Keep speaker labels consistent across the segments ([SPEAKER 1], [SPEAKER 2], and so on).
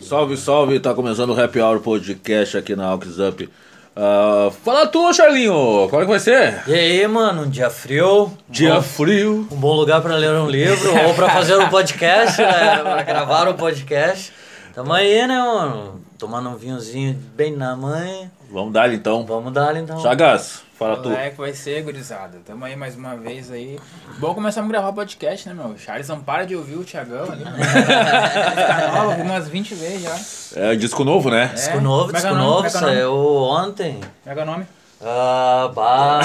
[SPEAKER 1] Salve, salve, tá começando o Happy Hour Podcast aqui na Alks Up. Ah, fala tu, Charlinho, qual é que vai ser?
[SPEAKER 2] E aí, mano, um dia frio.
[SPEAKER 1] Dia
[SPEAKER 2] Bom-
[SPEAKER 1] frio.
[SPEAKER 2] Um bom lugar pra ler um livro ou pra fazer um podcast, né? Pra gravar um podcast. Tamo aí, né, mano? Tomando um vinhozinho bem na mãe.
[SPEAKER 1] Vamos dar então.
[SPEAKER 2] Vamos dar então.
[SPEAKER 1] Chagas, fala tu.
[SPEAKER 3] Como é que vai ser, gurizada? Tamo aí mais uma vez aí. Bom, começamos a gravar podcast, né, meu? O Charles não para de ouvir o Thiagão ali, mano. tá nova, algumas 20 vezes já.
[SPEAKER 1] É disco novo, né?
[SPEAKER 2] Disco novo,
[SPEAKER 3] Como é que é
[SPEAKER 2] disco
[SPEAKER 3] o nome? Como
[SPEAKER 2] novo,
[SPEAKER 3] é que é o nome?
[SPEAKER 2] saiu ontem.
[SPEAKER 3] Pega o nome.
[SPEAKER 2] Ah, bah,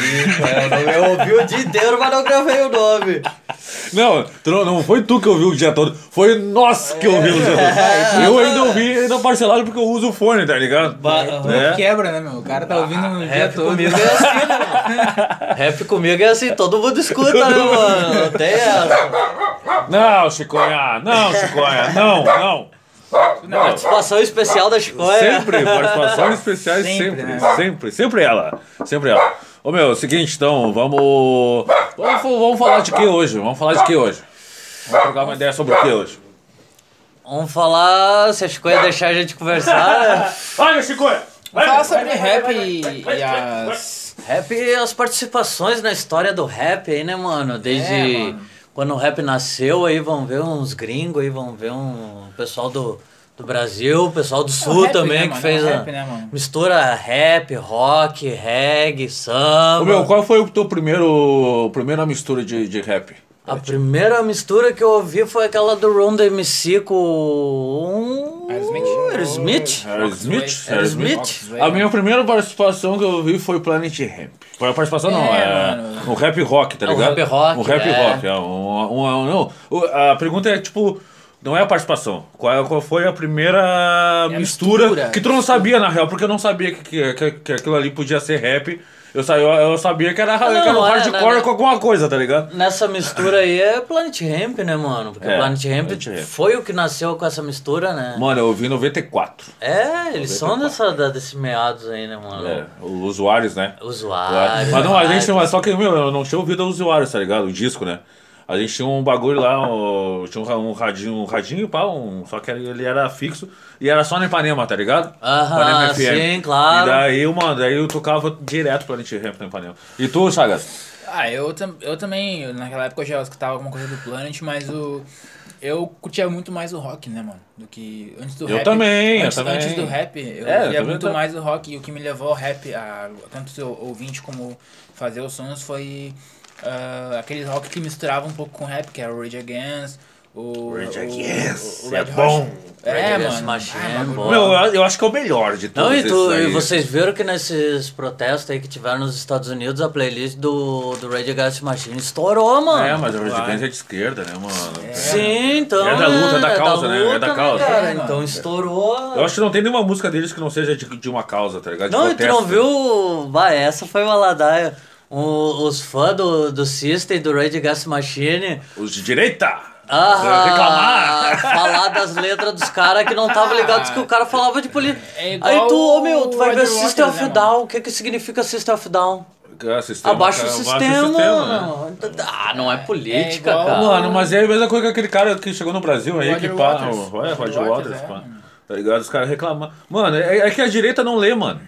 [SPEAKER 2] e aí, eu ouvi o dia inteiro, mas não gravei o nome.
[SPEAKER 1] Não, tu não, não foi tu que ouviu o dia todo, foi nós que ouvimos o dia todo. Eu ainda ouvi ainda parcelado porque eu uso o fone, tá ligado?
[SPEAKER 3] Tu
[SPEAKER 1] É.
[SPEAKER 3] Quebra, né, meu? O cara tá ouvindo o dia
[SPEAKER 2] Rap
[SPEAKER 3] todo.
[SPEAKER 2] comigo é assim, né, mano? Rap comigo é assim, todo mundo escuta, né, mano? Não tem essa.
[SPEAKER 1] Não, Chiconha, não, Chiconha, não, não. Não,
[SPEAKER 2] Participação especial da Chicoia.
[SPEAKER 1] Sempre, participações especiais, sempre,
[SPEAKER 3] É. Sempre,
[SPEAKER 1] sempre,
[SPEAKER 3] né?
[SPEAKER 1] sempre, ela, sempre ela. Ô meu, é o seguinte então, vamos, vamos, vamos falar de que hoje? Vamos falar de que hoje? Vamos trocar uma ideia sobre o que hoje?
[SPEAKER 2] Vamos falar se a Chico ia deixar a gente conversar. né?
[SPEAKER 1] Vai, meu Chiconha! Vai,
[SPEAKER 3] Fala
[SPEAKER 1] meu.
[SPEAKER 3] sobre rap e, e as.
[SPEAKER 2] rap e as participações na história do rap aí, né, mano? Desde
[SPEAKER 3] É, mano.
[SPEAKER 2] quando o rap nasceu aí, vão ver uns gringos aí, vão ver um pessoal do, do Brasil, o pessoal do sul
[SPEAKER 3] rap,
[SPEAKER 2] também,
[SPEAKER 3] né,
[SPEAKER 2] que
[SPEAKER 3] mano?
[SPEAKER 2] fez
[SPEAKER 3] É o
[SPEAKER 2] a
[SPEAKER 3] rap, né, mano?
[SPEAKER 2] mistura rap, rock, reggae,
[SPEAKER 1] Ô
[SPEAKER 2] samba.
[SPEAKER 1] meu, qual foi o teu primeiro, primeira mistura de, de rap?
[SPEAKER 2] A primeira mistura que eu ouvi foi aquela do Ron MC com...
[SPEAKER 3] Aerosmith.
[SPEAKER 2] Aerosmith?
[SPEAKER 1] Aerosmith?
[SPEAKER 3] Aerosmith.
[SPEAKER 2] Aerosmith?
[SPEAKER 1] A minha primeira participação que eu vi foi Planet Ramp. Foi a participação não,
[SPEAKER 3] É,
[SPEAKER 1] é,
[SPEAKER 3] mano.
[SPEAKER 1] o rap rock, tá
[SPEAKER 2] É, o
[SPEAKER 1] ligado?
[SPEAKER 2] rap rock,
[SPEAKER 1] O rap
[SPEAKER 2] é.
[SPEAKER 1] rock, é. Um, um- um- não. O- a pergunta é tipo, não é a participação. Qual, é- qual foi a primeira
[SPEAKER 2] É
[SPEAKER 1] mistura,
[SPEAKER 3] mistura.
[SPEAKER 1] que tu não sabia na real, porque eu não sabia que, que, que- que aquilo ali podia ser rap. Eu, sa- eu, eu sabia que era, que era um
[SPEAKER 2] não, é,
[SPEAKER 1] hardcore
[SPEAKER 2] não,
[SPEAKER 1] com alguma coisa, tá ligado?
[SPEAKER 2] Nessa mistura aí é Planet Hemp, né, mano? Porque
[SPEAKER 1] É,
[SPEAKER 2] Planet
[SPEAKER 1] Planet Hemp.
[SPEAKER 2] Hemp foi o que nasceu com essa mistura, né?
[SPEAKER 1] Mano, eu ouvi em 94.
[SPEAKER 2] É, eles são dessa, da- desse meados aí, né, mano?
[SPEAKER 1] É, os usuários, né?
[SPEAKER 2] Usuários.
[SPEAKER 1] Mas não, a gente,
[SPEAKER 2] usuários.
[SPEAKER 1] mas só que, meu, eu não tinha ouvido os usuários, tá ligado? O disco, né? A gente tinha um bagulho lá, um- tinha um, ra- um radinho, um radinho e pau, um- só que ele era fixo e era só no Ipanema, tá ligado?
[SPEAKER 2] Aham,
[SPEAKER 1] Ipanema
[SPEAKER 2] sim, claro.
[SPEAKER 1] E daí, mano, daí eu tocava direto pra gente rap no Ipanema. E tu, Chagas?
[SPEAKER 3] Ah, eu, tam- eu também, eu- naquela época eu já escutava alguma coisa do Planet, mas o. Eu curtia muito mais o rock, né, mano? Do que. Antes do
[SPEAKER 1] Eu
[SPEAKER 3] rap.
[SPEAKER 1] também, eu
[SPEAKER 3] antes,
[SPEAKER 1] também.
[SPEAKER 3] Antes do rap, eu
[SPEAKER 1] É, eu
[SPEAKER 3] ouvia
[SPEAKER 1] também
[SPEAKER 3] muito
[SPEAKER 1] tô-
[SPEAKER 3] mais o rock. E o que me levou ao rap, a, tanto ser ouvinte como fazer os sons, foi ah, aqueles rock que misturava um pouco com rap, que era o Rage Against, o.
[SPEAKER 1] Rage
[SPEAKER 3] o-
[SPEAKER 1] Against,
[SPEAKER 3] o- o
[SPEAKER 1] é
[SPEAKER 3] Hot-
[SPEAKER 1] bom.
[SPEAKER 2] Rage
[SPEAKER 3] É,
[SPEAKER 2] Against
[SPEAKER 3] mano.
[SPEAKER 2] Machine,
[SPEAKER 3] Ah, bagulho-
[SPEAKER 2] bom.
[SPEAKER 1] Meu, eu, eu acho que é o melhor de todos
[SPEAKER 2] Não, e, tu-
[SPEAKER 1] esses aí.
[SPEAKER 2] e vocês viram que nesses protestos aí que tiveram nos Estados Unidos, a playlist do, do Rage Against the Machine estourou, mano.
[SPEAKER 1] É, mas o Resident é de esquerda, né, mano?
[SPEAKER 2] Sim, então.
[SPEAKER 1] É da luta, é da
[SPEAKER 2] né,
[SPEAKER 1] causa, né? É
[SPEAKER 2] luta,
[SPEAKER 1] da causa.
[SPEAKER 2] cara?
[SPEAKER 3] É, mano.
[SPEAKER 2] Então estourou.
[SPEAKER 1] Eu acho que não tem nenhuma música deles que não seja de, de uma causa, tá ligado? De
[SPEAKER 2] Não, e tu não
[SPEAKER 1] protesto.
[SPEAKER 2] viu. Bah, essa foi uma ladaia. O- os fãs do, do System, do Rage Gas Machine.
[SPEAKER 1] Os de direita!
[SPEAKER 2] Ah,
[SPEAKER 1] reclamar!
[SPEAKER 2] falar das letras dos caras que não tava ligados que o cara falava de política.
[SPEAKER 3] É igual
[SPEAKER 2] Aí tu, ô meu, tu vai
[SPEAKER 3] o
[SPEAKER 2] ver
[SPEAKER 3] Roger
[SPEAKER 2] System
[SPEAKER 3] Waters,
[SPEAKER 2] of
[SPEAKER 3] né,
[SPEAKER 2] Down. O que que significa System of Down?
[SPEAKER 1] Ah, sistema,
[SPEAKER 2] Abaixa o
[SPEAKER 1] cara,
[SPEAKER 2] sistema.
[SPEAKER 1] né?
[SPEAKER 2] mano. Ah, não é política,
[SPEAKER 3] É igual-
[SPEAKER 2] cara.
[SPEAKER 1] Mano, mas é a mesma coisa que aquele cara que chegou no Brasil aí,
[SPEAKER 3] Roger
[SPEAKER 1] que pá,
[SPEAKER 3] Waters.
[SPEAKER 1] o- é, Roger
[SPEAKER 3] Roger
[SPEAKER 1] Waters,
[SPEAKER 3] Waters,
[SPEAKER 1] pá.
[SPEAKER 3] é.
[SPEAKER 1] Tá ligado? Os caras reclamam. Mano, é, é que a direita não lê, mano.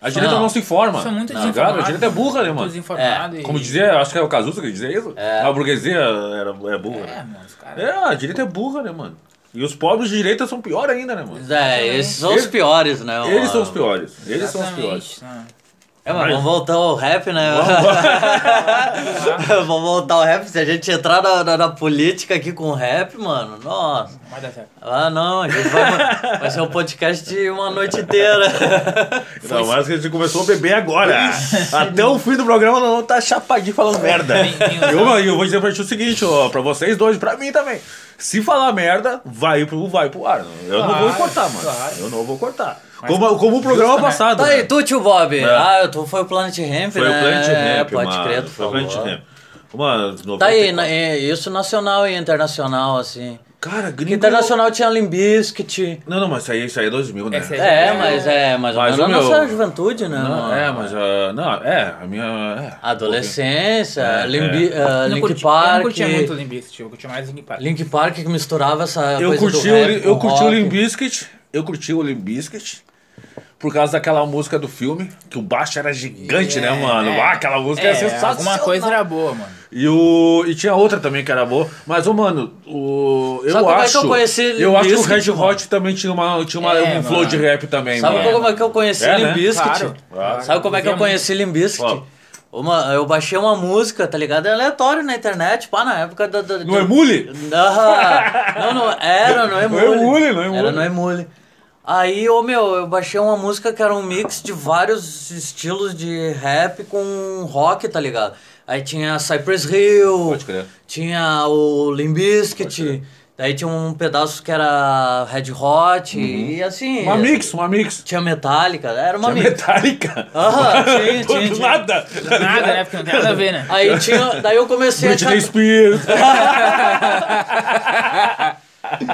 [SPEAKER 1] A direita não,
[SPEAKER 2] Não.
[SPEAKER 1] se informa.
[SPEAKER 3] São muito
[SPEAKER 1] tá ligado? A
[SPEAKER 3] desinformados.
[SPEAKER 1] direita é burra, né,
[SPEAKER 3] muito
[SPEAKER 1] mano?
[SPEAKER 3] desinformado e-
[SPEAKER 1] Como dizia, acho que é o Cazuza que dizia isso.
[SPEAKER 2] É.
[SPEAKER 1] A burguesia era, é burra,
[SPEAKER 3] É,
[SPEAKER 1] né?
[SPEAKER 3] mano, os caras.
[SPEAKER 1] É, a direita é burra, né, mano? E os pobres de direita são pior ainda, né, mano?
[SPEAKER 2] É, esses são os
[SPEAKER 1] Eles-
[SPEAKER 2] piores, né?
[SPEAKER 1] Eles são
[SPEAKER 2] mano?
[SPEAKER 1] os piores. Eles são os
[SPEAKER 3] Exatamente,
[SPEAKER 1] piores.
[SPEAKER 3] né?
[SPEAKER 2] É, mas vamos voltar ao rap, né? Vamos voltar ao rap. Se a gente entrar na, na- na política aqui com o rap, mano, nossa.
[SPEAKER 3] Vai dar certo.
[SPEAKER 2] Ah, não, a gente vai, vai ser um podcast de uma noite inteira.
[SPEAKER 1] Não, mas que a gente começou a beber agora. Até o fim do programa não tá chapadinho
[SPEAKER 2] É,
[SPEAKER 1] falando merda. eu, eu vou dizer pra gente o seguinte, ó, pra vocês dois, pra mim também. Se falar merda, vai pro, vai pro ar. Eu não vou
[SPEAKER 3] Claro,
[SPEAKER 1] cortar, mano.
[SPEAKER 3] claro.
[SPEAKER 1] Eu não vou cortar. Como, como o programa
[SPEAKER 3] justo, né?
[SPEAKER 1] passado.
[SPEAKER 2] tá
[SPEAKER 1] né?
[SPEAKER 2] aí, tu, tio Bob. Ah, tu foi o Planet Ramp,
[SPEAKER 1] Foi
[SPEAKER 2] né?
[SPEAKER 1] o Planet
[SPEAKER 2] É,
[SPEAKER 1] Ramp,
[SPEAKER 2] pode
[SPEAKER 1] mano.
[SPEAKER 2] crer, tu
[SPEAKER 1] Foi o
[SPEAKER 2] falou.
[SPEAKER 1] Planet Ramp. Mano,
[SPEAKER 2] Tá aí,
[SPEAKER 1] 94.
[SPEAKER 2] na- é, isso nacional e internacional, assim.
[SPEAKER 1] Cara,
[SPEAKER 2] Que
[SPEAKER 1] gringo.
[SPEAKER 2] internacional tinha Limbiskit.
[SPEAKER 1] Não, não, mas isso aí, isso aí é 2000, né?
[SPEAKER 3] Essa aí
[SPEAKER 2] É,
[SPEAKER 3] É,
[SPEAKER 2] mas é mais ou
[SPEAKER 1] Mas
[SPEAKER 2] menos na
[SPEAKER 1] o meu-
[SPEAKER 2] nossa juventude, né?
[SPEAKER 1] Não, é, mas. ah, não, é, a minha. É,
[SPEAKER 2] Adolescência,
[SPEAKER 1] É,
[SPEAKER 2] Limbi, ah,
[SPEAKER 3] Eu não
[SPEAKER 2] Link
[SPEAKER 3] curti-
[SPEAKER 2] Park.
[SPEAKER 3] Eu não curtia muito o Limbiskit, eu curtia mais o Link Park.
[SPEAKER 2] Link Park que misturava essa
[SPEAKER 1] Eu
[SPEAKER 2] coisa
[SPEAKER 1] curti,
[SPEAKER 2] do
[SPEAKER 1] o,
[SPEAKER 2] rap,
[SPEAKER 1] Li- eu
[SPEAKER 2] com
[SPEAKER 1] curti o
[SPEAKER 2] rock.
[SPEAKER 1] Limbiskit. Eu curti o Limbiskit. Por causa daquela música do filme, que o baixo era gigante, né, mano?
[SPEAKER 3] é.
[SPEAKER 1] Ah, aquela música era sensacional.
[SPEAKER 3] alguma coisa era boa, mano.
[SPEAKER 1] E, o, e tinha outra também que era boa. Mas, ô, mano, o, eu
[SPEAKER 2] Sabe como é
[SPEAKER 1] acho.
[SPEAKER 2] que eu conheci
[SPEAKER 1] eu acho que o
[SPEAKER 2] Limbiskit,
[SPEAKER 1] Red Hot também tinha, uma, tinha uma-
[SPEAKER 3] É,
[SPEAKER 1] um flow
[SPEAKER 3] mano.
[SPEAKER 1] de rap também,
[SPEAKER 2] Sabe
[SPEAKER 1] mano.
[SPEAKER 2] como é que eu conheci
[SPEAKER 1] É, né?
[SPEAKER 2] Limbiskit?
[SPEAKER 3] Claro, claro.
[SPEAKER 2] Sabe como é que eu
[SPEAKER 3] Vivia
[SPEAKER 2] conheci Limbiskit?
[SPEAKER 1] Ó.
[SPEAKER 2] Uma, eu baixei uma música, tá ligado? É aleatório na internet, pá, na época do. do,
[SPEAKER 1] No
[SPEAKER 2] do-
[SPEAKER 1] Emule?
[SPEAKER 2] Não, não, era no Emule.
[SPEAKER 1] Emule, no Emule.
[SPEAKER 2] Era no Emule. Aí, ô meu, eu baixei uma música que era um mix de vários estilos de rap com rock, tá ligado? Aí tinha Cypress Hill,
[SPEAKER 1] Pode crer.
[SPEAKER 2] tinha o Limbiskit, daí tinha um pedaço que era Red
[SPEAKER 1] Uhum.
[SPEAKER 2] Hot, e assim.
[SPEAKER 1] Uma mix, uma mix.
[SPEAKER 2] Tinha Metallica, era uma
[SPEAKER 1] Tinha
[SPEAKER 2] mix.
[SPEAKER 1] Metallica.
[SPEAKER 2] Aham, tinha,
[SPEAKER 1] Do
[SPEAKER 2] tinha, tinha.
[SPEAKER 1] nada.
[SPEAKER 3] Nada, né? Porque não tem nada a ver, né?
[SPEAKER 2] Aí tinha. Daí eu comecei a.
[SPEAKER 1] Britney
[SPEAKER 2] Catar,
[SPEAKER 1] Spears.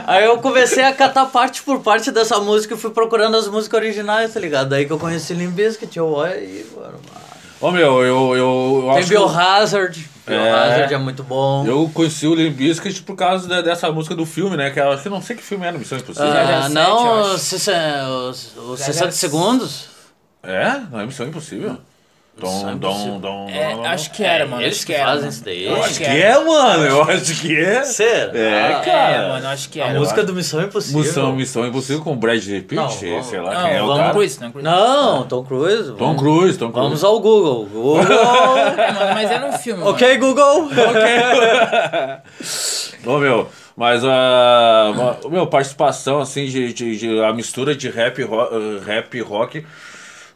[SPEAKER 2] aí eu comecei a catar parte por parte dessa música e fui procurando as músicas originais, tá ligado? Daí que eu conheci Limbiskit, eu olha aí, mano.
[SPEAKER 1] Ô, meu, eu, eu, eu
[SPEAKER 2] Tem
[SPEAKER 1] acho que eu-
[SPEAKER 2] Biohazard. Biohazard é muito bom.
[SPEAKER 1] Eu conheci o Limbiskit por causa da- dessa música do filme, né? Que eu acho que não sei que filme era, Missão Impossível.
[SPEAKER 2] Ah,
[SPEAKER 3] 007, eu
[SPEAKER 2] não,
[SPEAKER 3] acho.
[SPEAKER 2] os, sesse- os, os 60
[SPEAKER 3] 007.
[SPEAKER 2] segundos.
[SPEAKER 1] É? Não é Missão Impossível? Dom,
[SPEAKER 2] Impossível.
[SPEAKER 1] dom, dom.
[SPEAKER 3] É, acho que era, mano.
[SPEAKER 2] eles
[SPEAKER 3] acho
[SPEAKER 2] que
[SPEAKER 3] que era,
[SPEAKER 2] fazem
[SPEAKER 3] mano.
[SPEAKER 2] isso daí.
[SPEAKER 3] Eu
[SPEAKER 1] Eu
[SPEAKER 2] Acho
[SPEAKER 1] acho que é, mano. Eu acho que é.
[SPEAKER 2] Será?
[SPEAKER 1] É,
[SPEAKER 3] É,
[SPEAKER 1] cara.
[SPEAKER 3] mano, acho que
[SPEAKER 2] A
[SPEAKER 3] era.
[SPEAKER 2] música do Missão Impossível.
[SPEAKER 1] Missão, Missão Impossível com Brad Pitt,
[SPEAKER 2] Não, vamos-
[SPEAKER 1] sei lá
[SPEAKER 3] Não,
[SPEAKER 1] quem é o
[SPEAKER 3] vamos
[SPEAKER 1] cara.
[SPEAKER 3] com isso, não. com isso.
[SPEAKER 2] Não, Tom Cruise.
[SPEAKER 1] É. Tom
[SPEAKER 2] vamos-
[SPEAKER 1] Cruise, Tom Cruise.
[SPEAKER 2] Vamos ao Google. Google.
[SPEAKER 3] É, mano, mas era um filme, mano.
[SPEAKER 2] ok, Google.
[SPEAKER 1] Ô, meu, mas a. ma- meu, participação, assim, de, de- de- a mistura de rap, e ro eh, rap e rock.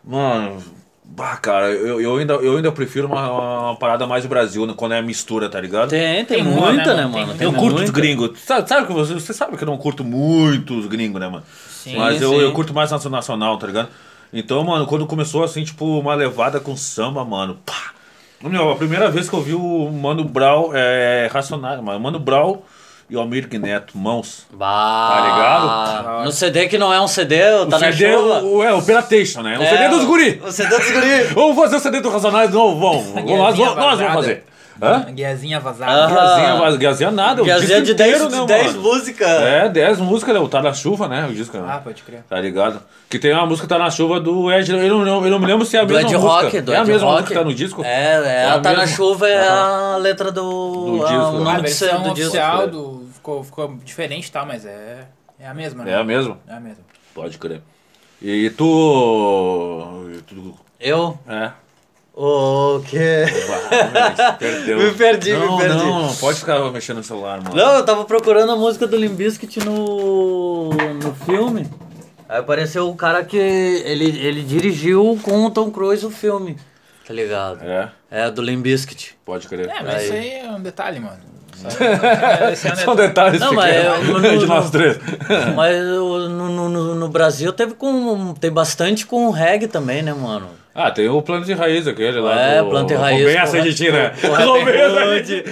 [SPEAKER 1] Mano. Bah, cara, eu, eu ainda, eu ainda prefiro uma, uma parada mais do Brasil, né, quando é mistura, tá ligado?
[SPEAKER 2] Tem, tem,
[SPEAKER 3] Tem uma,
[SPEAKER 2] muita, né,
[SPEAKER 3] né, mano?
[SPEAKER 2] mano?
[SPEAKER 3] Tem
[SPEAKER 1] Eu
[SPEAKER 2] Tem
[SPEAKER 1] curto os
[SPEAKER 2] muita.
[SPEAKER 1] gringos. Sabe, sabe que você, você sabe que eu não curto muito os gringos, né, mano? Mas eu,
[SPEAKER 3] sim.
[SPEAKER 1] eu curto mais nacio- nacional, tá ligado? Então, mano, quando começou assim, tipo, uma levada com samba, mano, pá. Meu, a primeira vez que eu vi o Mano Brown é racionário, mano. Mano Brown e o Almir Neto, mãos.
[SPEAKER 2] Bah,
[SPEAKER 1] Tá ligado?
[SPEAKER 2] No CD que não é um CD, eu tá
[SPEAKER 1] o
[SPEAKER 2] na
[SPEAKER 1] CD, é
[SPEAKER 2] chuva. É,
[SPEAKER 1] o, é o Piratation, né? O CD dos guri.
[SPEAKER 2] O CD dos guri.
[SPEAKER 1] Vamos fazer o CD dos racionais de novo, vamos. Vamos, nós, vamos- nós vamos fazer. Hã?
[SPEAKER 3] Guiazinha
[SPEAKER 2] Ah.
[SPEAKER 3] vazada.
[SPEAKER 1] Guiazinha, Guiazinha nada, o disco
[SPEAKER 2] Gazinha é de 10,
[SPEAKER 1] inteiro,
[SPEAKER 2] de
[SPEAKER 1] né,
[SPEAKER 2] 10
[SPEAKER 1] mano?
[SPEAKER 2] músicas.
[SPEAKER 1] É, 10 músicas, né? O Tá na Chuva, né? O disco, né?
[SPEAKER 3] Ah, pode crer.
[SPEAKER 1] Tá ligado? Que tem uma música Tá na Chuva do Ed. Eu não, eu não me lembro se é a
[SPEAKER 2] Do
[SPEAKER 1] mesma
[SPEAKER 2] Ed
[SPEAKER 1] música.
[SPEAKER 2] Rock, do
[SPEAKER 1] é a
[SPEAKER 2] Ed
[SPEAKER 1] mesma
[SPEAKER 2] Rock.
[SPEAKER 1] música que tá no disco?
[SPEAKER 2] É, é
[SPEAKER 1] a
[SPEAKER 2] a Tá na
[SPEAKER 1] mesma.
[SPEAKER 2] Chuva é a letra do.
[SPEAKER 1] Do
[SPEAKER 2] ah,
[SPEAKER 1] disco,
[SPEAKER 2] o
[SPEAKER 1] né?
[SPEAKER 2] nome
[SPEAKER 3] A
[SPEAKER 2] do,
[SPEAKER 3] versão
[SPEAKER 2] do disco.
[SPEAKER 3] oficial do... Ficou, ficou diferente e tal, mas é... É a mesma, né?
[SPEAKER 1] É a mesma.
[SPEAKER 3] É a mesma.
[SPEAKER 1] Pode crer. E tu. e tu-
[SPEAKER 2] Eu?
[SPEAKER 1] É.
[SPEAKER 2] O quê?
[SPEAKER 1] Bah, Perdeu.
[SPEAKER 2] Me perdi, me
[SPEAKER 1] não,
[SPEAKER 2] perdi.
[SPEAKER 1] Não, não, pode ficar mexendo no celular, mano.
[SPEAKER 2] Não, eu tava procurando a música do Limbiskit no, no filme. Aí apareceu o cara que ele, ele dirigiu com o Tom Cruise o filme, tá ligado? É,
[SPEAKER 1] É,
[SPEAKER 2] do Limbiskit.
[SPEAKER 1] pode crer.
[SPEAKER 3] É, mas
[SPEAKER 2] Aí.
[SPEAKER 3] isso aí é um detalhe, mano. Só- Esse é um
[SPEAKER 1] São
[SPEAKER 3] detalhe.
[SPEAKER 1] detalhes
[SPEAKER 2] Não, mas
[SPEAKER 1] pequenos
[SPEAKER 2] eu- no-
[SPEAKER 1] de nós
[SPEAKER 2] no-
[SPEAKER 1] três.
[SPEAKER 2] Mas o- no, no, no- no Brasil teve com tem bastante com reggae também, né, mano?
[SPEAKER 1] Ah, tem o plano de raiz aquele lá.
[SPEAKER 2] É,
[SPEAKER 1] do...
[SPEAKER 2] planta e raiz.
[SPEAKER 1] Roubei
[SPEAKER 2] com-
[SPEAKER 1] essa de ti, né?
[SPEAKER 2] com- com rap
[SPEAKER 1] Roubei essa de
[SPEAKER 2] hood.
[SPEAKER 1] ti.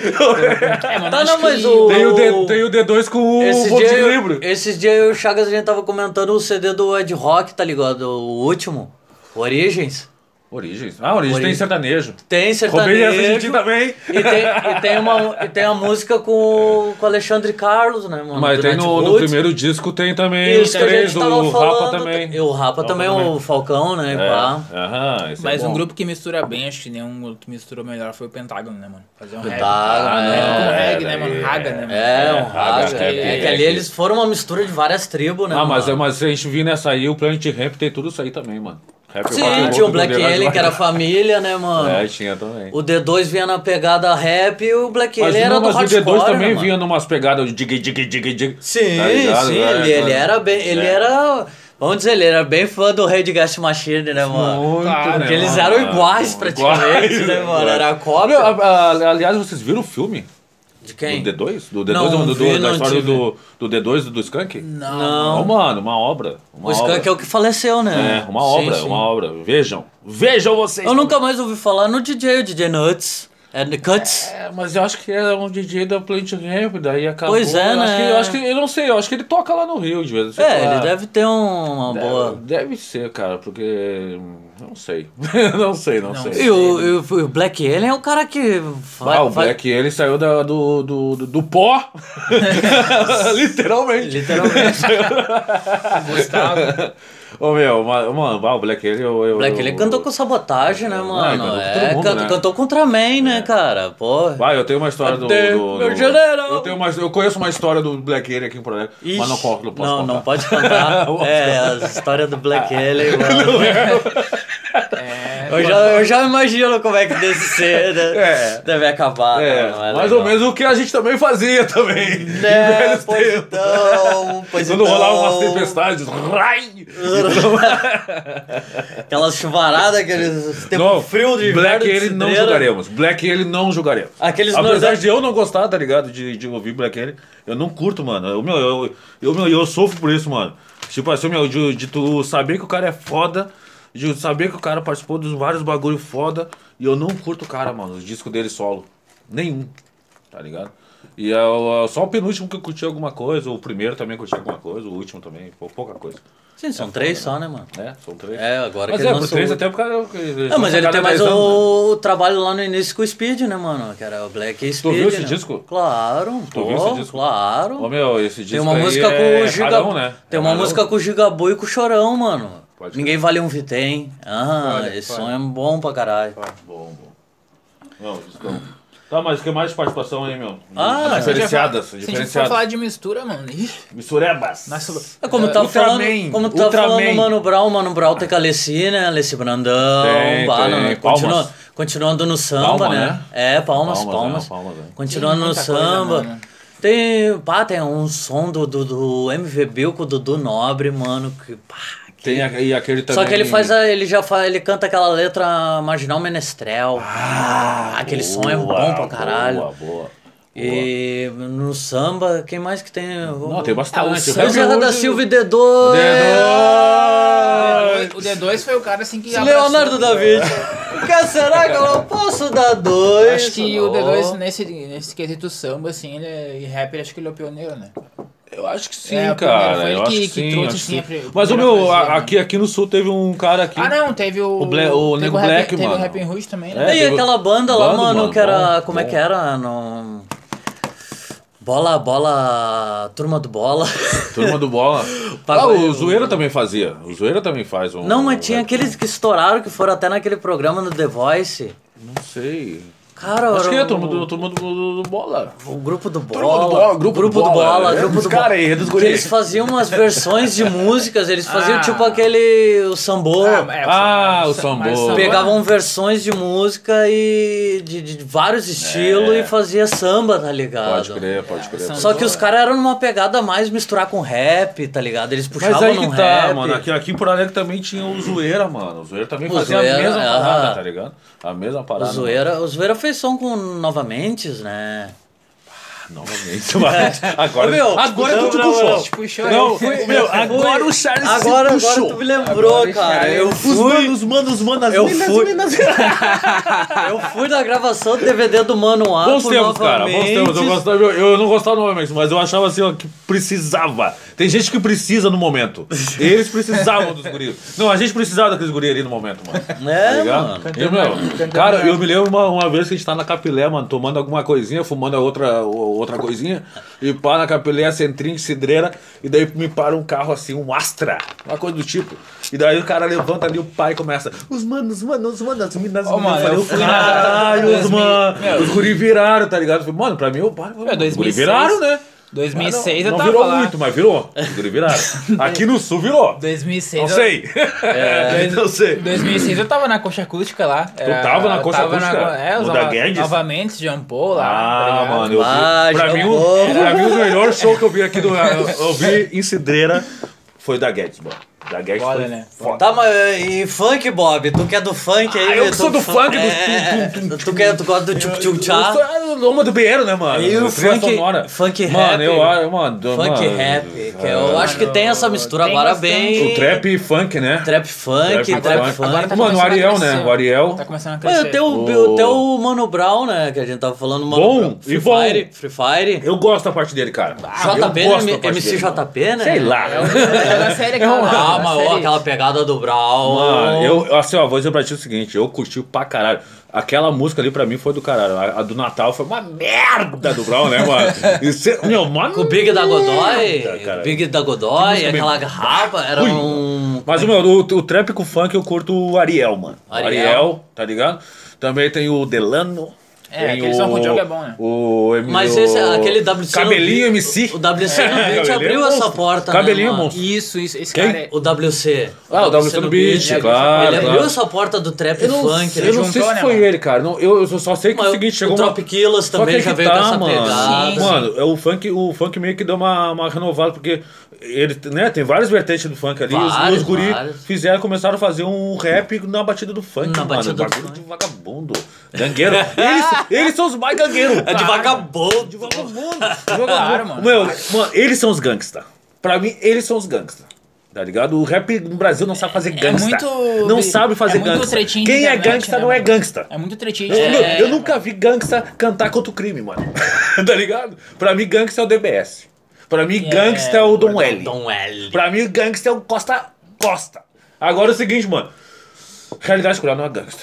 [SPEAKER 3] É, mano,
[SPEAKER 2] Tá,
[SPEAKER 3] acho
[SPEAKER 2] não,
[SPEAKER 3] que-
[SPEAKER 2] mas o...
[SPEAKER 1] Tem o, D, tem o D2 com o
[SPEAKER 2] Esses
[SPEAKER 1] ponto de
[SPEAKER 2] dias, eu,
[SPEAKER 1] equilíbrio.
[SPEAKER 2] esses dias eu e o Chagas a gente tava comentando o CD do Ed Rock, tá ligado? O último, Origens.
[SPEAKER 1] Origens. Ah, Origens tem
[SPEAKER 2] Origem.
[SPEAKER 1] sertanejo.
[SPEAKER 2] Tem
[SPEAKER 1] Roubei essa de ti
[SPEAKER 2] sertanejo.
[SPEAKER 1] também.
[SPEAKER 2] E tem, e tem uma, e tem a música com, o- com o Alexandre Carlos, né, mano?
[SPEAKER 1] Mas
[SPEAKER 2] Do
[SPEAKER 1] tem
[SPEAKER 2] Nat
[SPEAKER 1] no, no
[SPEAKER 2] Roots.
[SPEAKER 1] primeiro disco tem também
[SPEAKER 2] Isso
[SPEAKER 1] os
[SPEAKER 2] que a
[SPEAKER 1] três,
[SPEAKER 2] gente tava
[SPEAKER 1] o Rapa
[SPEAKER 2] falando,
[SPEAKER 1] também.
[SPEAKER 2] E o Rapa também, é o Falcão, né?
[SPEAKER 1] É.
[SPEAKER 2] pá.
[SPEAKER 1] Aham, esse é
[SPEAKER 3] Mas um
[SPEAKER 1] bom.
[SPEAKER 3] grupo que mistura bem, acho que nenhum grupo que misturou melhor foi o Pentágono, né, mano? Fazer um rap.
[SPEAKER 2] Pentágono,
[SPEAKER 3] Ah,
[SPEAKER 2] é,
[SPEAKER 3] Com reggae,
[SPEAKER 1] é,
[SPEAKER 3] né,
[SPEAKER 1] é,
[SPEAKER 3] mano? Raga, né, mano?
[SPEAKER 2] É, um
[SPEAKER 1] Raga,
[SPEAKER 2] rasgo.
[SPEAKER 1] rap,
[SPEAKER 2] É que
[SPEAKER 1] rap.
[SPEAKER 2] ali eles foram uma mistura de várias tribos, né?
[SPEAKER 1] Ah, mas,
[SPEAKER 2] mano?
[SPEAKER 1] mas se a gente vir nessa aí, o Planet Ramp tem tudo isso aí também, mano. Rap, rock and
[SPEAKER 2] Sim,
[SPEAKER 1] roll,
[SPEAKER 2] tinha o
[SPEAKER 1] tudo
[SPEAKER 2] Black
[SPEAKER 1] ligado.
[SPEAKER 2] Alien, que era família, né, mano?
[SPEAKER 1] É, tinha também.
[SPEAKER 2] O D2 vinha na pegada rap e o Black
[SPEAKER 1] mas
[SPEAKER 2] Alien era
[SPEAKER 1] não,
[SPEAKER 2] do
[SPEAKER 1] mas o
[SPEAKER 2] hardcore,
[SPEAKER 1] D2
[SPEAKER 2] né,
[SPEAKER 1] também
[SPEAKER 2] mano?
[SPEAKER 1] vinha numas pegadas de dig, dig, dig, dig.
[SPEAKER 2] Sim,
[SPEAKER 1] tá ligado?
[SPEAKER 2] sim,
[SPEAKER 1] É,
[SPEAKER 2] ele, ele
[SPEAKER 1] é.
[SPEAKER 2] era bem. Ele
[SPEAKER 1] É.
[SPEAKER 2] era. Vamos dizer, ele era bem fã do Red Gas Machine, né, mano?
[SPEAKER 1] Muito,
[SPEAKER 3] Claro,
[SPEAKER 1] né,
[SPEAKER 2] Porque eles
[SPEAKER 1] mano?
[SPEAKER 2] eram iguais
[SPEAKER 1] Iguais,
[SPEAKER 2] praticamente, né, mano?
[SPEAKER 1] iguais.
[SPEAKER 2] Era a
[SPEAKER 1] Meu,
[SPEAKER 2] cópia.
[SPEAKER 1] a- a- aliás, vocês viram o filme?
[SPEAKER 2] De quem?
[SPEAKER 1] Do D2? Do D2
[SPEAKER 2] Não,
[SPEAKER 1] do, do,
[SPEAKER 2] vi,
[SPEAKER 1] da
[SPEAKER 2] não
[SPEAKER 1] história
[SPEAKER 2] tive.
[SPEAKER 1] do, do D2 do Skank?
[SPEAKER 3] Não.
[SPEAKER 1] Não,
[SPEAKER 2] Não.
[SPEAKER 1] mano, uma obra. Uma
[SPEAKER 2] O Skunk é
[SPEAKER 1] obra.
[SPEAKER 2] o que faleceu, né?
[SPEAKER 1] É, uma
[SPEAKER 2] Sim,
[SPEAKER 1] obra,
[SPEAKER 2] sim.
[SPEAKER 1] uma obra. Vejam. Vejam vocês.
[SPEAKER 2] Eu nunca mais ouvi falar no DJ, o DJ Nuts. And the Cuts.
[SPEAKER 1] É, mas eu acho que era um DJ da Plant Ramp, daí acabou.
[SPEAKER 2] Pois é,
[SPEAKER 1] eu Acho
[SPEAKER 2] né?
[SPEAKER 1] que, eu acho que, eu não sei, eu acho que ele toca lá no Rio de vez. em
[SPEAKER 2] É,
[SPEAKER 1] quando.
[SPEAKER 2] ele deve ter um- uma boa.
[SPEAKER 1] Deve ser, cara, porque. hum, Não sei. não sei, não,
[SPEAKER 3] Não.
[SPEAKER 1] sei.
[SPEAKER 2] E o, e o- e o Black Alien é um cara que. Vai,
[SPEAKER 1] ah, o
[SPEAKER 2] vai-
[SPEAKER 1] Black, ele saiu da- do, do, do, do pó. Literalmente.
[SPEAKER 2] Literalmente.
[SPEAKER 3] Gustavo.
[SPEAKER 1] Ô, meu, ma- mano, ah, o Black, ele. Eu, eu,
[SPEAKER 2] Black Alien
[SPEAKER 1] eu-
[SPEAKER 2] cantou com sabotagem, né, mano?
[SPEAKER 1] Ah, cantou com
[SPEAKER 2] é,
[SPEAKER 1] todo mundo,
[SPEAKER 2] canto-
[SPEAKER 1] né? É.
[SPEAKER 2] cantou com Ultraman, né, cara? Porra.
[SPEAKER 1] Ah, eu tenho uma história do.
[SPEAKER 2] Até
[SPEAKER 1] do,
[SPEAKER 2] meu
[SPEAKER 1] do-
[SPEAKER 2] janeiro.
[SPEAKER 1] eu, tenho uma, eu conheço uma história do Black Alien aqui em Porto Alegre, mas não, conto, não posso
[SPEAKER 2] não,
[SPEAKER 1] contar.
[SPEAKER 2] não pode cantar. é, a história do
[SPEAKER 1] Ah,
[SPEAKER 2] Black Alien, mano.
[SPEAKER 3] É,
[SPEAKER 2] Eu já, eu já imagino como é que deve ser, né?
[SPEAKER 1] É.
[SPEAKER 2] Deve acabar,
[SPEAKER 1] É,
[SPEAKER 2] não, não é
[SPEAKER 1] mais
[SPEAKER 2] legal.
[SPEAKER 1] ou menos o que a gente também fazia também. Em
[SPEAKER 2] É,
[SPEAKER 1] velhos
[SPEAKER 2] pois
[SPEAKER 1] tempos.
[SPEAKER 2] então, pois
[SPEAKER 1] Quando
[SPEAKER 2] então.
[SPEAKER 1] rolava umas tempestades, rai!
[SPEAKER 2] Uhum. Aquelas chuvaradas, aqueles tempo
[SPEAKER 1] Não,
[SPEAKER 2] um frio de
[SPEAKER 1] Black
[SPEAKER 2] inverno de
[SPEAKER 1] ele não
[SPEAKER 2] cidreira.
[SPEAKER 1] jogaremos. Black ele não jogaremos.
[SPEAKER 2] Aqueles
[SPEAKER 1] Apesar
[SPEAKER 2] nordeste-
[SPEAKER 1] de eu não gostar, tá ligado? De, de ouvir Black ele, eu não curto, mano. Eu, meu, eu, eu, meu, eu sofro por isso, mano. Tipo assim, meu, de, de tu saber que o cara é foda, de saber que o cara participou dos vários bagulho foda, e eu não curto o cara, mano. O disco dele solo. Nenhum. Tá ligado? E é o- é só o penúltimo que eu curti alguma coisa, o primeiro também curti alguma coisa, o último também, pô, pouca coisa.
[SPEAKER 2] Sim, são três só, né, mano?
[SPEAKER 1] Né? São três.
[SPEAKER 2] É, agora
[SPEAKER 1] Mas
[SPEAKER 2] que
[SPEAKER 1] é,
[SPEAKER 2] ele
[SPEAKER 1] por
[SPEAKER 2] lançou
[SPEAKER 1] três
[SPEAKER 2] o-
[SPEAKER 1] até por causa.
[SPEAKER 2] Não, mas ele tem mais um
[SPEAKER 1] anos, né?
[SPEAKER 2] o, o trabalho lá no início com o Speed, né, mano? Que era o Black Speed.
[SPEAKER 1] viu esse
[SPEAKER 2] né?
[SPEAKER 1] disco?
[SPEAKER 2] Claro.
[SPEAKER 1] Tu
[SPEAKER 2] pô,
[SPEAKER 1] viu esse disco?
[SPEAKER 2] Claro.
[SPEAKER 1] Ô meu, esse disco
[SPEAKER 2] tem uma
[SPEAKER 1] aí
[SPEAKER 2] música
[SPEAKER 1] é
[SPEAKER 2] com o Giga...
[SPEAKER 1] rarão, né?
[SPEAKER 2] Tem
[SPEAKER 1] É
[SPEAKER 2] uma
[SPEAKER 1] rarão.
[SPEAKER 2] música com o Gigabu e com o Chorão, mano.
[SPEAKER 1] Pode
[SPEAKER 2] Ninguém vale um Vitém. Ah,
[SPEAKER 3] Olha,
[SPEAKER 2] esse
[SPEAKER 3] olha.
[SPEAKER 2] som é bom pra caralho.
[SPEAKER 1] Ah, Bom, bom. Não, discão. Tá, mas o que mais de participação aí, meu? Tá
[SPEAKER 2] Ah,
[SPEAKER 1] As
[SPEAKER 2] mas
[SPEAKER 1] diferenciadas,
[SPEAKER 3] Se a gente for
[SPEAKER 1] diferenciadas.
[SPEAKER 3] falar de mistura, mano. ih,
[SPEAKER 1] Misturebas.
[SPEAKER 3] Nossa,
[SPEAKER 2] É como tava
[SPEAKER 1] Ultraman,
[SPEAKER 2] falando, como tava falando
[SPEAKER 1] Ultraman.
[SPEAKER 2] do Mano Brown, Mano Brown tem com a Alessi, né? Alessi Brandão,
[SPEAKER 1] Tem,
[SPEAKER 2] bah,
[SPEAKER 1] tem.
[SPEAKER 2] né?
[SPEAKER 1] Palmas.
[SPEAKER 2] Continua- continuando no samba,
[SPEAKER 1] Palma,
[SPEAKER 2] né?
[SPEAKER 1] né?
[SPEAKER 2] É, palmas,
[SPEAKER 1] Palmas,
[SPEAKER 2] palmas.
[SPEAKER 1] né? Palmas, né?
[SPEAKER 2] Continuando
[SPEAKER 3] Tem
[SPEAKER 2] no
[SPEAKER 3] muita coisa, né?
[SPEAKER 2] samba.
[SPEAKER 3] mano.
[SPEAKER 2] Tem, pá, tem um som do, do, do MV Bill com o Dudu Nobre, mano, que pá. que-
[SPEAKER 1] Tem a- e aquele também.
[SPEAKER 2] Só que ele faz a, ele já faz, ele canta aquela letra marginal menestrel. Ah, aquele som é bom pra
[SPEAKER 1] Boa,
[SPEAKER 2] caralho.
[SPEAKER 1] Boa, boa.
[SPEAKER 2] E no samba, quem mais que tem?
[SPEAKER 1] Não, tem bastante.
[SPEAKER 3] Ah, o
[SPEAKER 1] O
[SPEAKER 3] Sam
[SPEAKER 2] São
[SPEAKER 1] Rebelde-
[SPEAKER 2] Serra da Silva e D2.
[SPEAKER 1] Dedo-
[SPEAKER 3] O D2 foi o cara assim que. abraçou-
[SPEAKER 2] Leonardo da Vinci. Que será que eu não posso dar dois?
[SPEAKER 3] Acho que
[SPEAKER 2] Não.
[SPEAKER 3] o D2, nesse, nesse quesito samba, assim, ele é, e rapper, acho que ele é o pioneiro, né?
[SPEAKER 1] Eu acho que sim,
[SPEAKER 3] É, o primeiro
[SPEAKER 1] cara.
[SPEAKER 3] foi
[SPEAKER 1] Eu
[SPEAKER 3] ele
[SPEAKER 1] acho
[SPEAKER 3] que-
[SPEAKER 1] que,
[SPEAKER 3] que
[SPEAKER 1] sim,
[SPEAKER 3] trouxe,
[SPEAKER 1] acho que
[SPEAKER 3] assim,
[SPEAKER 1] sim.
[SPEAKER 3] a pri-
[SPEAKER 1] Mas o
[SPEAKER 3] primeira
[SPEAKER 1] meu,
[SPEAKER 3] coisa,
[SPEAKER 1] a-
[SPEAKER 3] né?
[SPEAKER 1] aqui, aqui no sul teve um cara aqui.
[SPEAKER 3] Ah, não, teve o.
[SPEAKER 1] O Bla- o
[SPEAKER 3] teve
[SPEAKER 1] Nego
[SPEAKER 3] Rap-
[SPEAKER 1] Black,
[SPEAKER 3] Teve o
[SPEAKER 1] mano.
[SPEAKER 3] Rap Rouge
[SPEAKER 2] E
[SPEAKER 3] também,
[SPEAKER 1] É,
[SPEAKER 3] né?
[SPEAKER 1] teve-
[SPEAKER 2] aquela banda lá,
[SPEAKER 1] Banda,
[SPEAKER 2] mano,
[SPEAKER 1] mano,
[SPEAKER 2] que era.
[SPEAKER 1] bom,
[SPEAKER 2] como é
[SPEAKER 1] bom.
[SPEAKER 2] que era? No... Bola, bola. Turma do bola.
[SPEAKER 1] Turma do Bola. ah,
[SPEAKER 2] Pagou-
[SPEAKER 1] o Zoeira também fazia. O Zoeira também faz um.
[SPEAKER 2] Não, mas tinha aqueles que estouraram que foram até naquele programa no The Voice.
[SPEAKER 1] Não sei.
[SPEAKER 2] Cara,
[SPEAKER 1] Acho que
[SPEAKER 2] era
[SPEAKER 1] é
[SPEAKER 2] o-
[SPEAKER 1] turma do, turma do, do- do bola.
[SPEAKER 2] O grupo do bola.
[SPEAKER 1] Turma do Bola, Grupo do
[SPEAKER 2] do
[SPEAKER 1] Bola,
[SPEAKER 2] bola,
[SPEAKER 1] é
[SPEAKER 2] grupo
[SPEAKER 1] dos
[SPEAKER 2] do bola.
[SPEAKER 1] cara aí, é dos guri.
[SPEAKER 2] Que Eles faziam umas versões de músicas, eles faziam
[SPEAKER 3] Ah.
[SPEAKER 2] tipo aquele. o sambô.
[SPEAKER 3] é,
[SPEAKER 1] Ah, o
[SPEAKER 3] samba-
[SPEAKER 1] sambô.
[SPEAKER 3] mas
[SPEAKER 2] Então, Pegavam versões de música e de, de vários estilos
[SPEAKER 1] É.
[SPEAKER 2] e fazia samba, tá ligado?
[SPEAKER 1] Pode crer, pode crer.
[SPEAKER 3] são-
[SPEAKER 2] É, Só que os caras eram numa pegada mais misturar com rap, tá ligado? Eles puxavam
[SPEAKER 1] Mas aí
[SPEAKER 2] num
[SPEAKER 1] que tá,
[SPEAKER 2] rap.
[SPEAKER 1] mano. Aqui, aqui em Porto Alegre também tinha o Zoeira, mano. O Zoeira também
[SPEAKER 2] O
[SPEAKER 1] fazia a
[SPEAKER 2] Zoeira,
[SPEAKER 1] mesma
[SPEAKER 2] aham.
[SPEAKER 1] parada, tá ligado? A mesma
[SPEAKER 2] O
[SPEAKER 1] parada.
[SPEAKER 2] Zoeira, o Zoeira fez som com novamente, né?
[SPEAKER 1] mano. Novamente, mas agora,
[SPEAKER 2] Meu,
[SPEAKER 1] agora
[SPEAKER 2] não,
[SPEAKER 1] tu te
[SPEAKER 2] não,
[SPEAKER 1] puxou.
[SPEAKER 2] não.
[SPEAKER 1] Te
[SPEAKER 3] puxou, eu
[SPEAKER 1] Não, meu, agora o Charles se
[SPEAKER 2] agora, agora
[SPEAKER 1] puxou.
[SPEAKER 2] tu me lembrou,
[SPEAKER 3] Agora o
[SPEAKER 2] cara.
[SPEAKER 3] Charles-
[SPEAKER 2] Eu
[SPEAKER 1] Os
[SPEAKER 2] fui,
[SPEAKER 1] manos, manos, manas,
[SPEAKER 2] Eu
[SPEAKER 1] minas,
[SPEAKER 2] fui.
[SPEAKER 1] minas.
[SPEAKER 2] eu fui na gravação do DVD do Mano A.
[SPEAKER 1] Bons
[SPEAKER 2] por
[SPEAKER 1] tempos, cara. Bons
[SPEAKER 2] novamente.
[SPEAKER 1] tempos. Eu, gostava, eu, eu não gostava do momento, mas eu achava assim, ó, que precisava. Tem gente que precisa no momento. Eles precisavam dos guris. Não, a gente precisava daqueles guris ali no momento, mano.
[SPEAKER 2] É,
[SPEAKER 1] Tá ligado?
[SPEAKER 2] mano.
[SPEAKER 1] Eu, meu, cara, eu me lembro uma, uma vez que a gente tá na capilé, mano, tomando alguma coisinha, fumando outra, outra coisinha, e pá na capilé, centrinho, cidreira, e daí me para um carro assim, um Astra, uma coisa do tipo. E daí o cara levanta ali o pai e começa, os manos, os manos, os manos, as meninas,
[SPEAKER 3] Ô, mano, é
[SPEAKER 1] eu falei,
[SPEAKER 3] eu
[SPEAKER 1] "Eu
[SPEAKER 3] fui
[SPEAKER 1] fui
[SPEAKER 3] na-
[SPEAKER 1] caralho, os
[SPEAKER 3] 2000,
[SPEAKER 1] mano.
[SPEAKER 3] meu,
[SPEAKER 1] Os guri viraram, tá ligado? Eu falei, Mano, pra mim, o pai.
[SPEAKER 3] É, 2006.
[SPEAKER 1] Os guri viraram, né?
[SPEAKER 3] 2006
[SPEAKER 1] não,
[SPEAKER 3] eu
[SPEAKER 1] não
[SPEAKER 3] tava
[SPEAKER 1] virou
[SPEAKER 3] lá.
[SPEAKER 1] muito, mas virou. Os guri viraram. Aqui no sul virou.
[SPEAKER 3] 2006.
[SPEAKER 1] Não
[SPEAKER 3] eu- É.
[SPEAKER 1] sei. não sei.
[SPEAKER 3] 2006 eu tava na coxa acústica lá. Era-
[SPEAKER 1] tava na coxa
[SPEAKER 3] eu tava
[SPEAKER 1] acústica?
[SPEAKER 3] é,
[SPEAKER 1] No
[SPEAKER 3] os
[SPEAKER 1] da
[SPEAKER 3] nova-
[SPEAKER 1] Guedes?
[SPEAKER 3] novamente, Jampou lá. tá
[SPEAKER 1] Ah,
[SPEAKER 3] ligado?
[SPEAKER 1] mano, eu vi.
[SPEAKER 2] Ah,
[SPEAKER 1] pra,
[SPEAKER 2] já
[SPEAKER 1] mim, o,
[SPEAKER 2] vou.
[SPEAKER 1] pra mim, o melhor show que eu vi aqui do. Eu, eu vi em Cidreira foi da Guedes, mano. Da Guedes
[SPEAKER 3] Olha,
[SPEAKER 1] foi
[SPEAKER 3] né?
[SPEAKER 1] foda.
[SPEAKER 2] Tá, mas e funk, Bob? Tu que é do funk aí?
[SPEAKER 1] Ah, eu que
[SPEAKER 2] tu-
[SPEAKER 1] sou do funk, do
[SPEAKER 2] É,
[SPEAKER 1] tum, tum, tum,
[SPEAKER 2] tu, quer, tu gosta do tchup tchup
[SPEAKER 1] Eu sou
[SPEAKER 2] tchá?
[SPEAKER 1] a loma do banheiro, né, mano?
[SPEAKER 2] E o
[SPEAKER 1] Trilha
[SPEAKER 2] funk-
[SPEAKER 1] sonora.
[SPEAKER 2] funk
[SPEAKER 1] Mano,
[SPEAKER 2] rap.
[SPEAKER 1] eu acho, mano. do-
[SPEAKER 2] Funk
[SPEAKER 1] mano,
[SPEAKER 2] rap, que é, eu acho que tem essa mistura
[SPEAKER 3] tem
[SPEAKER 2] agora
[SPEAKER 3] bastante.
[SPEAKER 2] bem...
[SPEAKER 1] O trap e funk, né?
[SPEAKER 2] Trap funk, trap,
[SPEAKER 1] Agora-
[SPEAKER 2] funk.
[SPEAKER 1] agora
[SPEAKER 3] tá
[SPEAKER 1] Mano, o
[SPEAKER 3] começando a
[SPEAKER 1] Ariel,
[SPEAKER 3] crescer.
[SPEAKER 1] né? O Ariel.
[SPEAKER 3] Tá começando a
[SPEAKER 2] Mas
[SPEAKER 3] crescer.
[SPEAKER 2] até o,
[SPEAKER 1] O-
[SPEAKER 2] até o Mano Brown, né? Que a gente tava falando. Mano
[SPEAKER 1] Bom,
[SPEAKER 2] Brown, Free
[SPEAKER 1] e bom.
[SPEAKER 2] Fire. Free Fire.
[SPEAKER 1] Eu gosto da parte dele, cara. Eu
[SPEAKER 2] JP,
[SPEAKER 1] gosto
[SPEAKER 2] né?
[SPEAKER 1] da parte
[SPEAKER 2] MC
[SPEAKER 1] dele, mano.
[SPEAKER 2] JP, né?
[SPEAKER 1] Sei lá.
[SPEAKER 3] um-
[SPEAKER 4] É da série aquela lá, da
[SPEAKER 2] Ah,
[SPEAKER 3] é
[SPEAKER 2] mas
[SPEAKER 4] série.
[SPEAKER 2] ó, aquela pegada do Brown.
[SPEAKER 1] Mano, eu, assim, ó, vou dizer pra ti o seguinte, eu curti pra caralho. Aquela música ali pra mim foi do caralho. A, a do Natal foi uma merda do Brown, né, mano? Isso é, meu, mano.
[SPEAKER 2] O Big da Godoy.
[SPEAKER 1] cara.
[SPEAKER 2] o Big da
[SPEAKER 1] Que
[SPEAKER 2] Godoy,
[SPEAKER 1] música
[SPEAKER 2] aquela
[SPEAKER 1] bem-
[SPEAKER 2] garrafa, era
[SPEAKER 1] Ui,
[SPEAKER 2] um.
[SPEAKER 1] Mas o meu, o, o trap com funk eu curto o Ariel, mano. Ariel,
[SPEAKER 2] Ariel.
[SPEAKER 1] tá ligado? Também tem o Delano.
[SPEAKER 3] É,
[SPEAKER 1] tem
[SPEAKER 3] aquele
[SPEAKER 1] o,
[SPEAKER 3] São Rodiogo é bom, né?
[SPEAKER 1] O, M-
[SPEAKER 2] Mas
[SPEAKER 1] o-
[SPEAKER 2] esse, aquele WC. no-
[SPEAKER 1] Cabelinho MC.
[SPEAKER 2] O WC no beat
[SPEAKER 1] Cabelinho
[SPEAKER 2] abriu
[SPEAKER 1] é
[SPEAKER 2] essa
[SPEAKER 1] monstro.
[SPEAKER 2] porta.
[SPEAKER 1] Cabelinho é
[SPEAKER 2] né, mano?
[SPEAKER 1] monstro.
[SPEAKER 3] Isso, isso. Esse
[SPEAKER 1] Quem?
[SPEAKER 3] cara é...
[SPEAKER 2] O WC.
[SPEAKER 1] Ah, o WC no beat, claro,
[SPEAKER 2] né? Ele abriu
[SPEAKER 1] claro.
[SPEAKER 2] essa porta do trap
[SPEAKER 1] Eu não,
[SPEAKER 2] funk,
[SPEAKER 1] eu não
[SPEAKER 2] né?
[SPEAKER 3] Juntou,
[SPEAKER 1] sei se
[SPEAKER 3] né,
[SPEAKER 1] foi
[SPEAKER 3] mano?
[SPEAKER 1] ele, cara. Não, eu, eu só- só sei que
[SPEAKER 2] Mas
[SPEAKER 1] é o seguinte, chegou
[SPEAKER 2] o
[SPEAKER 1] uma...
[SPEAKER 2] Trop Killers
[SPEAKER 1] Só que
[SPEAKER 2] também
[SPEAKER 1] aí
[SPEAKER 2] já
[SPEAKER 1] que
[SPEAKER 2] veio
[SPEAKER 1] tá,
[SPEAKER 2] dessa
[SPEAKER 1] mano.
[SPEAKER 2] pegada.
[SPEAKER 1] Mano, é o funk, o funk meio que deu uma, uma renovada, porque ele, né, tem várias vertentes do funk ali. os- os,
[SPEAKER 2] Vários,
[SPEAKER 1] guris
[SPEAKER 2] vários.
[SPEAKER 1] fizeram, começaram a fazer um rap na batida do funk,
[SPEAKER 2] Na
[SPEAKER 1] mano.
[SPEAKER 2] batida do
[SPEAKER 1] bagulho
[SPEAKER 2] funk.
[SPEAKER 1] de vagabundo. Gangueiro. eles, eles são os mais gangueiros.
[SPEAKER 2] É de vagabundo.
[SPEAKER 1] De vagabundo. De vagabundo.
[SPEAKER 3] mano.
[SPEAKER 1] Meu, mano, eles são os gangsta. Pra mim, eles são os gangsta. Tá ligado? O rap no Brasil não sabe fazer gangsta.
[SPEAKER 3] É muito-
[SPEAKER 1] não sabe fazer
[SPEAKER 3] é muito
[SPEAKER 1] gangsta.
[SPEAKER 3] tretinho de
[SPEAKER 1] Quem é
[SPEAKER 3] internet,
[SPEAKER 1] gangsta
[SPEAKER 3] né,
[SPEAKER 1] não é
[SPEAKER 3] mano?
[SPEAKER 1] gangsta.
[SPEAKER 3] É muito
[SPEAKER 1] Eu,
[SPEAKER 3] tretinho.
[SPEAKER 1] meu,
[SPEAKER 3] É,
[SPEAKER 1] eu nunca vi gangsta cantar contra o crime, mano. tá ligado? Pra mim, gangsta é o DBS. Pra mim, gangsta é o Dom L.
[SPEAKER 2] Dom L.
[SPEAKER 1] Pra mim, gangsta é o Costa Costa. Agora é o seguinte, mano. Realidade cultural não é gangsta.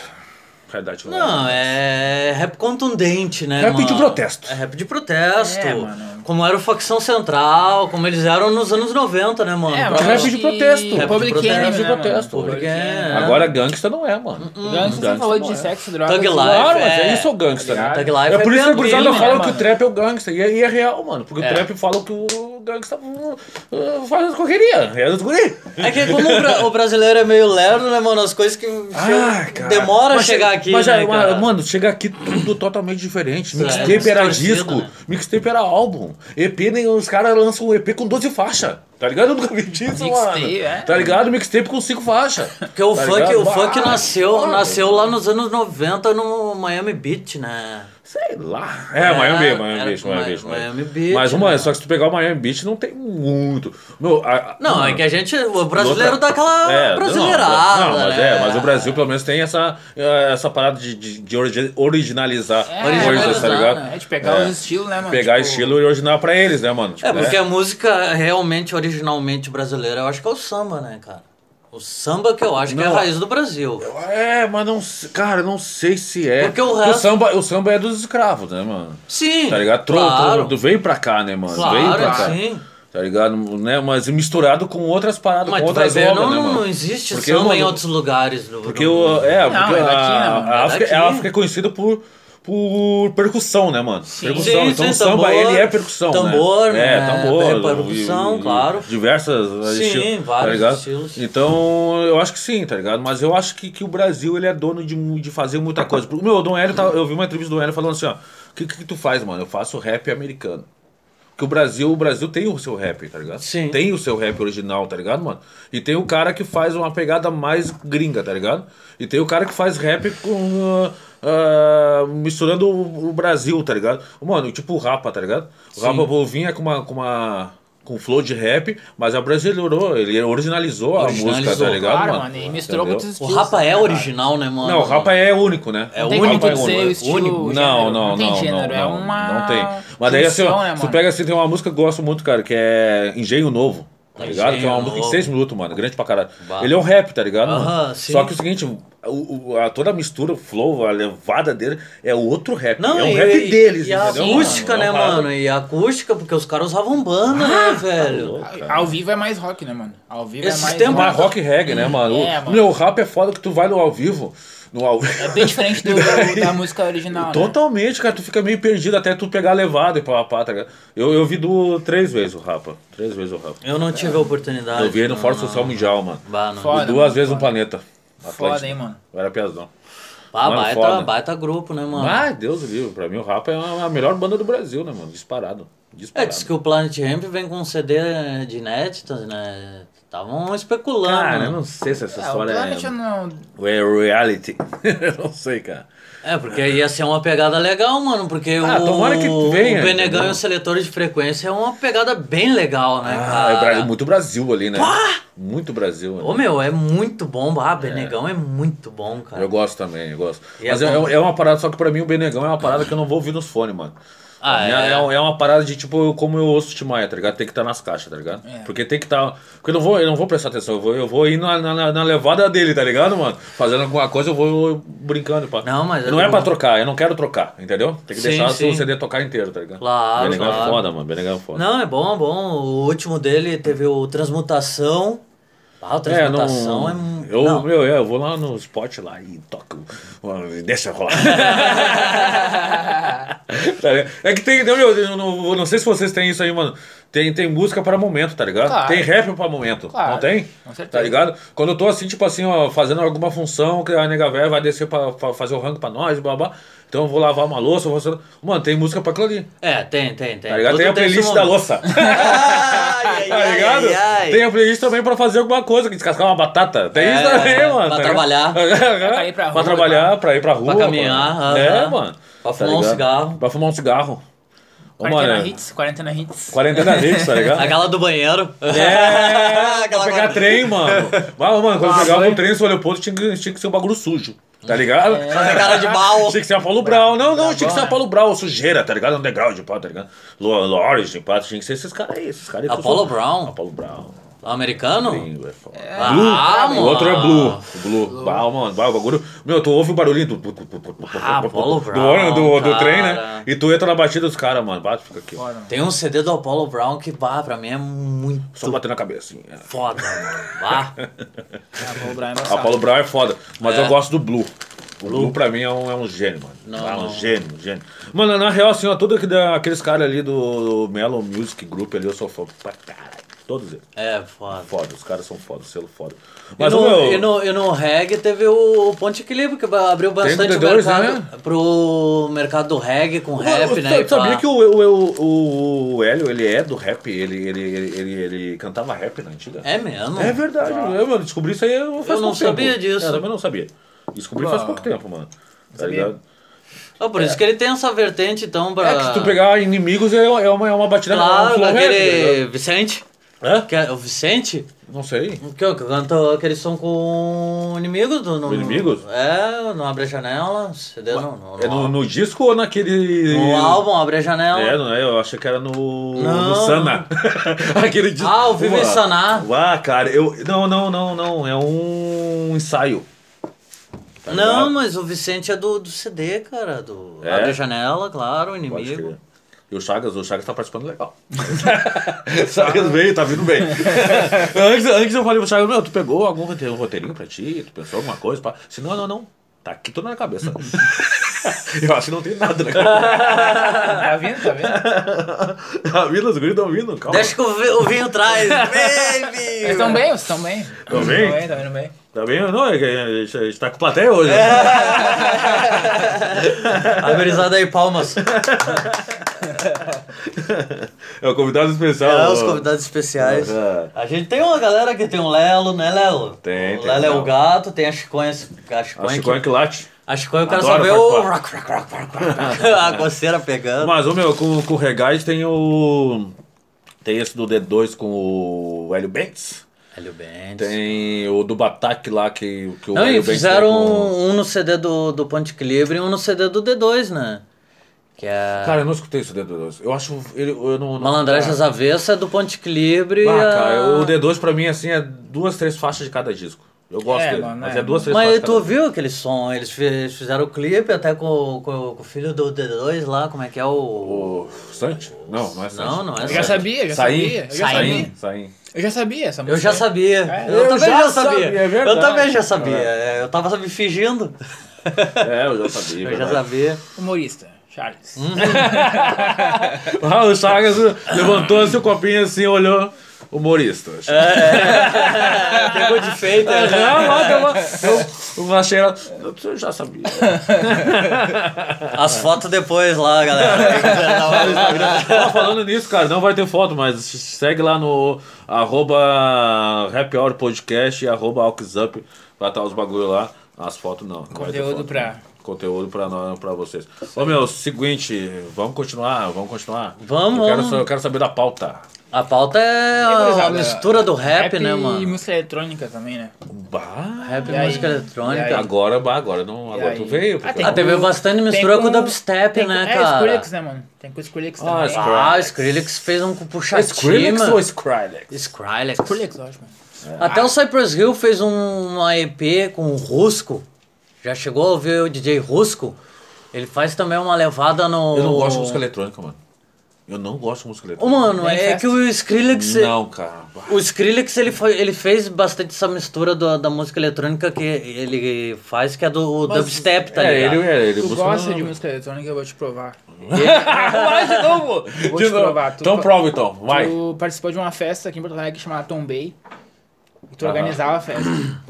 [SPEAKER 1] Realidade cultural.
[SPEAKER 2] Não, é rap contundente, né?
[SPEAKER 1] Rap de
[SPEAKER 2] mano?
[SPEAKER 1] protesto.
[SPEAKER 2] É rap de protesto.
[SPEAKER 3] É, mano.
[SPEAKER 2] Como era o Facção Central, como eles eram nos anos 90, né, mano?
[SPEAKER 3] É,
[SPEAKER 2] Então,
[SPEAKER 3] mas
[SPEAKER 1] Rap de
[SPEAKER 3] e-
[SPEAKER 1] protesto.
[SPEAKER 2] Rap de
[SPEAKER 3] Public
[SPEAKER 2] protesto.
[SPEAKER 3] Enemy,
[SPEAKER 2] Rap de
[SPEAKER 3] né, mano?
[SPEAKER 1] protesto.
[SPEAKER 3] Public
[SPEAKER 2] Porque é.
[SPEAKER 3] Enemy.
[SPEAKER 1] Agora, gangsta não é, mano.
[SPEAKER 3] Gangsta, você falou de
[SPEAKER 1] não é.
[SPEAKER 3] sexo, drogas...
[SPEAKER 2] Thug
[SPEAKER 3] e-
[SPEAKER 2] Life.
[SPEAKER 1] Claro, mas
[SPEAKER 2] é.
[SPEAKER 1] é isso é o gangsta, né?
[SPEAKER 2] Thug Life
[SPEAKER 1] é por isso
[SPEAKER 2] é
[SPEAKER 1] que a
[SPEAKER 2] bem
[SPEAKER 1] gurizada
[SPEAKER 2] bem,
[SPEAKER 1] fala
[SPEAKER 3] né,
[SPEAKER 1] que o
[SPEAKER 3] mano?
[SPEAKER 1] trap é o gangsta. E é, e é real, mano. Porque
[SPEAKER 2] É.
[SPEAKER 1] o trap fala que o gangsta uh, uh, faz as correrias. É os guri.
[SPEAKER 2] É que como o, bra- o brasileiro é meio lerdo, né, mano? As coisas que
[SPEAKER 1] Ah, cara.
[SPEAKER 2] demora a
[SPEAKER 1] Mas
[SPEAKER 2] chegar
[SPEAKER 1] che-
[SPEAKER 2] aqui.
[SPEAKER 1] Mas, é
[SPEAKER 2] né,
[SPEAKER 1] já-
[SPEAKER 2] cara? É,
[SPEAKER 1] mano, chega aqui tudo totalmente diferente. Mixtape
[SPEAKER 2] distorcido,
[SPEAKER 1] era disco,
[SPEAKER 2] né?
[SPEAKER 1] mixtape era álbum. EP, nem os caras lançam um EP com 12 faixas. Tá ligado? Eu nunca vi disso, mano.
[SPEAKER 3] Mixtape, é.
[SPEAKER 1] Tá ligado? Mixtape com 5 faixas.
[SPEAKER 2] Porque o
[SPEAKER 1] Tá
[SPEAKER 2] funk,
[SPEAKER 1] ligado?
[SPEAKER 2] o funk
[SPEAKER 1] Ah,
[SPEAKER 2] nasceu,
[SPEAKER 1] mano.
[SPEAKER 2] nasceu lá nos anos 90 no Miami Beach, né?
[SPEAKER 1] Sei lá. É, Miami,
[SPEAKER 2] era-
[SPEAKER 1] Miami
[SPEAKER 2] era
[SPEAKER 1] Beach,
[SPEAKER 2] Mi-
[SPEAKER 1] Miami Beach.
[SPEAKER 2] Miami Beach,
[SPEAKER 1] Mas, mano,
[SPEAKER 2] né?
[SPEAKER 1] só que se tu pegar o Miami Beach, não tem muito. Meu, a- a-
[SPEAKER 2] Não, é
[SPEAKER 1] mano,
[SPEAKER 2] que a gente. O brasileiro
[SPEAKER 1] Outra-
[SPEAKER 2] dá aquela
[SPEAKER 1] É,
[SPEAKER 2] brasileirada.
[SPEAKER 1] Não, não, mas
[SPEAKER 2] né?
[SPEAKER 1] é, mas o Brasil pelo menos tem essa, eh, essa parada de, de, de origi- originalizar
[SPEAKER 3] É,
[SPEAKER 1] coisas, tá
[SPEAKER 2] originalizar,
[SPEAKER 1] ligado?
[SPEAKER 3] É, de pegar
[SPEAKER 1] É.
[SPEAKER 3] os estilos, né, mano?
[SPEAKER 1] Pegar
[SPEAKER 3] Tipo,
[SPEAKER 1] estilo e original pra eles, né, mano?
[SPEAKER 2] É,
[SPEAKER 1] Tipo,
[SPEAKER 2] porque a música realmente, originalmente brasileira, eu acho que é o samba, né, cara? O samba que eu acho que é a
[SPEAKER 1] Não.
[SPEAKER 2] raiz do Brasil.
[SPEAKER 1] É, mas não. se- Cara, não sei se é.
[SPEAKER 2] Porque o resto-
[SPEAKER 1] samba, o samba é dos escravos, né, mano?
[SPEAKER 2] Sim.
[SPEAKER 1] Tá ligado? Tro,
[SPEAKER 2] claro,
[SPEAKER 1] tro- veio pra cá, né, mano? veio pra
[SPEAKER 2] claro,
[SPEAKER 1] cá.
[SPEAKER 2] sim.
[SPEAKER 1] Tá ligado? Né? Mas misturado com outras paradas,
[SPEAKER 2] Mas
[SPEAKER 1] com
[SPEAKER 2] tu vai
[SPEAKER 1] outras
[SPEAKER 2] ver,
[SPEAKER 1] obras,
[SPEAKER 2] não,
[SPEAKER 1] né,
[SPEAKER 2] não,
[SPEAKER 1] mano?
[SPEAKER 2] não existe
[SPEAKER 1] Porque,
[SPEAKER 2] samba em
[SPEAKER 1] mano,
[SPEAKER 2] outros lugares do
[SPEAKER 1] Porque
[SPEAKER 2] do
[SPEAKER 1] o.
[SPEAKER 2] mundo.
[SPEAKER 1] É,
[SPEAKER 3] Não,
[SPEAKER 1] porque
[SPEAKER 3] é daqui,
[SPEAKER 1] a,
[SPEAKER 3] né, mano?
[SPEAKER 1] a
[SPEAKER 2] É
[SPEAKER 1] África,
[SPEAKER 2] daqui.
[SPEAKER 1] a África é conhecida por. Por percussão, né, mano? Percussão.
[SPEAKER 2] Sim,
[SPEAKER 1] então
[SPEAKER 2] sim,
[SPEAKER 1] o samba,
[SPEAKER 2] tambor,
[SPEAKER 1] ele é percussão.
[SPEAKER 2] tambor,
[SPEAKER 1] né? É,
[SPEAKER 2] né?
[SPEAKER 1] tambor.
[SPEAKER 2] Percussão, claro.
[SPEAKER 1] Diversas.
[SPEAKER 2] Sim,
[SPEAKER 1] estilos, tá
[SPEAKER 2] vários
[SPEAKER 1] ligado?
[SPEAKER 2] estilos.
[SPEAKER 1] Então, eu acho que sim, tá ligado? Mas eu acho que, que o Brasil, ele é dono de, mu- de fazer muita coisa. O meu, o Dom Hélio, tá- eu vi uma entrevista do Dom Hélio falando assim, ó. O que, que tu faz, mano? Eu faço rap americano. Porque o Brasil, o Brasil tem o seu rap, tá ligado?
[SPEAKER 2] Sim.
[SPEAKER 1] Tem o seu rap original, tá ligado, mano? E tem o cara que faz uma pegada mais gringa, tá ligado? E tem o cara que faz rap com. ah, ah, misturando o, o Brasil, tá ligado? Mano, tipo o Rapa, tá ligado? O Rapa pô, vinha com uma. Com uma com flow de rap, mas a brasileirou, ele originalizou,
[SPEAKER 2] Originalizou,
[SPEAKER 1] a música, tá ligado,
[SPEAKER 3] Claro,
[SPEAKER 1] mano?
[SPEAKER 3] mano. E misturou com
[SPEAKER 1] Entendeu? tá
[SPEAKER 3] outros
[SPEAKER 2] O
[SPEAKER 3] estilos.
[SPEAKER 2] Rapa é
[SPEAKER 3] né, cara?
[SPEAKER 2] original, né, mano?
[SPEAKER 1] Não, o Rapa é único, né?
[SPEAKER 2] É
[SPEAKER 1] o
[SPEAKER 3] Não tem
[SPEAKER 2] único,
[SPEAKER 3] como
[SPEAKER 1] Rapa
[SPEAKER 3] tu
[SPEAKER 1] é
[SPEAKER 3] dizer o estilo.
[SPEAKER 1] Único. Não, não,
[SPEAKER 3] gênero.
[SPEAKER 1] não.
[SPEAKER 3] tem
[SPEAKER 1] não,
[SPEAKER 3] gênero, é
[SPEAKER 1] não,
[SPEAKER 3] uma.
[SPEAKER 1] Não tem. Mas daí assim,
[SPEAKER 3] junção,
[SPEAKER 1] ó,
[SPEAKER 3] né,
[SPEAKER 1] se tu
[SPEAKER 3] mano?
[SPEAKER 1] pega assim, tem uma música que eu gosto muito, cara, que é Engenho Novo. Tá ligado? que é uma
[SPEAKER 2] Engenho
[SPEAKER 1] música de
[SPEAKER 2] Novo.
[SPEAKER 1] 6 minutos, mano. Grande pra caralho.
[SPEAKER 2] Bah.
[SPEAKER 1] Ele é um rap, tá ligado? mano?
[SPEAKER 2] Aham, sim.
[SPEAKER 1] Só que o seguinte, o- o- a, toda a mistura, o flow, a levada dele é outro rap.
[SPEAKER 2] Não,
[SPEAKER 1] é um
[SPEAKER 2] e,
[SPEAKER 1] rap
[SPEAKER 2] e-
[SPEAKER 1] deles,
[SPEAKER 2] e a
[SPEAKER 1] entendeu?
[SPEAKER 2] acústica,
[SPEAKER 1] mano? É
[SPEAKER 2] né,
[SPEAKER 1] uma parada
[SPEAKER 2] mano? E a acústica, porque os caras usavam banda,
[SPEAKER 1] Ah, tá
[SPEAKER 2] né, velho?
[SPEAKER 1] louca.
[SPEAKER 3] Ao vivo é mais rock, né, mano? Ao vivo
[SPEAKER 2] Esses
[SPEAKER 3] é mais.
[SPEAKER 2] tempos-
[SPEAKER 1] Mas rock e reggae, né, mano?
[SPEAKER 3] É,
[SPEAKER 1] O-
[SPEAKER 3] mano.
[SPEAKER 1] Meu, o rap é foda que tu vai no ao vivo. No ao
[SPEAKER 3] É bem diferente do- da música original. né?
[SPEAKER 1] Totalmente, cara. Tu fica meio perdido até tu pegar a levada e pá, pá, tá ligado? Eu, eu vi do três vezes o Rapa. Três vezes o Rapa.
[SPEAKER 2] Eu não tive a oportunidade.
[SPEAKER 1] É. Eu vi ele no
[SPEAKER 2] não,
[SPEAKER 1] Fórum
[SPEAKER 2] não.
[SPEAKER 1] Social Mundial, mano.
[SPEAKER 2] Bah, não.
[SPEAKER 3] Ah. Foda,
[SPEAKER 1] e duas
[SPEAKER 3] mano,
[SPEAKER 1] vezes no
[SPEAKER 3] foda.
[SPEAKER 1] planeta.
[SPEAKER 3] Foda,
[SPEAKER 1] Atlântico.
[SPEAKER 3] hein, mano.
[SPEAKER 1] Eu era piazão. Ah,
[SPEAKER 2] Bah,
[SPEAKER 1] Mano,
[SPEAKER 2] baita,
[SPEAKER 1] foda.
[SPEAKER 2] baita grupo, né, mano?
[SPEAKER 1] Ah, Deus do livro. Pra mim o Rapa é a melhor banda do Brasil, né, mano? Disparado.
[SPEAKER 2] É,
[SPEAKER 1] Disparado.
[SPEAKER 2] diz que o Planet Ramp vem com um CD de inéditas, né? Estavam especulando.
[SPEAKER 1] Cara, eu Ah, né, não sei se essa
[SPEAKER 3] É, o
[SPEAKER 1] história
[SPEAKER 3] Planet eu
[SPEAKER 1] é...
[SPEAKER 3] não.
[SPEAKER 1] É reality. Eu não sei, cara.
[SPEAKER 2] É, porque ia ser uma pegada legal, mano. Porque
[SPEAKER 1] Ah,
[SPEAKER 2] o,
[SPEAKER 1] tomara que venha,
[SPEAKER 2] o Benegão e
[SPEAKER 1] entendeu?
[SPEAKER 2] o seletor de frequência é uma pegada bem legal, né,
[SPEAKER 1] Ah,
[SPEAKER 2] cara?
[SPEAKER 1] é Bra- muito Brasil ali, né? Muito Brasil. né?
[SPEAKER 2] Ô, meu, é muito bom. Ah, Benegão é, muito bom, cara.
[SPEAKER 1] Eu gosto também, eu gosto.
[SPEAKER 2] E
[SPEAKER 1] Mas
[SPEAKER 2] é
[SPEAKER 1] é,
[SPEAKER 2] bom.
[SPEAKER 1] é uma parada, só que pra mim o Benegão é uma parada que eu não vou ouvir nos fones, mano.
[SPEAKER 2] Ah,
[SPEAKER 1] Minha-
[SPEAKER 2] é.
[SPEAKER 1] é, um- é uma parada de tipo, eu- como eu ouço o Tim Maia, tá ligado? Tem que estar nas caixas, tá ligado?
[SPEAKER 3] É.
[SPEAKER 1] Porque tem que estar. porque eu não vou, eu não vou prestar atenção, eu vou, eu vou ir na, na- na, na levada dele, tá ligado, mano? Fazendo alguma coisa, eu vou brincando. Pá.
[SPEAKER 2] Não, mas
[SPEAKER 1] Não
[SPEAKER 2] eu-
[SPEAKER 1] é pra trocar, eu não quero trocar, entendeu? Tem que
[SPEAKER 2] Sim,
[SPEAKER 1] deixar
[SPEAKER 2] sim.
[SPEAKER 1] o CD tocar inteiro, tá ligado?
[SPEAKER 2] Claro,
[SPEAKER 1] Benegão
[SPEAKER 2] claro.
[SPEAKER 1] é foda, mano. Benegão é foda.
[SPEAKER 2] Não, é bom, é bom. O último dele teve o Transmutação. Ah, o
[SPEAKER 1] É, não.
[SPEAKER 2] Transmutação é. mu-
[SPEAKER 1] eu,
[SPEAKER 2] não.
[SPEAKER 1] Meu, é, eu vou lá no spot lá e toco. Ó, Deixa rolar. Tá ligado? é que tem. Não, meu, eu não, eu não sei se vocês têm isso aí, mano. Tem, tem música para momento, tá ligado?
[SPEAKER 3] Claro.
[SPEAKER 1] Tem rap para momento.
[SPEAKER 3] Claro,
[SPEAKER 1] Não tem?
[SPEAKER 3] com certeza.
[SPEAKER 1] Tá ligado? Quando eu tô assim, tipo assim, ó, fazendo alguma função, que a nega velha vai descer pra, pra fazer o rango pra nós, blá blá. Então eu vou lavar uma louça, eu vou. Mano, tem música pra aquilo ali.
[SPEAKER 2] É, tem, tem, tem.
[SPEAKER 1] Tá ligado?
[SPEAKER 2] Tudo
[SPEAKER 1] Tem a
[SPEAKER 2] esse
[SPEAKER 1] playlist
[SPEAKER 2] momento.
[SPEAKER 1] da louça.
[SPEAKER 2] Ai, ai,
[SPEAKER 1] Tá
[SPEAKER 2] ai,
[SPEAKER 1] ligado?
[SPEAKER 2] ai, ai.
[SPEAKER 1] Tem a playlist também pra fazer alguma coisa, que descascar uma batata. Tem
[SPEAKER 2] É,
[SPEAKER 1] isso também, mano.
[SPEAKER 2] pra
[SPEAKER 1] tá ligado?
[SPEAKER 2] trabalhar.
[SPEAKER 3] Pra ir pra
[SPEAKER 1] Pra
[SPEAKER 3] rua,
[SPEAKER 1] trabalhar, pra ir pra rua.
[SPEAKER 2] caminhar,
[SPEAKER 1] mano. É,
[SPEAKER 2] aham.
[SPEAKER 1] mano.
[SPEAKER 2] Pra fumar um
[SPEAKER 1] ligado?
[SPEAKER 2] cigarro.
[SPEAKER 1] Pra fumar um cigarro. Ô,
[SPEAKER 3] Quarentena
[SPEAKER 1] mano, é-
[SPEAKER 3] hits, quarentena hits.
[SPEAKER 1] Quarentena hits, tá ligado?
[SPEAKER 2] Aquela do banheiro.
[SPEAKER 1] É, pra
[SPEAKER 2] Aquela
[SPEAKER 1] pegar
[SPEAKER 2] guarda-
[SPEAKER 1] trem, mano. Mas, mano, quando
[SPEAKER 3] Ah,
[SPEAKER 1] pegava
[SPEAKER 3] foi?
[SPEAKER 1] o trem, você olhou pro outro, tinha, que- tinha que ser um bagulho sujo. Tá ligado?
[SPEAKER 2] Fazer cara de mal.
[SPEAKER 1] Tinha que ser a Paulo Brown. Não, não, tinha que ser a Paulo Brown, sujeira, tá ligado? Underground, pá, tá ligado? Lo- Lawrence, pá, tinha que ser esses caras aí, esses caras aí. que são-
[SPEAKER 2] Apollo Brown?
[SPEAKER 1] Apollo Brown.
[SPEAKER 2] Americano?
[SPEAKER 1] Sim, é foda.
[SPEAKER 2] Ah,
[SPEAKER 1] Blue?
[SPEAKER 2] mano.
[SPEAKER 1] O outro é Blue. O Blue. Bah, mano, bah, o bagulho. Meu, tu ouve o barulhinho do. do- do- do- do-
[SPEAKER 2] Ah, Apollo
[SPEAKER 1] do-
[SPEAKER 2] Brown,
[SPEAKER 1] do, do
[SPEAKER 2] cara.
[SPEAKER 1] trem, né? E tu entra na batida dos caras, mano. Bate, fica aqui. ó.
[SPEAKER 3] Foda, mano.
[SPEAKER 2] Tem um CD do Apollo Brown que, bah, pra mim é muito
[SPEAKER 1] Só batendo na cabeça, assim. é.
[SPEAKER 2] foda, mano. Bah.
[SPEAKER 3] Ah, Paulo Brian é
[SPEAKER 1] A
[SPEAKER 3] embaçado.
[SPEAKER 1] Paulo Brown é foda, mas
[SPEAKER 2] É.
[SPEAKER 1] eu gosto do Blue. O Blue, pra mim é um, é um gênio, mano.
[SPEAKER 2] Não,
[SPEAKER 1] é um
[SPEAKER 2] não.
[SPEAKER 1] gênio, um gênio. Mano, na real, assim, ó, tudo que dá- aqueles caras ali do Mellow Music Group ali, eu sou fã pra caralho. Todos eles.
[SPEAKER 2] É, foda.
[SPEAKER 1] Foda, os caras são foda, o selo foda. Mas,
[SPEAKER 2] Mas e, no,
[SPEAKER 1] o meu.
[SPEAKER 2] e, no, e no reggae teve o, o Ponte Equilíbrio, que ba- abriu bastante o
[SPEAKER 1] D2,
[SPEAKER 2] mercado
[SPEAKER 1] né?
[SPEAKER 2] pro mercado do reggae com rap,
[SPEAKER 1] eu,
[SPEAKER 2] né?
[SPEAKER 1] eu sabia
[SPEAKER 2] pá.
[SPEAKER 1] que o, o, o, o Hélio, ele é do rap, ele, ele, ele, ele, ele cantava rap na antiga.
[SPEAKER 2] É mesmo?
[SPEAKER 1] É verdade, eu, mano, descobri isso aí faz
[SPEAKER 2] Eu não
[SPEAKER 1] pouco tempo.
[SPEAKER 2] sabia disso.
[SPEAKER 1] Eu também não sabia. Descobri faz
[SPEAKER 3] Uau.
[SPEAKER 1] pouco tempo, mano. Tá
[SPEAKER 3] Sabia.
[SPEAKER 1] ligado?
[SPEAKER 2] Ah, por isso que ele tem essa vertente, então, pra...
[SPEAKER 1] É que se tu pegar inimigos é é uma, é uma batida é um
[SPEAKER 2] Claro,
[SPEAKER 1] flow rap,
[SPEAKER 2] daquele
[SPEAKER 1] entendeu?
[SPEAKER 2] Vicente.
[SPEAKER 1] Hã?
[SPEAKER 2] Que é, o Vicente?
[SPEAKER 1] Não sei.
[SPEAKER 2] Que, é que canta aquele som com inimigos do... No,
[SPEAKER 1] Com Inimigos?
[SPEAKER 2] É, no Abre a Janela, CD no, no,
[SPEAKER 1] É no, no disco ou naquele.
[SPEAKER 2] no álbum Abre a Janela.
[SPEAKER 1] É, não é? Eu achei que era no.
[SPEAKER 2] Não.
[SPEAKER 1] No Sana. Aquele disco.
[SPEAKER 2] Ah, o Vive
[SPEAKER 1] Ué.
[SPEAKER 2] Sanar.
[SPEAKER 1] Ah, cara, eu. Não, não, não, não. É um ensaio. Tá
[SPEAKER 2] Não,
[SPEAKER 1] ligado?
[SPEAKER 2] mas o Vicente é do, do CD, cara. Do
[SPEAKER 1] É?
[SPEAKER 2] Abre a Janela, claro, o
[SPEAKER 1] Pode
[SPEAKER 2] inimigo.
[SPEAKER 1] crer. E o Chagas, o Chagas tá participando legal. o Chagas veio, tá vindo bem. antes, antes eu falei pro Chagas, meu, tu pegou algum rote- um roteirinho pra ti? Tu pensou alguma coisa? Pá? Se não, não, não. Tá aqui tudo na cabeça. eu acho que não tem nada na cabeça.
[SPEAKER 3] Tá vindo, tá vindo?
[SPEAKER 1] Tá vindo, os guris tão vindo, calma.
[SPEAKER 2] Deixa que o vi- o vinho traz,
[SPEAKER 3] Vocês
[SPEAKER 1] Então-
[SPEAKER 2] baby!
[SPEAKER 3] estão bem? Vocês estão bem?
[SPEAKER 1] Tão bem?
[SPEAKER 3] Tá vindo bem?
[SPEAKER 1] Tá bem? Não, é que a gente, a gente tá com plateia hoje. né?
[SPEAKER 2] É. Aberizada aí, palmas.
[SPEAKER 1] Então, É o convidado especial.
[SPEAKER 2] É,
[SPEAKER 1] ó.
[SPEAKER 2] os convidados especiais.
[SPEAKER 1] É.
[SPEAKER 2] A gente tem uma galera que tem o Lelo, né, Lelo?
[SPEAKER 1] Tem,
[SPEAKER 2] O
[SPEAKER 1] tem
[SPEAKER 2] Lelo
[SPEAKER 1] o
[SPEAKER 2] é o
[SPEAKER 1] Lelo.
[SPEAKER 2] gato, tem a Chiconha. A Chiconha,
[SPEAKER 1] A Chicoia
[SPEAKER 2] que,
[SPEAKER 1] que late.
[SPEAKER 2] a Chiconha, o cara só
[SPEAKER 1] Adoro
[SPEAKER 2] vê o...
[SPEAKER 1] participar.
[SPEAKER 2] rock, rock, rock, rock, rock, a coceira pegando.
[SPEAKER 1] Mas, ô meu, com, com o Regais tem o. Tem esse do D2 com o Hélio Bentes.
[SPEAKER 2] Hélio Bentes.
[SPEAKER 1] Tem o do Batac lá que, que o
[SPEAKER 2] Não, e
[SPEAKER 1] Hélio Bentes
[SPEAKER 2] fizeram
[SPEAKER 1] tocou.
[SPEAKER 2] um, um no CD do, do Ponte Equilíbrio e um no CD do D2, né? Que é...
[SPEAKER 1] Cara, eu não escutei esse D2. Eu acho. Ele, eu não, não-
[SPEAKER 2] Malandragem às
[SPEAKER 1] Ah,
[SPEAKER 2] avessas é do Ponte Equilíbrio e
[SPEAKER 1] ah,
[SPEAKER 2] a-
[SPEAKER 1] cara, o D2 pra mim assim é duas, três faixas de cada disco. Eu gosto
[SPEAKER 3] É,
[SPEAKER 1] dele.
[SPEAKER 3] mano,
[SPEAKER 1] mas
[SPEAKER 3] é,
[SPEAKER 1] é, duas, três
[SPEAKER 2] Mas
[SPEAKER 1] faixas. de
[SPEAKER 2] tu
[SPEAKER 1] cada
[SPEAKER 2] viu aquele som? Eles fi- eles fizeram o clipe até com, com- com o filho do D2 lá, como é que é o...
[SPEAKER 1] disco. O Sante? Não, não é Sante.
[SPEAKER 2] Não, não é
[SPEAKER 3] Eu já
[SPEAKER 2] Sante.
[SPEAKER 3] sabia, eu já sabia. Eu já
[SPEAKER 2] Saí.
[SPEAKER 3] sabia.
[SPEAKER 1] Saim.
[SPEAKER 3] Eu já sabia essa música.
[SPEAKER 2] Eu já
[SPEAKER 3] aí.
[SPEAKER 2] sabia.
[SPEAKER 3] É,
[SPEAKER 2] eu,
[SPEAKER 1] eu
[SPEAKER 2] também já
[SPEAKER 1] já
[SPEAKER 2] sabia.
[SPEAKER 1] sabia, é
[SPEAKER 2] eu
[SPEAKER 1] verdade.
[SPEAKER 2] também já sabia. é, Eu tava me fingindo.
[SPEAKER 1] É, eu já sabia.
[SPEAKER 2] Eu já
[SPEAKER 1] verdade.
[SPEAKER 2] sabia.
[SPEAKER 3] Humorista, Charles.
[SPEAKER 1] Ah, o Chagas levantou seu copinho assim, olhou.
[SPEAKER 2] É.
[SPEAKER 1] Humorista.
[SPEAKER 2] Pegou de feito.
[SPEAKER 1] Ah, lá, deu uma- eu, O Machera, eu já sabia.
[SPEAKER 2] As fotos depois lá, galera.
[SPEAKER 1] Ó, falando nisso, cara, não vai ter foto, mas segue lá no arroba Happy Hour Podcast e arroba Alks Up. Vai estar os bagulho lá. As fotos não. não vai ter
[SPEAKER 3] Conteúdo
[SPEAKER 1] foto,
[SPEAKER 3] pra-
[SPEAKER 1] né? Conteúdo pra, nós- pra vocês. Ô meu, seguinte, vamos continuar, vamos continuar.
[SPEAKER 2] Vamos,
[SPEAKER 1] Eu quero,
[SPEAKER 2] vamos.
[SPEAKER 1] sa- eu quero saber da pauta.
[SPEAKER 2] A pauta é a,
[SPEAKER 3] Gurizada,
[SPEAKER 2] mistura do rap, né,
[SPEAKER 3] E
[SPEAKER 2] mano?
[SPEAKER 3] música eletrônica também, né?
[SPEAKER 1] Bah.
[SPEAKER 2] Rap,
[SPEAKER 3] E aí?
[SPEAKER 2] música
[SPEAKER 3] E aí?
[SPEAKER 2] eletrônica.
[SPEAKER 1] Agora, bah, agora não. Agora
[SPEAKER 3] aí?
[SPEAKER 1] tu veio.
[SPEAKER 3] Ah,
[SPEAKER 1] porque-
[SPEAKER 3] tem
[SPEAKER 2] Ah, teve bastante mistura com o dubstep,
[SPEAKER 3] tem
[SPEAKER 2] né,
[SPEAKER 3] com- É,
[SPEAKER 2] cara?
[SPEAKER 3] Skrillex, né, mano? Tem com o Skrillex
[SPEAKER 1] Ah,
[SPEAKER 3] também.
[SPEAKER 1] Skrillex.
[SPEAKER 2] Ah, o Skrillex fez um com
[SPEAKER 1] É
[SPEAKER 2] puxadinho.
[SPEAKER 1] Skrillex ou
[SPEAKER 2] mano.
[SPEAKER 1] Skrillex?
[SPEAKER 2] Skrillex.
[SPEAKER 3] Skrillex, eu acho, mano.
[SPEAKER 2] Até o Cypress Hill fez um- uma EP com o Rusco. Já chegou a ouvir o DJ Rusco? Ele faz também uma levada no.
[SPEAKER 1] Eu não gosto de música eletrônica, mano. Eu não gosto de música
[SPEAKER 2] Ô,
[SPEAKER 1] eletrônica.
[SPEAKER 2] mano,
[SPEAKER 3] Nem
[SPEAKER 2] é
[SPEAKER 3] festa.
[SPEAKER 2] que o Skrillex.
[SPEAKER 1] Não, cara. Bah.
[SPEAKER 2] O Skrillex ele, foi, ele fez bastante essa mistura do- da música eletrônica que ele faz, que é do dubstep, tá
[SPEAKER 1] é,
[SPEAKER 2] ligado?
[SPEAKER 1] ele, é, ele
[SPEAKER 3] Tu
[SPEAKER 1] busca-
[SPEAKER 3] gosta
[SPEAKER 1] não,
[SPEAKER 3] de um
[SPEAKER 1] não.
[SPEAKER 3] música eletrônica, eu vou te provar.
[SPEAKER 1] Vai de novo!
[SPEAKER 3] Eu vou te provar, tu-
[SPEAKER 1] então prova então, vai.
[SPEAKER 3] Tu participou de uma festa aqui em Porto Alegre chamada Tombay. E tu
[SPEAKER 1] Aham.
[SPEAKER 3] organizava a festa.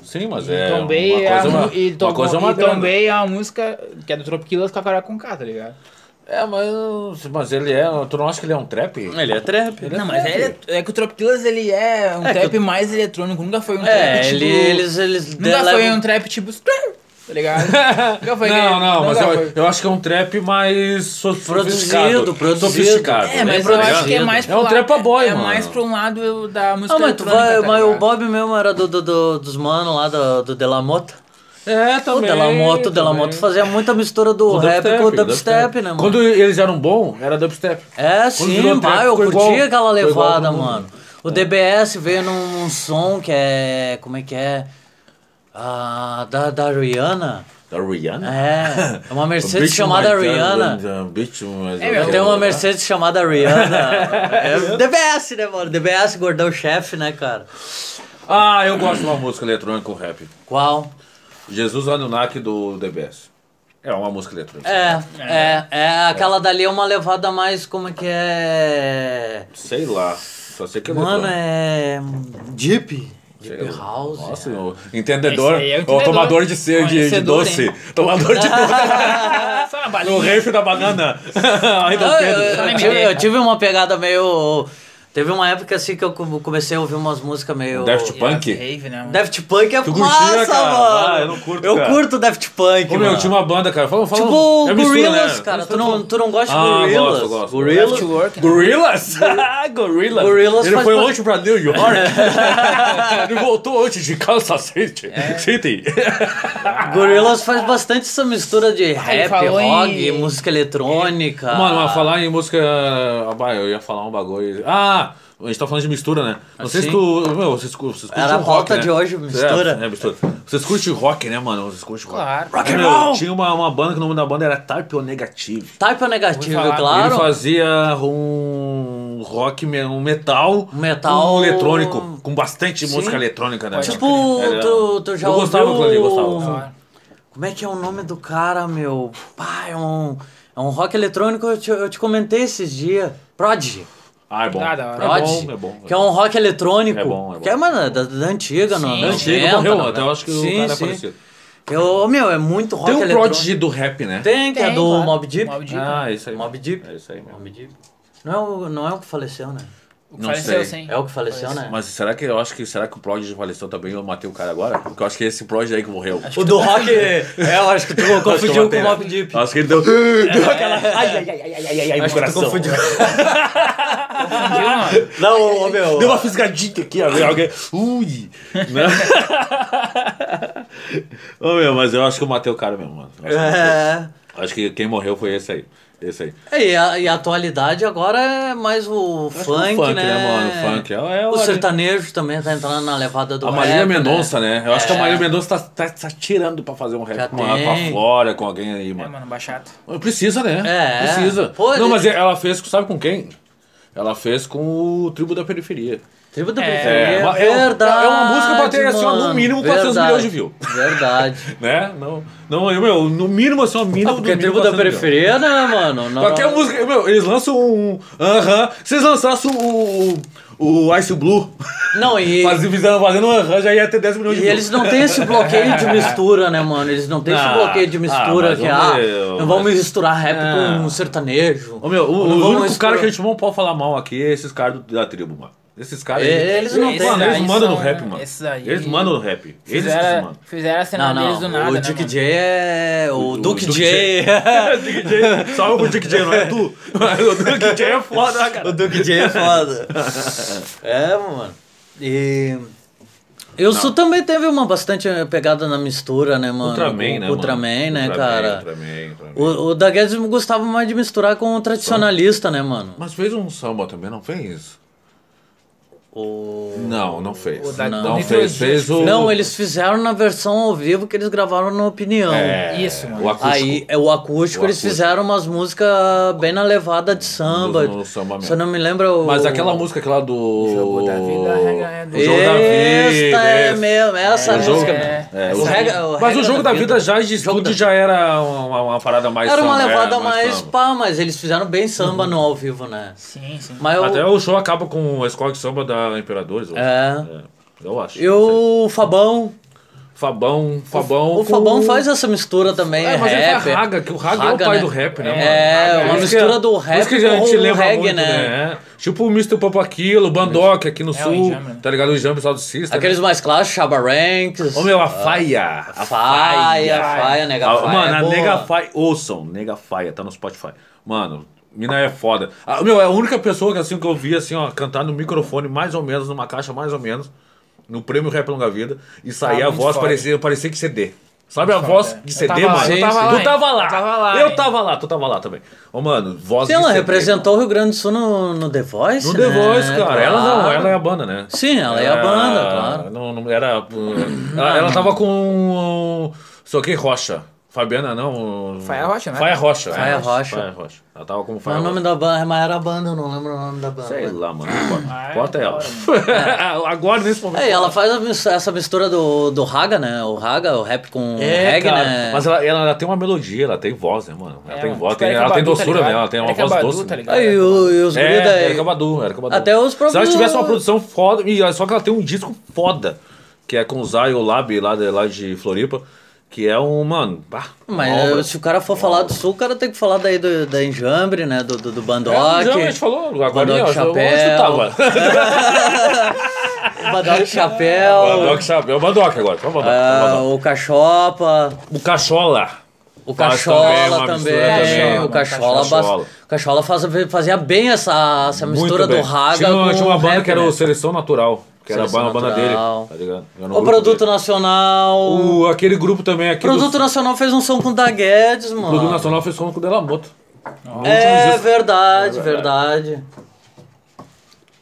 [SPEAKER 1] Sim, mas
[SPEAKER 3] E
[SPEAKER 1] é.
[SPEAKER 3] Tombay
[SPEAKER 1] uma coisa,
[SPEAKER 3] é a,
[SPEAKER 1] é uma,
[SPEAKER 3] e
[SPEAKER 1] uma coisa é uma
[SPEAKER 3] e
[SPEAKER 1] banda.
[SPEAKER 3] Tombay é uma música que é do Tropiquilas com a cara com K, tá ligado?
[SPEAKER 1] É, mas, mas ele é. Tu não acha que ele é um trap?
[SPEAKER 2] Ele é trap.
[SPEAKER 3] Não, mas é, é que o Tropiquilas ele é um trap mais eletrônico, nunca foi um
[SPEAKER 2] É,
[SPEAKER 3] trap
[SPEAKER 2] ele,
[SPEAKER 3] tipo...
[SPEAKER 2] eles, eles
[SPEAKER 3] Nunca
[SPEAKER 1] é
[SPEAKER 2] levam-
[SPEAKER 3] foi um trap tipo... Tá ligado? Nunca foi aquele-
[SPEAKER 1] Não, não, mas
[SPEAKER 3] nunca
[SPEAKER 1] eu,
[SPEAKER 3] foi.
[SPEAKER 1] eu acho que é um trap mais so- sofisticado.
[SPEAKER 2] Produzido, produzido.
[SPEAKER 1] Sofisticado.
[SPEAKER 2] É,
[SPEAKER 3] É, mas
[SPEAKER 1] tá
[SPEAKER 3] eu
[SPEAKER 1] ligado?
[SPEAKER 3] acho que é mais
[SPEAKER 1] É um
[SPEAKER 3] la-
[SPEAKER 1] trepa boy,
[SPEAKER 3] É
[SPEAKER 1] mano.
[SPEAKER 3] mais pra um lado da música
[SPEAKER 2] Ah, mas, tu
[SPEAKER 3] eletrônica,
[SPEAKER 2] vai,
[SPEAKER 3] tá
[SPEAKER 2] mas o
[SPEAKER 3] ligado?
[SPEAKER 2] Bob mesmo era do, do- do- dos manos lá do, do Delamoto.
[SPEAKER 1] É,
[SPEAKER 2] O
[SPEAKER 1] também.
[SPEAKER 2] Delamoto, o Delamoto
[SPEAKER 1] também.
[SPEAKER 2] fazia muita mistura do
[SPEAKER 1] O
[SPEAKER 2] rap com o dubstep, né, mano?
[SPEAKER 1] Quando eles eram bons, era dubstep.
[SPEAKER 2] É,
[SPEAKER 1] virou
[SPEAKER 2] sim,
[SPEAKER 1] trap,
[SPEAKER 2] vai, eu
[SPEAKER 1] ficou
[SPEAKER 2] curti
[SPEAKER 1] igual-
[SPEAKER 2] aquela
[SPEAKER 1] ficou igual
[SPEAKER 2] levada,
[SPEAKER 1] todo mundo. É.
[SPEAKER 2] mano. O DBS veio num, num som que é. Como é que é? Ah, da, da Rihanna.
[SPEAKER 1] Da Rihanna?
[SPEAKER 2] É, é uma Mercedes
[SPEAKER 1] Bitch,
[SPEAKER 2] chamada
[SPEAKER 1] my God,
[SPEAKER 2] Rihanna.
[SPEAKER 1] uh, bitch, mas
[SPEAKER 3] É, meu,
[SPEAKER 2] Eu tenho uma Mercedes chamada Rihanna. É DBS, né, mano? DBS, gordão chefe, né, cara?
[SPEAKER 1] Ah, eu gosto de uma música eletrônica com rap.
[SPEAKER 2] Qual?
[SPEAKER 1] Jesus Anunnaki do DBS. É uma música eletrônica.
[SPEAKER 2] É, é, é. Aquela dali é uma levada mais. Como é que é?
[SPEAKER 1] Sei lá. Só sei que é
[SPEAKER 2] Mano,
[SPEAKER 1] eletrônica.
[SPEAKER 2] é. Deep.
[SPEAKER 1] Sei
[SPEAKER 2] Deep
[SPEAKER 1] lá.
[SPEAKER 2] House.
[SPEAKER 1] Nossa,
[SPEAKER 2] é.
[SPEAKER 1] o entendedor.
[SPEAKER 3] Esse aí é o
[SPEAKER 1] o
[SPEAKER 3] entendedor.
[SPEAKER 1] tomador de, ce- de, de
[SPEAKER 3] Conhecedor,
[SPEAKER 1] doce. Tomador de doce.
[SPEAKER 3] Só na
[SPEAKER 1] no
[SPEAKER 3] Ah, balinha.
[SPEAKER 1] ref da banana. Aí do
[SPEAKER 2] Não, eu,
[SPEAKER 1] Pedro.
[SPEAKER 2] eu- eu tive, eu tive uma pegada meio. Teve uma época assim que eu come- comecei a ouvir umas músicas meio.
[SPEAKER 1] Daft Punk?
[SPEAKER 3] Rave, né, mano?
[SPEAKER 2] Daft Punk é
[SPEAKER 1] Tu curtia,
[SPEAKER 2] massa,
[SPEAKER 1] cara?
[SPEAKER 2] mano.
[SPEAKER 1] Ah, eu não curto,
[SPEAKER 2] Eu
[SPEAKER 1] cara.
[SPEAKER 2] curto Daft Punk.
[SPEAKER 1] Ô, meu,
[SPEAKER 2] mano.
[SPEAKER 1] tinha uma banda, cara. Fala, fala.
[SPEAKER 2] Tipo o
[SPEAKER 1] é mistura,
[SPEAKER 2] Gorillaz,
[SPEAKER 1] né?
[SPEAKER 2] cara. Tu
[SPEAKER 1] Mistura
[SPEAKER 2] não,
[SPEAKER 1] tudo.
[SPEAKER 2] tu não gosta de
[SPEAKER 1] Ah,
[SPEAKER 2] Gorillaz?
[SPEAKER 1] gosto, gosto.
[SPEAKER 2] Gorillaz?
[SPEAKER 3] Network, né?
[SPEAKER 1] Gorillaz? Gorillaz.
[SPEAKER 2] Gorillaz
[SPEAKER 1] Ele
[SPEAKER 2] faz
[SPEAKER 1] foi
[SPEAKER 2] parte-
[SPEAKER 1] hoje pra New York. Ele voltou antes de Kansas City. City.
[SPEAKER 2] Gorillaz faz bastante essa mistura de
[SPEAKER 3] ele
[SPEAKER 2] rap,
[SPEAKER 3] falou em-
[SPEAKER 2] rock, música eletrônica.
[SPEAKER 1] É, Mano, mas falar em música. ah, bah, eu ia falar um bagulho. Ah! A gente tá falando de mistura, né? Não sei se
[SPEAKER 2] Assim?
[SPEAKER 1] tu. Meu, vocês, cu- vocês curtem
[SPEAKER 2] Era a
[SPEAKER 1] rock,
[SPEAKER 2] pauta
[SPEAKER 1] né?
[SPEAKER 2] de hoje, mistura.
[SPEAKER 1] É, é, mistura. Vocês curtem rock, né, mano? Vocês curtem rock.
[SPEAKER 3] Claro.
[SPEAKER 1] Rock and
[SPEAKER 2] Meu,
[SPEAKER 1] roll! Tinha uma, uma banda que o nome da banda era Type O Negative.
[SPEAKER 2] Type é negativo,
[SPEAKER 3] Vou falar,
[SPEAKER 2] claro.
[SPEAKER 1] Ele fazia um rock, me- um metal.
[SPEAKER 2] Um metal-
[SPEAKER 1] Um eletrônico. Com bastante música eletrônica, né?
[SPEAKER 2] Tipo,
[SPEAKER 1] Era-
[SPEAKER 2] tu, tu já
[SPEAKER 1] Eu gostava
[SPEAKER 2] ouviu...
[SPEAKER 1] daquilo ali, eu
[SPEAKER 3] um-
[SPEAKER 1] gostava.
[SPEAKER 2] Como é que é o nome do cara, meu? Pá, é um, é um rock eletrônico, eu te, eu te comentei esses dias. Prodigy.
[SPEAKER 1] Ah, é bom.
[SPEAKER 3] Ah, da hora.
[SPEAKER 1] é
[SPEAKER 2] Prodigy,
[SPEAKER 1] bom, é bom.
[SPEAKER 2] que é um rock eletrônico.
[SPEAKER 1] É bom, é bom.
[SPEAKER 2] Que é, mano, da, da antiga, não.
[SPEAKER 3] Sim.
[SPEAKER 1] Da antiga, morreu, até eu acho que o
[SPEAKER 2] sim,
[SPEAKER 1] cara é
[SPEAKER 2] sim.
[SPEAKER 1] parecido.
[SPEAKER 2] Eu, meu, é muito rock
[SPEAKER 1] Tem um
[SPEAKER 2] eletrônico.
[SPEAKER 1] Prodigy do rap, né?
[SPEAKER 2] Tem, que é
[SPEAKER 3] Tem,
[SPEAKER 2] do
[SPEAKER 3] claro.
[SPEAKER 2] Mob Deep.
[SPEAKER 3] Mob Deep.
[SPEAKER 1] Ah, isso aí.
[SPEAKER 2] Mob Deep.
[SPEAKER 1] É isso aí mesmo.
[SPEAKER 2] Mobb Deep. Não é, o, não é o que faleceu, né?
[SPEAKER 3] O
[SPEAKER 1] Não sei.
[SPEAKER 3] faleceu, sim.
[SPEAKER 2] É o que faleceu, né?
[SPEAKER 1] Mas será que eu acho que será que o Prodigy faleceu também? Eu matei o cara agora? Porque eu acho que é esse Prodigy aí que morreu.
[SPEAKER 2] O do rock, é, eu acho que tu
[SPEAKER 1] Acho que eu
[SPEAKER 2] confundiu com
[SPEAKER 1] matei,
[SPEAKER 2] o
[SPEAKER 1] né?
[SPEAKER 2] Mob Deep.
[SPEAKER 1] Acho que ele deu, deu aquela
[SPEAKER 2] Ai, É. acho que tu confundiu.
[SPEAKER 3] Viu, mano?
[SPEAKER 2] Não, ô, meu.
[SPEAKER 1] Deu uma fisgadinha aqui, ó. Alguém... Ui! Né? Ô meu, mas eu acho que eu matei o cara mesmo, mano. Eu Acho,
[SPEAKER 2] É.
[SPEAKER 1] que, acho que quem morreu foi esse aí. Esse aí.
[SPEAKER 2] É, E a, e a atualidade agora é mais o funk,
[SPEAKER 1] o funk,
[SPEAKER 2] né?
[SPEAKER 1] né, mano? O funk é- é
[SPEAKER 2] o
[SPEAKER 1] hora,
[SPEAKER 2] sertanejo também tá entrando na levada do
[SPEAKER 1] A Marília Mendonça, né? Eu acho que a Marília Mendonça tá, tá, tá tirando pra fazer um
[SPEAKER 2] É. Já
[SPEAKER 1] rap com a, com a
[SPEAKER 2] tem.
[SPEAKER 1] Flora, com alguém aí,
[SPEAKER 3] É,
[SPEAKER 1] mano.
[SPEAKER 3] mano, baixato.
[SPEAKER 1] Precisa, né?
[SPEAKER 2] É.
[SPEAKER 1] Precisa.
[SPEAKER 2] Pô,
[SPEAKER 1] Não,
[SPEAKER 2] ele-
[SPEAKER 1] mas ela fez, sabe com quem? Ela fez com o Tribo da Periferia.
[SPEAKER 2] Tribo da
[SPEAKER 1] É,
[SPEAKER 2] Periferia.
[SPEAKER 1] uma- é uma-
[SPEAKER 2] verdade.
[SPEAKER 1] é uma música pra ter, assim, ó, no
[SPEAKER 2] mano.
[SPEAKER 1] mínimo 400
[SPEAKER 2] Verdade.
[SPEAKER 1] milhões de views.
[SPEAKER 2] Verdade.
[SPEAKER 1] Né? Não, não, eu, meu, no mínimo assim, ó, mínimo.
[SPEAKER 2] Ah, porque
[SPEAKER 1] no mínimo
[SPEAKER 2] Tribo da
[SPEAKER 1] 400
[SPEAKER 2] Periferia, né, mano? Não-
[SPEAKER 1] Qualquer música, meu, eles lançam um. Aham. Se eles lançassem o. o Ice Blue.
[SPEAKER 2] Não, e.
[SPEAKER 1] Mas se fizeram fazendo um arranjo, aí ia ter 10 milhões de
[SPEAKER 2] E eles não têm esse bloqueio de mistura, né, mano? Eles não têm esse
[SPEAKER 1] Ah,
[SPEAKER 2] bloqueio de
[SPEAKER 1] ah,
[SPEAKER 2] mistura
[SPEAKER 1] mas
[SPEAKER 2] que,
[SPEAKER 1] ô,
[SPEAKER 2] ah,
[SPEAKER 1] meu,
[SPEAKER 2] não vamos
[SPEAKER 1] mas-
[SPEAKER 2] misturar rap
[SPEAKER 1] Ah.
[SPEAKER 2] com sertanejo.
[SPEAKER 1] Ô, meu, o,
[SPEAKER 2] Não
[SPEAKER 1] os
[SPEAKER 2] vamos
[SPEAKER 1] únicos
[SPEAKER 2] misturar-
[SPEAKER 1] caras que a gente não pode falar mal aqui é esses caras do- da tribo, mano. Esses caras.
[SPEAKER 2] É, eles não
[SPEAKER 1] Mano,
[SPEAKER 2] têm, né?
[SPEAKER 1] eles
[SPEAKER 3] Esses
[SPEAKER 1] mandam no
[SPEAKER 3] são-
[SPEAKER 1] rap, mano.
[SPEAKER 3] esses aí-
[SPEAKER 1] Eles mandam no rap. Eles que
[SPEAKER 3] Fizeram,
[SPEAKER 1] mandam.
[SPEAKER 3] fizeram a cena
[SPEAKER 2] Não, não.
[SPEAKER 3] deles do nada,
[SPEAKER 2] o
[SPEAKER 3] né,
[SPEAKER 2] Dick
[SPEAKER 3] mano?
[SPEAKER 2] J é. O, Duke
[SPEAKER 1] Duke
[SPEAKER 2] J.
[SPEAKER 1] Dick J, salve pro Dick J, não é tu. Mas o Dick J é foda, cara.
[SPEAKER 2] o Duke J é foda. é, mano. E. Eu sou também teve uma bastante eh, pegada na mistura, né, mano?
[SPEAKER 1] Ultraman, né?
[SPEAKER 2] Com- com Ultraman,
[SPEAKER 1] mano?
[SPEAKER 2] né,
[SPEAKER 1] Ultraman,
[SPEAKER 2] cara?
[SPEAKER 1] Ultraman, Ultraman.
[SPEAKER 2] O, o da Guedes gostava mais de misturar com o tradicionalista, né, mano?
[SPEAKER 1] Mas fez um samba também, não fez?
[SPEAKER 2] O...
[SPEAKER 1] Não, não fez.
[SPEAKER 3] O da-
[SPEAKER 1] não
[SPEAKER 3] não.
[SPEAKER 1] fez. Fez o.
[SPEAKER 2] Não, eles fizeram na versão ao vivo que eles gravaram no Opinião.
[SPEAKER 1] É,
[SPEAKER 3] Isso, mano.
[SPEAKER 1] O acústico.
[SPEAKER 2] Aí, é, o acústico,
[SPEAKER 1] O
[SPEAKER 2] eles
[SPEAKER 1] acústico.
[SPEAKER 2] fizeram umas músicas bem na levada de samba.
[SPEAKER 1] No- no samba mesmo.
[SPEAKER 2] Se eu não me lembro... é o-
[SPEAKER 1] Mas aquela música, aquela do.
[SPEAKER 3] Jogo da vida, regra é do-
[SPEAKER 1] O jogo da vida.
[SPEAKER 2] Esta é
[SPEAKER 1] esse.
[SPEAKER 2] mesmo, essa
[SPEAKER 1] O jogo,
[SPEAKER 2] música. né?
[SPEAKER 3] é.
[SPEAKER 1] é,
[SPEAKER 2] O
[SPEAKER 1] o-
[SPEAKER 2] regra- o
[SPEAKER 1] mas
[SPEAKER 2] regra
[SPEAKER 1] o jogo da vida, já de
[SPEAKER 2] Jogo da-
[SPEAKER 1] estúdio já era uma, uma parada mais
[SPEAKER 2] Era uma
[SPEAKER 1] samba,
[SPEAKER 2] levada
[SPEAKER 1] é,
[SPEAKER 2] mais,
[SPEAKER 1] samba. Uhum.
[SPEAKER 2] pá, mas eles fizeram bem samba no ao vivo, né?
[SPEAKER 3] Sim, sim.
[SPEAKER 2] Mas eu,
[SPEAKER 1] Até o show acaba com a escola de samba da Imperadores. eu acho.
[SPEAKER 2] É.
[SPEAKER 1] Eu acho.
[SPEAKER 2] E
[SPEAKER 1] não sei.
[SPEAKER 2] o Fabão,
[SPEAKER 1] Fabão, Fabão.
[SPEAKER 2] o
[SPEAKER 1] com-
[SPEAKER 2] Fabão faz essa mistura também, é,
[SPEAKER 1] É, mas ele
[SPEAKER 2] rap.
[SPEAKER 1] foi Raga, que o Raga, é o
[SPEAKER 2] Raga,
[SPEAKER 1] pai
[SPEAKER 2] né?
[SPEAKER 1] do rap, né?
[SPEAKER 2] É,
[SPEAKER 1] mano?
[SPEAKER 2] uma
[SPEAKER 1] Por isso
[SPEAKER 2] mistura
[SPEAKER 1] que-
[SPEAKER 2] do
[SPEAKER 1] por isso
[SPEAKER 2] rap
[SPEAKER 1] que a gente
[SPEAKER 2] com o
[SPEAKER 1] lembra
[SPEAKER 2] reggae,
[SPEAKER 1] muito,
[SPEAKER 2] né? É,
[SPEAKER 1] É. Tipo o Mr. Papo aquilo, o Bandock aqui no
[SPEAKER 3] o
[SPEAKER 1] sul,
[SPEAKER 3] Enjambre, né?
[SPEAKER 1] tá ligado? O Jam, pessoal do Sister.
[SPEAKER 2] Aqueles mais clássicos, Shabba Ranks.
[SPEAKER 1] Ô meu, a faia. A
[SPEAKER 2] Faia, faia, nega
[SPEAKER 1] Ah,
[SPEAKER 2] faia.
[SPEAKER 1] Mano,
[SPEAKER 2] é
[SPEAKER 1] a
[SPEAKER 2] boa.
[SPEAKER 1] nega faia. Ouçam, nega faia, tá no Spotify. Mano, mina é foda. Ah, meu, é a única pessoa que, assim, que eu vi assim, ó, cantar no microfone, mais ou menos, numa caixa mais ou menos, no prêmio Rap Longa Vida, e sair a
[SPEAKER 3] Tá muito
[SPEAKER 1] voz
[SPEAKER 3] foda.
[SPEAKER 1] parecia, parecia que CD. Sabe a voz
[SPEAKER 3] foda. é.
[SPEAKER 1] de
[SPEAKER 3] Eu
[SPEAKER 1] CD,
[SPEAKER 3] tava lá,
[SPEAKER 1] mano?
[SPEAKER 3] eu
[SPEAKER 2] tava
[SPEAKER 1] tu
[SPEAKER 3] lá,
[SPEAKER 1] tava
[SPEAKER 3] hein?
[SPEAKER 1] lá.
[SPEAKER 3] Eu tava lá,
[SPEAKER 1] Eu
[SPEAKER 3] hein?
[SPEAKER 1] tava lá, tu tava lá também. Ô, mano, voz de
[SPEAKER 2] Sim, ela
[SPEAKER 1] CD.
[SPEAKER 2] representou o Rio Grande do Sul no, no The Voice,
[SPEAKER 1] No
[SPEAKER 2] né?
[SPEAKER 1] The Voice, cara. Ela não,
[SPEAKER 2] Claro.
[SPEAKER 1] ela é a banda, né?
[SPEAKER 2] Sim, ela é a banda, claro.
[SPEAKER 1] Não, não era. uh, Ela, ela tava com. Soquei Rocha. Fabiana, não. uh,
[SPEAKER 3] Faia Rocha, né?
[SPEAKER 1] Faia Rocha.
[SPEAKER 2] Faia Rocha.
[SPEAKER 1] Faia Rocha. Ela tava como Faia
[SPEAKER 2] Mas o nome
[SPEAKER 1] Rocha.
[SPEAKER 2] da banda, mas era a banda, eu não lembro o nome da banda.
[SPEAKER 1] Sei lá, mano. Corta,
[SPEAKER 3] Ah,
[SPEAKER 1] corta
[SPEAKER 3] é
[SPEAKER 1] ela.
[SPEAKER 3] da
[SPEAKER 1] Agora, nesse momento.
[SPEAKER 2] É, e ela faz a mis- essa mistura do, do Raga, né? O Raga, o rap com o reggae,
[SPEAKER 1] É, cara,
[SPEAKER 2] né?
[SPEAKER 1] Mas ela, ela, ela tem uma melodia, ela tem voz, né, mano? Ela
[SPEAKER 3] É,
[SPEAKER 1] tem
[SPEAKER 3] mano.
[SPEAKER 1] voz,
[SPEAKER 3] Tipo,
[SPEAKER 1] tem-
[SPEAKER 3] Erika
[SPEAKER 1] ela tem
[SPEAKER 3] Badu, tá
[SPEAKER 1] doçura, né?
[SPEAKER 3] ligado?
[SPEAKER 1] Ela tem uma
[SPEAKER 3] Erika
[SPEAKER 1] voz
[SPEAKER 3] Badu,
[SPEAKER 1] doce.
[SPEAKER 3] tá
[SPEAKER 1] né?
[SPEAKER 3] ligado?
[SPEAKER 2] Aí, o, e os
[SPEAKER 1] É,
[SPEAKER 2] guri daí-
[SPEAKER 1] Erika Badu, Erika Badu.
[SPEAKER 2] Até os próprios-
[SPEAKER 1] Se ela tivesse uma produção foda, e olha só que ela tem um disco foda, que é com o Zayo Lab, lá de, lá de Floripa, que é um, mano, bah,
[SPEAKER 2] Mas é
[SPEAKER 1] uma obra.
[SPEAKER 2] se o cara for falar do Sul, o cara tem que falar daí do, da Enjambre, né? Do, do, do Bandock.
[SPEAKER 1] É, já a gente falou, agora
[SPEAKER 2] Bandock
[SPEAKER 1] eu, eu, onde
[SPEAKER 2] Chapéu.
[SPEAKER 1] tu tava?
[SPEAKER 2] Bandock Chapéu.
[SPEAKER 1] Bandock Chapéu, Bandock agora, só Bandock, só
[SPEAKER 2] ah,
[SPEAKER 1] Bandock.
[SPEAKER 2] o Cachopa.
[SPEAKER 1] O Cachola.
[SPEAKER 2] O
[SPEAKER 1] Faz também
[SPEAKER 2] Cachola
[SPEAKER 1] uma
[SPEAKER 2] também.
[SPEAKER 1] mistura também. né?
[SPEAKER 2] O Cachola, bas-
[SPEAKER 1] Cachola.
[SPEAKER 2] o Cachola faz- fazia bem essa, essa mistura
[SPEAKER 1] Muito bem.
[SPEAKER 2] do Raga
[SPEAKER 1] tinha,
[SPEAKER 2] com
[SPEAKER 1] uma- tinha uma
[SPEAKER 2] o
[SPEAKER 1] banda
[SPEAKER 2] rap,
[SPEAKER 1] que era
[SPEAKER 2] né?
[SPEAKER 1] o Seleção Natural, que era a
[SPEAKER 2] Seleção
[SPEAKER 1] banda, banda dele,
[SPEAKER 2] Natural.
[SPEAKER 1] tá ligado? Era um
[SPEAKER 2] O
[SPEAKER 1] grupo
[SPEAKER 2] Produto
[SPEAKER 1] dele.
[SPEAKER 2] Nacional. O
[SPEAKER 1] O, aquele grupo também aqui
[SPEAKER 2] Produto
[SPEAKER 1] do...
[SPEAKER 2] Nacional fez um som com o Da Guedes,
[SPEAKER 1] O Produto
[SPEAKER 2] mano.
[SPEAKER 1] Nacional um fez som com o Delamoto.
[SPEAKER 2] É verdade, verdade.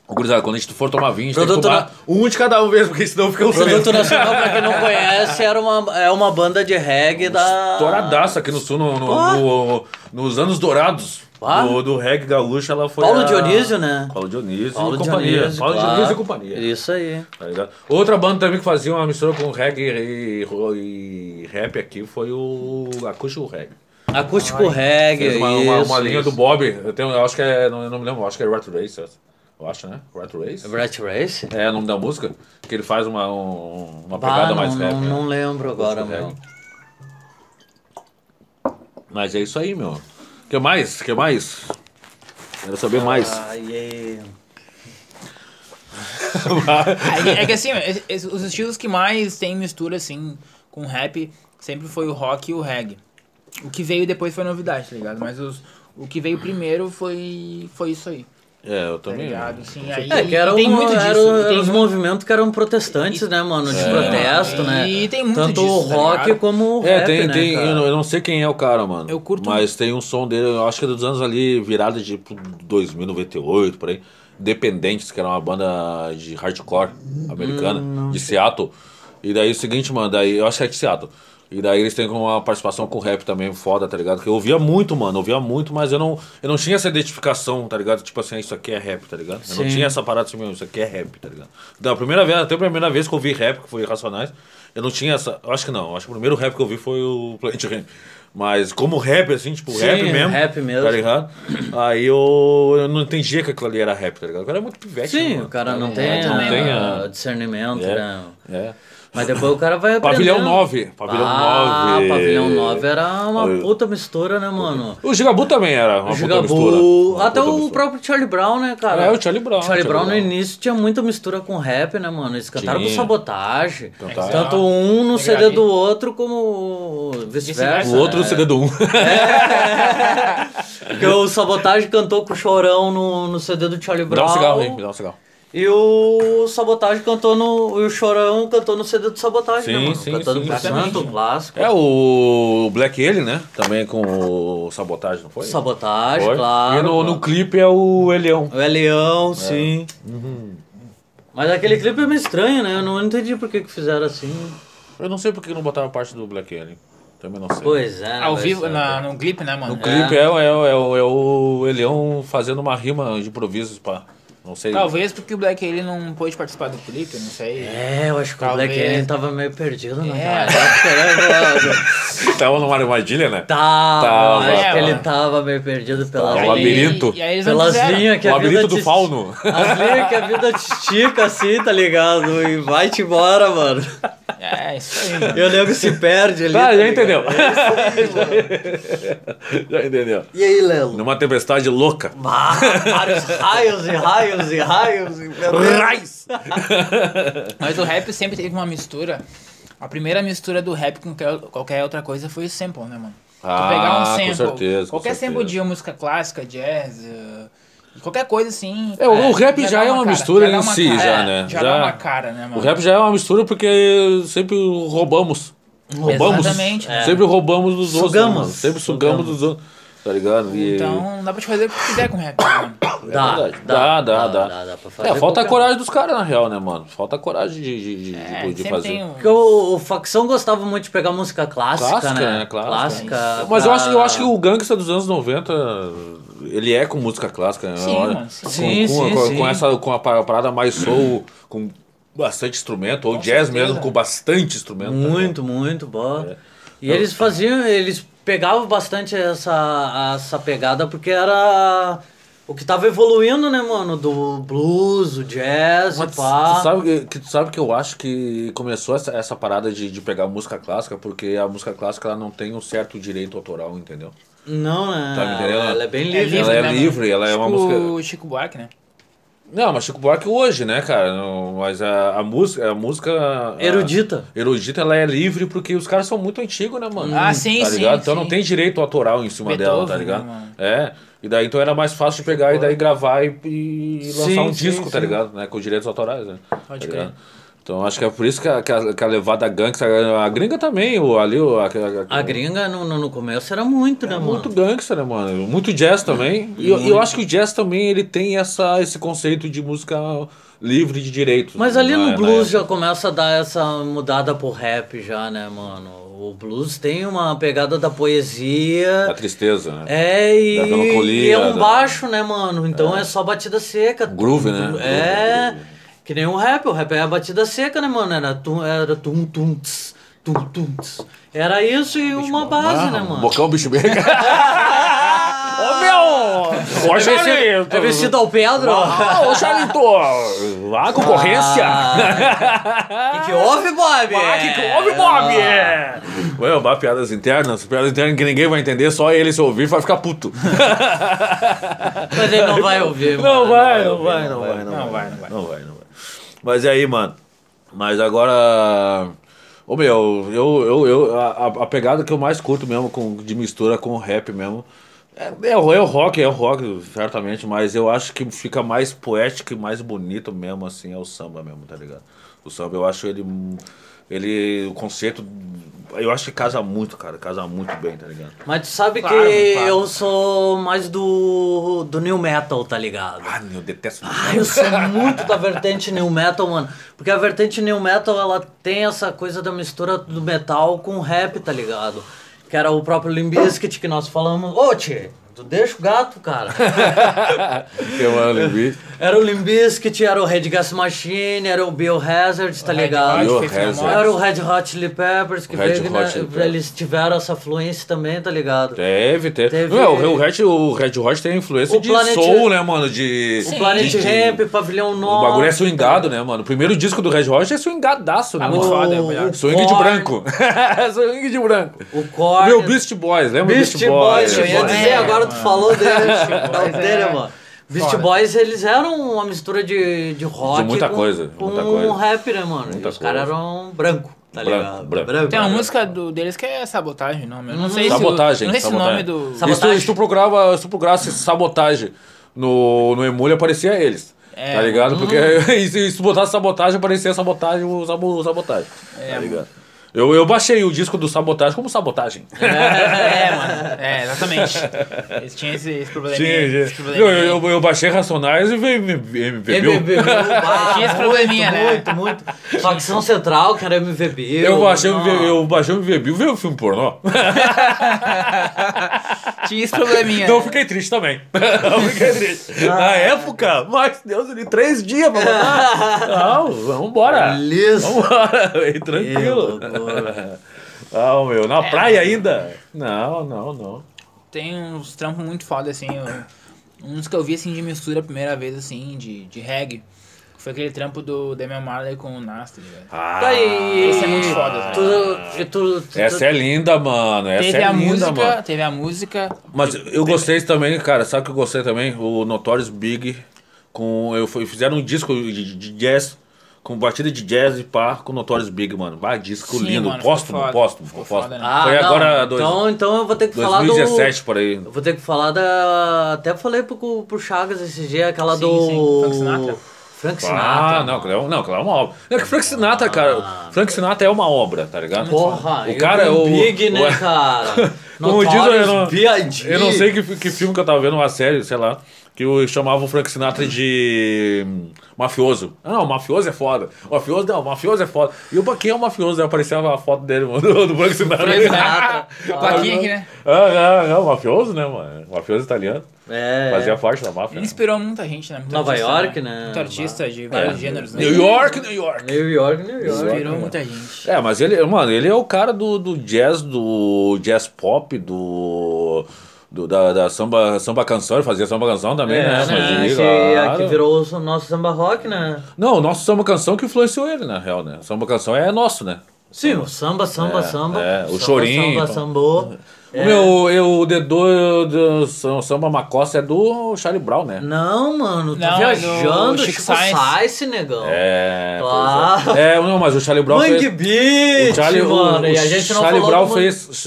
[SPEAKER 1] Ô, Gurizada, quando a gente for tomar vinho, a gente tem que
[SPEAKER 2] Produto
[SPEAKER 1] tomar um de cada um mesmo, porque senão fica um
[SPEAKER 2] Produto
[SPEAKER 1] silêncio.
[SPEAKER 2] Nacional, pra quem não conhece, era uma, é uma banda de reggae da.
[SPEAKER 1] Toradaça aqui no sul, no, no-
[SPEAKER 2] Ah.
[SPEAKER 1] no- nos anos dourados
[SPEAKER 2] Ah.
[SPEAKER 1] do, do reggae gaúcho, ela foi
[SPEAKER 2] Paulo
[SPEAKER 1] a-
[SPEAKER 2] Dionísio, né?
[SPEAKER 1] Paulo Dionísio
[SPEAKER 2] Paulo
[SPEAKER 1] e companhia.
[SPEAKER 2] Dionísio,
[SPEAKER 1] Paulo
[SPEAKER 2] claro.
[SPEAKER 1] Dionísio e companhia.
[SPEAKER 2] Isso aí.
[SPEAKER 1] tá ligado? Outra banda também que fazia uma mistura com reggae e, e- e rap aqui foi o Acústico Reggae.
[SPEAKER 2] Acústico reggae.
[SPEAKER 1] Fez uma, uma-
[SPEAKER 2] isso,
[SPEAKER 1] uma linha
[SPEAKER 2] isso.
[SPEAKER 1] do Bob, eu, tenho- eu acho que é, não, eu não me lembro, eu acho que é Rat Race, eu- eu acho, né? Rat Race?
[SPEAKER 2] Rat Race?
[SPEAKER 1] É o nome da música, que ele faz uma, um- uma
[SPEAKER 2] Bah,
[SPEAKER 1] pegada
[SPEAKER 2] não,
[SPEAKER 1] mais rap.
[SPEAKER 2] não,
[SPEAKER 1] né?
[SPEAKER 2] não lembro agora,
[SPEAKER 1] Acústico
[SPEAKER 2] meu.
[SPEAKER 1] reggae. Mas é isso aí, meu. Que mais? Que mais? Quero saber mais.
[SPEAKER 2] Ai, é.
[SPEAKER 3] É que- É que assim, es- es- os estilos que mais tem mistura, assim, com rap, sempre foi o rock e o reggae. O que veio depois foi novidade, tá ligado? Mas os, o que veio primeiro foi, foi isso aí,
[SPEAKER 1] É, eu
[SPEAKER 3] tá
[SPEAKER 1] também.
[SPEAKER 3] ligado? Assim, aí,
[SPEAKER 2] É, que eram,
[SPEAKER 3] tem muito disso.
[SPEAKER 2] eram,
[SPEAKER 3] tem
[SPEAKER 2] eram os
[SPEAKER 3] muito-
[SPEAKER 2] movimentos que eram protestantes, né, mano? De protesto, né?
[SPEAKER 3] E tem muito
[SPEAKER 2] Tanto o
[SPEAKER 3] disso, tá
[SPEAKER 2] rock
[SPEAKER 3] ligado?
[SPEAKER 2] como o
[SPEAKER 1] É,
[SPEAKER 2] rap,
[SPEAKER 1] tem,
[SPEAKER 2] né,
[SPEAKER 1] tem.
[SPEAKER 2] cara?
[SPEAKER 1] Eu, não- eu não sei quem é o cara, mano.
[SPEAKER 3] Eu curto
[SPEAKER 1] Mas tem um som dele, eu acho que é dos anos ali, virada de tipo, pro 2098, por aí. Dependentes, que era uma banda de hardcore americana,
[SPEAKER 2] Hum,
[SPEAKER 1] de Seattle. E daí é o seguinte, mano, daí, eu acho que é de Seattle. E daí eles têm uma participação com rap também foda, tá ligado? Que eu ouvia muito, mano, eu ouvia muito, mas eu não, eu não tinha essa identificação, tá ligado? Tipo assim, ah, isso aqui é rap, tá ligado? Eu não
[SPEAKER 2] Sim.
[SPEAKER 1] tinha essa parada assim, meu, isso aqui é rap, tá ligado? Da primeira vez, até a primeira vez que eu ouvi rap, que foi Racionais, eu não tinha essa. eu Acho que não, eu acho que o primeiro rap que eu ouvi foi o Plant Ramp. Mas como rap, assim, tipo,
[SPEAKER 2] Sim,
[SPEAKER 1] rap mesmo.
[SPEAKER 2] rap mesmo.
[SPEAKER 1] Tá ligado? Aí eu, eu não entendia que aquilo ali era rap, tá ligado? Agora é muito pivete. né,
[SPEAKER 2] Sim,
[SPEAKER 1] mano?
[SPEAKER 2] o cara não
[SPEAKER 1] É,
[SPEAKER 2] tem,
[SPEAKER 1] Não
[SPEAKER 2] né,
[SPEAKER 1] tem
[SPEAKER 2] o
[SPEAKER 1] a-
[SPEAKER 2] discernimento, né?
[SPEAKER 1] É.
[SPEAKER 2] Mas depois o cara vai aprendendo.
[SPEAKER 1] Pavilhão 9. Pavilhão
[SPEAKER 2] ah,
[SPEAKER 1] 9.
[SPEAKER 2] Pavilhão 9 era uma
[SPEAKER 1] Olha.
[SPEAKER 2] puta mistura, né, mano?
[SPEAKER 1] O Gigabu também era uma puta mistura.
[SPEAKER 2] Gigabu,
[SPEAKER 1] Uma
[SPEAKER 2] até
[SPEAKER 1] puta
[SPEAKER 2] o
[SPEAKER 1] mistura.
[SPEAKER 2] próprio Charlie Brown, né, cara?
[SPEAKER 1] É, o Charlie Brown,
[SPEAKER 2] Charlie,
[SPEAKER 1] Charlie
[SPEAKER 2] Brown,
[SPEAKER 1] Brown.
[SPEAKER 2] no início tinha muita mistura com rap, né, mano? Eles cantaram com
[SPEAKER 1] Tinha.
[SPEAKER 2] sabotagem.
[SPEAKER 1] Cantaram.
[SPEAKER 2] Tanto um no
[SPEAKER 3] Pegadinha.
[SPEAKER 2] CD do outro, como vice-versa. né?
[SPEAKER 3] Vice-versa,
[SPEAKER 1] O um. outro CD do 1.
[SPEAKER 2] É, Porque o Sabotagem cantou com o Chorão no, no CD do Charlie
[SPEAKER 1] Me dá
[SPEAKER 2] Brown.
[SPEAKER 1] um cigarro aí, me dá um cigarro.
[SPEAKER 2] E o Sabotagem cantou no. E o Chorão cantou no CD do Sabotagem, né,
[SPEAKER 1] Sim,
[SPEAKER 2] mano?
[SPEAKER 1] sim,
[SPEAKER 2] Cantando
[SPEAKER 1] sim,
[SPEAKER 2] pro
[SPEAKER 1] exatamente.
[SPEAKER 2] Santo, clássico.
[SPEAKER 1] É o Black ele, né? Também com o Sabotagem, não foi?
[SPEAKER 2] Sabotagem,
[SPEAKER 1] Foi.
[SPEAKER 2] claro.
[SPEAKER 1] E no,
[SPEAKER 2] claro.
[SPEAKER 1] no É. clipe é o Elião.
[SPEAKER 2] O Elião, sim.
[SPEAKER 1] Uhum.
[SPEAKER 2] Mas aquele clipe é meio estranho, né? Eu não entendi por que, que fizeram assim.
[SPEAKER 1] Eu não sei porque não botaram parte do Black Alien. Também não sei.
[SPEAKER 2] Pois é. né,
[SPEAKER 3] Ao
[SPEAKER 2] vai
[SPEAKER 3] vivo,
[SPEAKER 2] saber.
[SPEAKER 3] na, no clipe, né, mano?
[SPEAKER 1] O clipe é, é, é, o- é o Elião fazendo uma rima de improvisos pra. Não sei.
[SPEAKER 3] É,
[SPEAKER 2] Tá,
[SPEAKER 3] Talvez porque o Black ele não pôde participar do clipe, não sei.
[SPEAKER 2] É, eu acho que
[SPEAKER 3] Talvez.
[SPEAKER 2] o Black Alien tava meio perdido na
[SPEAKER 3] É.
[SPEAKER 1] Tava numa armadilha,
[SPEAKER 2] Tá,
[SPEAKER 1] né?
[SPEAKER 2] Tava,
[SPEAKER 1] Tava.
[SPEAKER 2] acho que
[SPEAKER 3] É,
[SPEAKER 2] ele
[SPEAKER 3] mano.
[SPEAKER 2] tava meio perdido pela
[SPEAKER 1] Tava.
[SPEAKER 3] Aí-
[SPEAKER 1] o labirinto.
[SPEAKER 3] E aí eles não
[SPEAKER 2] Pelas
[SPEAKER 3] quiseram.
[SPEAKER 2] linhas que
[SPEAKER 1] O
[SPEAKER 2] a
[SPEAKER 1] labirinto
[SPEAKER 2] vida
[SPEAKER 1] do
[SPEAKER 2] te-
[SPEAKER 1] fauno.
[SPEAKER 2] As linhas que a vida te estica assim, tá ligado? E vai-te embora, mano.
[SPEAKER 3] É, isso aí, mano.
[SPEAKER 2] E o nego se perde ali.
[SPEAKER 1] Tá, já
[SPEAKER 2] ligado?
[SPEAKER 1] entendeu.
[SPEAKER 2] É
[SPEAKER 1] Já entendeu.
[SPEAKER 2] E aí, Lelo?
[SPEAKER 1] Numa tempestade louca.
[SPEAKER 2] Bah, vários raios e raios e raios. E... meu Deus.
[SPEAKER 1] Raiz!
[SPEAKER 3] Mas o rap sempre teve uma mistura. A primeira mistura do rap com qualquer- qualquer outra coisa foi o sample, né, mano?
[SPEAKER 1] Ah,
[SPEAKER 3] tu pegar um
[SPEAKER 1] com
[SPEAKER 3] sample.
[SPEAKER 1] certeza, com
[SPEAKER 3] qualquer sample
[SPEAKER 1] certeza.
[SPEAKER 3] de uma música clássica, jazz, eh, qualquer coisa assim.
[SPEAKER 1] É, o- o rap já
[SPEAKER 3] dá
[SPEAKER 1] é uma
[SPEAKER 3] cara,
[SPEAKER 1] mistura
[SPEAKER 3] dá
[SPEAKER 1] em
[SPEAKER 3] uma
[SPEAKER 1] si,
[SPEAKER 3] cara.
[SPEAKER 1] já,
[SPEAKER 3] É,
[SPEAKER 1] né?
[SPEAKER 3] Já,
[SPEAKER 1] Já-
[SPEAKER 3] dá uma cara, né, mano?
[SPEAKER 1] O rap já é uma mistura porque sempre roubamos. Roubamos.
[SPEAKER 3] Exatamente. É.
[SPEAKER 1] Sempre roubamos dos outros. né,
[SPEAKER 2] Sugamos.
[SPEAKER 1] mano? Sempre sugamos
[SPEAKER 2] Sugamos.
[SPEAKER 1] dos outros. Tá ligado? E-
[SPEAKER 3] Então dá pra te fazer o que quiser com rap, né, mano?
[SPEAKER 1] É
[SPEAKER 2] Dá,
[SPEAKER 1] verdade. dá,
[SPEAKER 2] dá,
[SPEAKER 1] dá,
[SPEAKER 2] dá,
[SPEAKER 1] dá.
[SPEAKER 2] dá, dá pra fazer
[SPEAKER 1] É, falta a
[SPEAKER 2] qualquer-
[SPEAKER 1] coragem dos caras, na real, né, mano? Falta a coragem de, de, de-
[SPEAKER 3] É,
[SPEAKER 1] de- de
[SPEAKER 3] sempre
[SPEAKER 1] fazer.
[SPEAKER 3] tem um.
[SPEAKER 2] Porque o, o Facção gostava muito de pegar música clássica,
[SPEAKER 1] Clássica,
[SPEAKER 2] né?
[SPEAKER 1] né? Clássica.
[SPEAKER 2] Clássica
[SPEAKER 1] Mas eu acho, eu
[SPEAKER 2] pra-
[SPEAKER 1] acho que o gangsta dos anos 90, ele é com música clássica. né?
[SPEAKER 3] Sim,
[SPEAKER 1] Olha,
[SPEAKER 3] mano, sim.
[SPEAKER 1] com, com,
[SPEAKER 2] Sim, sim,
[SPEAKER 1] com-
[SPEAKER 2] sim.
[SPEAKER 1] com essa com a pa- parada mais soul, com bastante instrumento, ou jazz
[SPEAKER 3] certeza.
[SPEAKER 1] mesmo, com bastante instrumento. tá ligado?
[SPEAKER 2] Muito, muito bom.
[SPEAKER 1] É.
[SPEAKER 2] E eles faziam, eles pegavam bastante essa, essa pegada porque era o que tava evoluindo, né, mano? Do blues, o jazz,
[SPEAKER 1] Mas
[SPEAKER 2] e pá.
[SPEAKER 1] tu sabe que- que, tu sabe que eu acho que começou essa, essa parada de, de pegar música clássica, porque a música clássica ela não tem um certo direito autoral, entendeu?
[SPEAKER 2] Não, né?
[SPEAKER 1] Tá me entendendo?
[SPEAKER 2] ela, ela é bem
[SPEAKER 3] É
[SPEAKER 2] livre.
[SPEAKER 3] livre,
[SPEAKER 1] Ela é
[SPEAKER 3] né, mano?
[SPEAKER 1] livre, ela é uma
[SPEAKER 3] Tipo
[SPEAKER 1] música-
[SPEAKER 3] O Chico Buarque, né?
[SPEAKER 1] Não, mas Chico Buarque hoje, né, cara? Não, mas a, a música. A música a-
[SPEAKER 2] Erudita.
[SPEAKER 1] erudita, ela é livre porque os caras são muito antigos, né, mano?
[SPEAKER 3] Ah, sim,
[SPEAKER 1] tá
[SPEAKER 3] sim,
[SPEAKER 1] ligado? Então
[SPEAKER 3] sim.
[SPEAKER 1] não tem direito autoral em cima
[SPEAKER 3] Beethoven,
[SPEAKER 1] dela, tá ligado?
[SPEAKER 3] né, mano?
[SPEAKER 1] é. E daí então era mais fácil de pegar e daí gravar e, e lançar
[SPEAKER 2] Sim,
[SPEAKER 1] um
[SPEAKER 2] sim,
[SPEAKER 1] disco, tá
[SPEAKER 2] sim.
[SPEAKER 1] ligado? Né? Com direitos autorais, né?
[SPEAKER 3] Pode
[SPEAKER 1] tá
[SPEAKER 3] crer.
[SPEAKER 1] ligado? Então acho que é por isso que a, que a, que a levada gangsta, a gringa também, o, ali, o, a, a-
[SPEAKER 2] A gringa no, no, no começo era muito, né, mano?
[SPEAKER 1] É.
[SPEAKER 2] É
[SPEAKER 1] muito gangsta, né, mano? Muito jazz também. E eu, e eu acho que o jazz também ele tem essa, esse conceito de música livre de direitos.
[SPEAKER 2] Mas
[SPEAKER 1] né,
[SPEAKER 2] ali
[SPEAKER 1] na-
[SPEAKER 2] no
[SPEAKER 1] na
[SPEAKER 2] blues
[SPEAKER 1] época.
[SPEAKER 2] já começa a dar essa mudada pro rap já, né, mano? O blues tem uma pegada da poesia.
[SPEAKER 1] Da tristeza, né?
[SPEAKER 2] É, e,
[SPEAKER 1] Da melancolia,
[SPEAKER 2] e é um
[SPEAKER 1] da-
[SPEAKER 2] baixo, né, mano? Então é, só batida seca.
[SPEAKER 1] Groove, né?
[SPEAKER 2] É, que nem o rap. O rap é a batida seca, né, mano? Era tum, era tum, tum, tss, tum, tum, tss. Era isso e uma base, né, mano?
[SPEAKER 1] Ah, Bocão, bicho bem. Ô, meu! Ô,
[SPEAKER 2] É vestido, é vestido ao Pedro?
[SPEAKER 1] Ô, Charlito! A concorrência!
[SPEAKER 2] Ah. O que, que houve, Bob? É.
[SPEAKER 1] Ah, que que houve, Bob? Ué, bah, piadas internas. Piadas internas que ninguém vai entender, só ele se ouvir vai ficar puto.
[SPEAKER 2] Mas ele não vai ouvir, mano.
[SPEAKER 1] Não vai, não
[SPEAKER 2] ouvir,
[SPEAKER 1] vai, não vai,
[SPEAKER 3] Não vai, não vai.
[SPEAKER 1] Não vai, não vai. Mas e aí, mano? Mas agora. Ô meu, eu, eu, eu, a, a- a pegada que eu mais curto mesmo com, de mistura com o rap mesmo. É, é, o- é o rock, é o rock, certamente, mas eu acho que fica mais poético e mais bonito mesmo, assim, é o samba mesmo, tá ligado? O samba, eu acho ele. Ele. O conceito. Eu acho que casa muito, cara. Casa muito bem, tá ligado?
[SPEAKER 2] Mas tu sabe
[SPEAKER 3] Claro,
[SPEAKER 2] que
[SPEAKER 3] claro.
[SPEAKER 2] eu sou mais do, do new metal, tá ligado?
[SPEAKER 1] Ah, eu detesto.
[SPEAKER 2] Ah, eu sou muito da vertente new metal, mano. Porque a vertente new metal, ela tem essa coisa da mistura do metal com o rap, tá ligado? Que era o próprio Limp Bizkit que nós falamos. Ô, tchê! Tu deixa o gato, cara.
[SPEAKER 1] Eu amo linguiça.
[SPEAKER 2] Era o Limbiscuit, era o Red Gas Machine, era o Biohazard, tá
[SPEAKER 1] Red
[SPEAKER 2] ligado?
[SPEAKER 1] Hot, Biohazard.
[SPEAKER 2] Era o Red Hot Chili Peppers, que
[SPEAKER 1] O Red
[SPEAKER 2] veio, que,
[SPEAKER 1] Hot
[SPEAKER 2] né,
[SPEAKER 1] Chili Peppers.
[SPEAKER 2] eles tiveram essa fluência também, tá ligado?
[SPEAKER 1] Teve, teve.
[SPEAKER 2] Teve-
[SPEAKER 1] Não, o, o Red, o Red Hot tem influência
[SPEAKER 2] O
[SPEAKER 1] de
[SPEAKER 2] Planet-
[SPEAKER 1] soul, né, mano? De,
[SPEAKER 2] O Planet
[SPEAKER 1] de, de-
[SPEAKER 2] Ramp, Pavilhão 9.
[SPEAKER 1] O bagulho é swingado, né, mano? O primeiro disco do Red Hot é swingadaço, né,
[SPEAKER 3] Ah,
[SPEAKER 1] mano?
[SPEAKER 3] muito foda, é o melhor.
[SPEAKER 2] o
[SPEAKER 1] Swing de
[SPEAKER 2] Korn,
[SPEAKER 1] branco. swing de branco.
[SPEAKER 2] O Korn.
[SPEAKER 1] Meu Beast Boys, lembra do
[SPEAKER 2] Beast Boys, eu ia
[SPEAKER 3] Boys.
[SPEAKER 2] dizer,
[SPEAKER 3] É,
[SPEAKER 2] agora tu
[SPEAKER 3] mano.
[SPEAKER 2] falou dele.
[SPEAKER 3] Beast
[SPEAKER 2] Não,
[SPEAKER 3] Boys
[SPEAKER 2] dele,
[SPEAKER 3] é
[SPEAKER 2] mano. Beast
[SPEAKER 3] foda.
[SPEAKER 2] Boys, eles eram uma mistura de, de rock
[SPEAKER 1] muita
[SPEAKER 2] com,
[SPEAKER 1] coisa,
[SPEAKER 2] com
[SPEAKER 1] muita coisa.
[SPEAKER 2] um rap, né, mano?
[SPEAKER 1] Muita
[SPEAKER 2] E os caras
[SPEAKER 1] coisa.
[SPEAKER 2] eram branco, tá
[SPEAKER 1] Branco,
[SPEAKER 2] ligado?
[SPEAKER 1] branco.
[SPEAKER 3] Tem uma música do, deles que é sabotagem, não, meu. Não sei se.
[SPEAKER 1] Sabotagem.
[SPEAKER 3] o- Não sei se o
[SPEAKER 1] sabotagem.
[SPEAKER 3] nome do.
[SPEAKER 1] E
[SPEAKER 2] Sabotagem.
[SPEAKER 1] Se tu, se tu procurava, se tu procurasse sabotagem no, no Emule, aparecia eles.
[SPEAKER 3] É.
[SPEAKER 1] Tá ligado? Porque e se, se tu botasse sabotagem, aparecia sabotagem, o sabo- sabotagem.
[SPEAKER 3] É,
[SPEAKER 1] tá ligado? Eu, eu baixei o disco do Sabotagem como Sabotagem.
[SPEAKER 3] É, mano. É, exatamente. Eles tinham esse, esse problema. Esse
[SPEAKER 1] eu,
[SPEAKER 3] probleminha.
[SPEAKER 1] eu- eu baixei Racionais e veio MVB.
[SPEAKER 2] MVB. ah,
[SPEAKER 3] Tinha esse probleminha, né?
[SPEAKER 2] muito, muito, muito. Facção Central, que era MVB.
[SPEAKER 1] Eu baixei, o
[SPEAKER 2] não.
[SPEAKER 1] MVB, eu baixei o MVB e veio o um filme pornô.
[SPEAKER 3] Tinha esse probleminha.
[SPEAKER 1] Então eu fiquei triste também. Eu fiquei triste.
[SPEAKER 2] Ah.
[SPEAKER 1] Na época, mas Deus, ele três dias pra botar. Não, vambora.
[SPEAKER 2] Beleza.
[SPEAKER 1] Vambora, e tranquilo.
[SPEAKER 2] Que loucura.
[SPEAKER 1] Não, meu,
[SPEAKER 3] É.
[SPEAKER 1] na praia ainda? Não, não, não.
[SPEAKER 3] Tem uns trampos muito foda, assim. eu- uns que eu vi, assim, de mistura a primeira vez, assim, de, de reggae. Foi aquele trampo do Damian Marley com o Nas, tá ligado?
[SPEAKER 1] Ah,
[SPEAKER 2] Tá aí.
[SPEAKER 3] Esse é muito foda, tá
[SPEAKER 2] Tu, e tu, tu,
[SPEAKER 1] Essa é linda, mano. Essa
[SPEAKER 3] Teve
[SPEAKER 1] é
[SPEAKER 3] a
[SPEAKER 1] linda,
[SPEAKER 3] música,
[SPEAKER 1] mano.
[SPEAKER 3] teve a música.
[SPEAKER 1] Mas eu gostei também, cara. Sabe o que eu gostei também? O Notorious Big. Com, eu fui- fizeram um disco de, de jazz, com batida de jazz e pá, com Notorious Big, mano. Vai, disco
[SPEAKER 3] Sim,
[SPEAKER 1] lindo.
[SPEAKER 3] mano, ficou
[SPEAKER 1] póstumo,
[SPEAKER 3] foda.
[SPEAKER 1] póstumo,
[SPEAKER 3] Ficou
[SPEAKER 1] póstumo.
[SPEAKER 3] foda, né?
[SPEAKER 2] Ah,
[SPEAKER 1] Foi
[SPEAKER 2] não.
[SPEAKER 1] agora dois,
[SPEAKER 2] Então, então eu vou ter que falar do...
[SPEAKER 1] 2017, por aí.
[SPEAKER 2] Eu vou ter que falar da. Até falei pro, pro Chagas esse dia, aquela
[SPEAKER 3] Sim,
[SPEAKER 2] do.
[SPEAKER 3] sim, Frank Sinatra.
[SPEAKER 2] Frank Sinatra. Ah.
[SPEAKER 1] Ah, não, aquilo é, um- não, aquilo é uma obra. É que Frank Sinatra, cara, Frank Sinatra é uma obra, tá ligado?
[SPEAKER 2] Porra,
[SPEAKER 1] o cara é o.
[SPEAKER 2] Big, né,
[SPEAKER 1] o-
[SPEAKER 2] cara?
[SPEAKER 1] Como diz, eu
[SPEAKER 2] Notorious
[SPEAKER 1] não,
[SPEAKER 2] B.I.G..
[SPEAKER 1] eu não sei que, que filme que eu tava vendo, uma série, sei lá, que eu chamava o Frank Sinatra de hum, mafioso. Ah, não, mafioso é foda. Mafioso não, mafioso é foda. E o Baquinha é o mafioso, né? aparecia a foto dele, mano, do Frank Sinatra.
[SPEAKER 2] Frank Sinatra.
[SPEAKER 3] Paquinha aqui, né?
[SPEAKER 1] Ah, não, não, mafioso, né, mano? Mafioso italiano.
[SPEAKER 2] É.
[SPEAKER 1] Fazia parte da máfia.
[SPEAKER 3] Ele
[SPEAKER 1] né?
[SPEAKER 3] inspirou muita gente, né? Muito
[SPEAKER 2] Nova
[SPEAKER 3] artista,
[SPEAKER 2] York, né?
[SPEAKER 3] Muito artista de
[SPEAKER 1] É.
[SPEAKER 3] vários gêneros, né?
[SPEAKER 1] New York, New York.
[SPEAKER 2] New York, New York.
[SPEAKER 3] Inspirou muita gente.
[SPEAKER 1] É, mas ele, mano, ele é o cara do, do jazz, do jazz pop, do. do- da, da samba, samba canção, ele fazia samba canção também, né? Fazia,
[SPEAKER 2] né, que
[SPEAKER 1] claro.
[SPEAKER 2] aqui virou o nosso samba rock, né?
[SPEAKER 1] Não, o nosso samba canção que influenciou ele, na real, né? Samba canção é nosso, né?
[SPEAKER 2] Sim, o samba, samba,
[SPEAKER 1] É,
[SPEAKER 2] samba.
[SPEAKER 1] é, o
[SPEAKER 2] Samba,
[SPEAKER 1] chorinho,
[SPEAKER 2] Samba,
[SPEAKER 1] então.
[SPEAKER 2] sambô. É.
[SPEAKER 1] O meu, eu, o D2 do sam- samba macossa é do Charlie Brown, né?
[SPEAKER 2] Não, mano, tá
[SPEAKER 3] Não, é do
[SPEAKER 2] viajando,
[SPEAKER 3] Chico
[SPEAKER 2] Chico
[SPEAKER 3] Science.
[SPEAKER 2] Science, negão.
[SPEAKER 1] É. pois
[SPEAKER 2] Claro.
[SPEAKER 1] É, É, não, mas o Charlie Brown.
[SPEAKER 2] Ah. Mangue
[SPEAKER 1] fez-
[SPEAKER 2] Beat,
[SPEAKER 1] O Charlie, o- o
[SPEAKER 2] mano. e a gente não
[SPEAKER 1] Charlie
[SPEAKER 2] falou
[SPEAKER 1] Brown
[SPEAKER 2] do Mangue-
[SPEAKER 1] fez,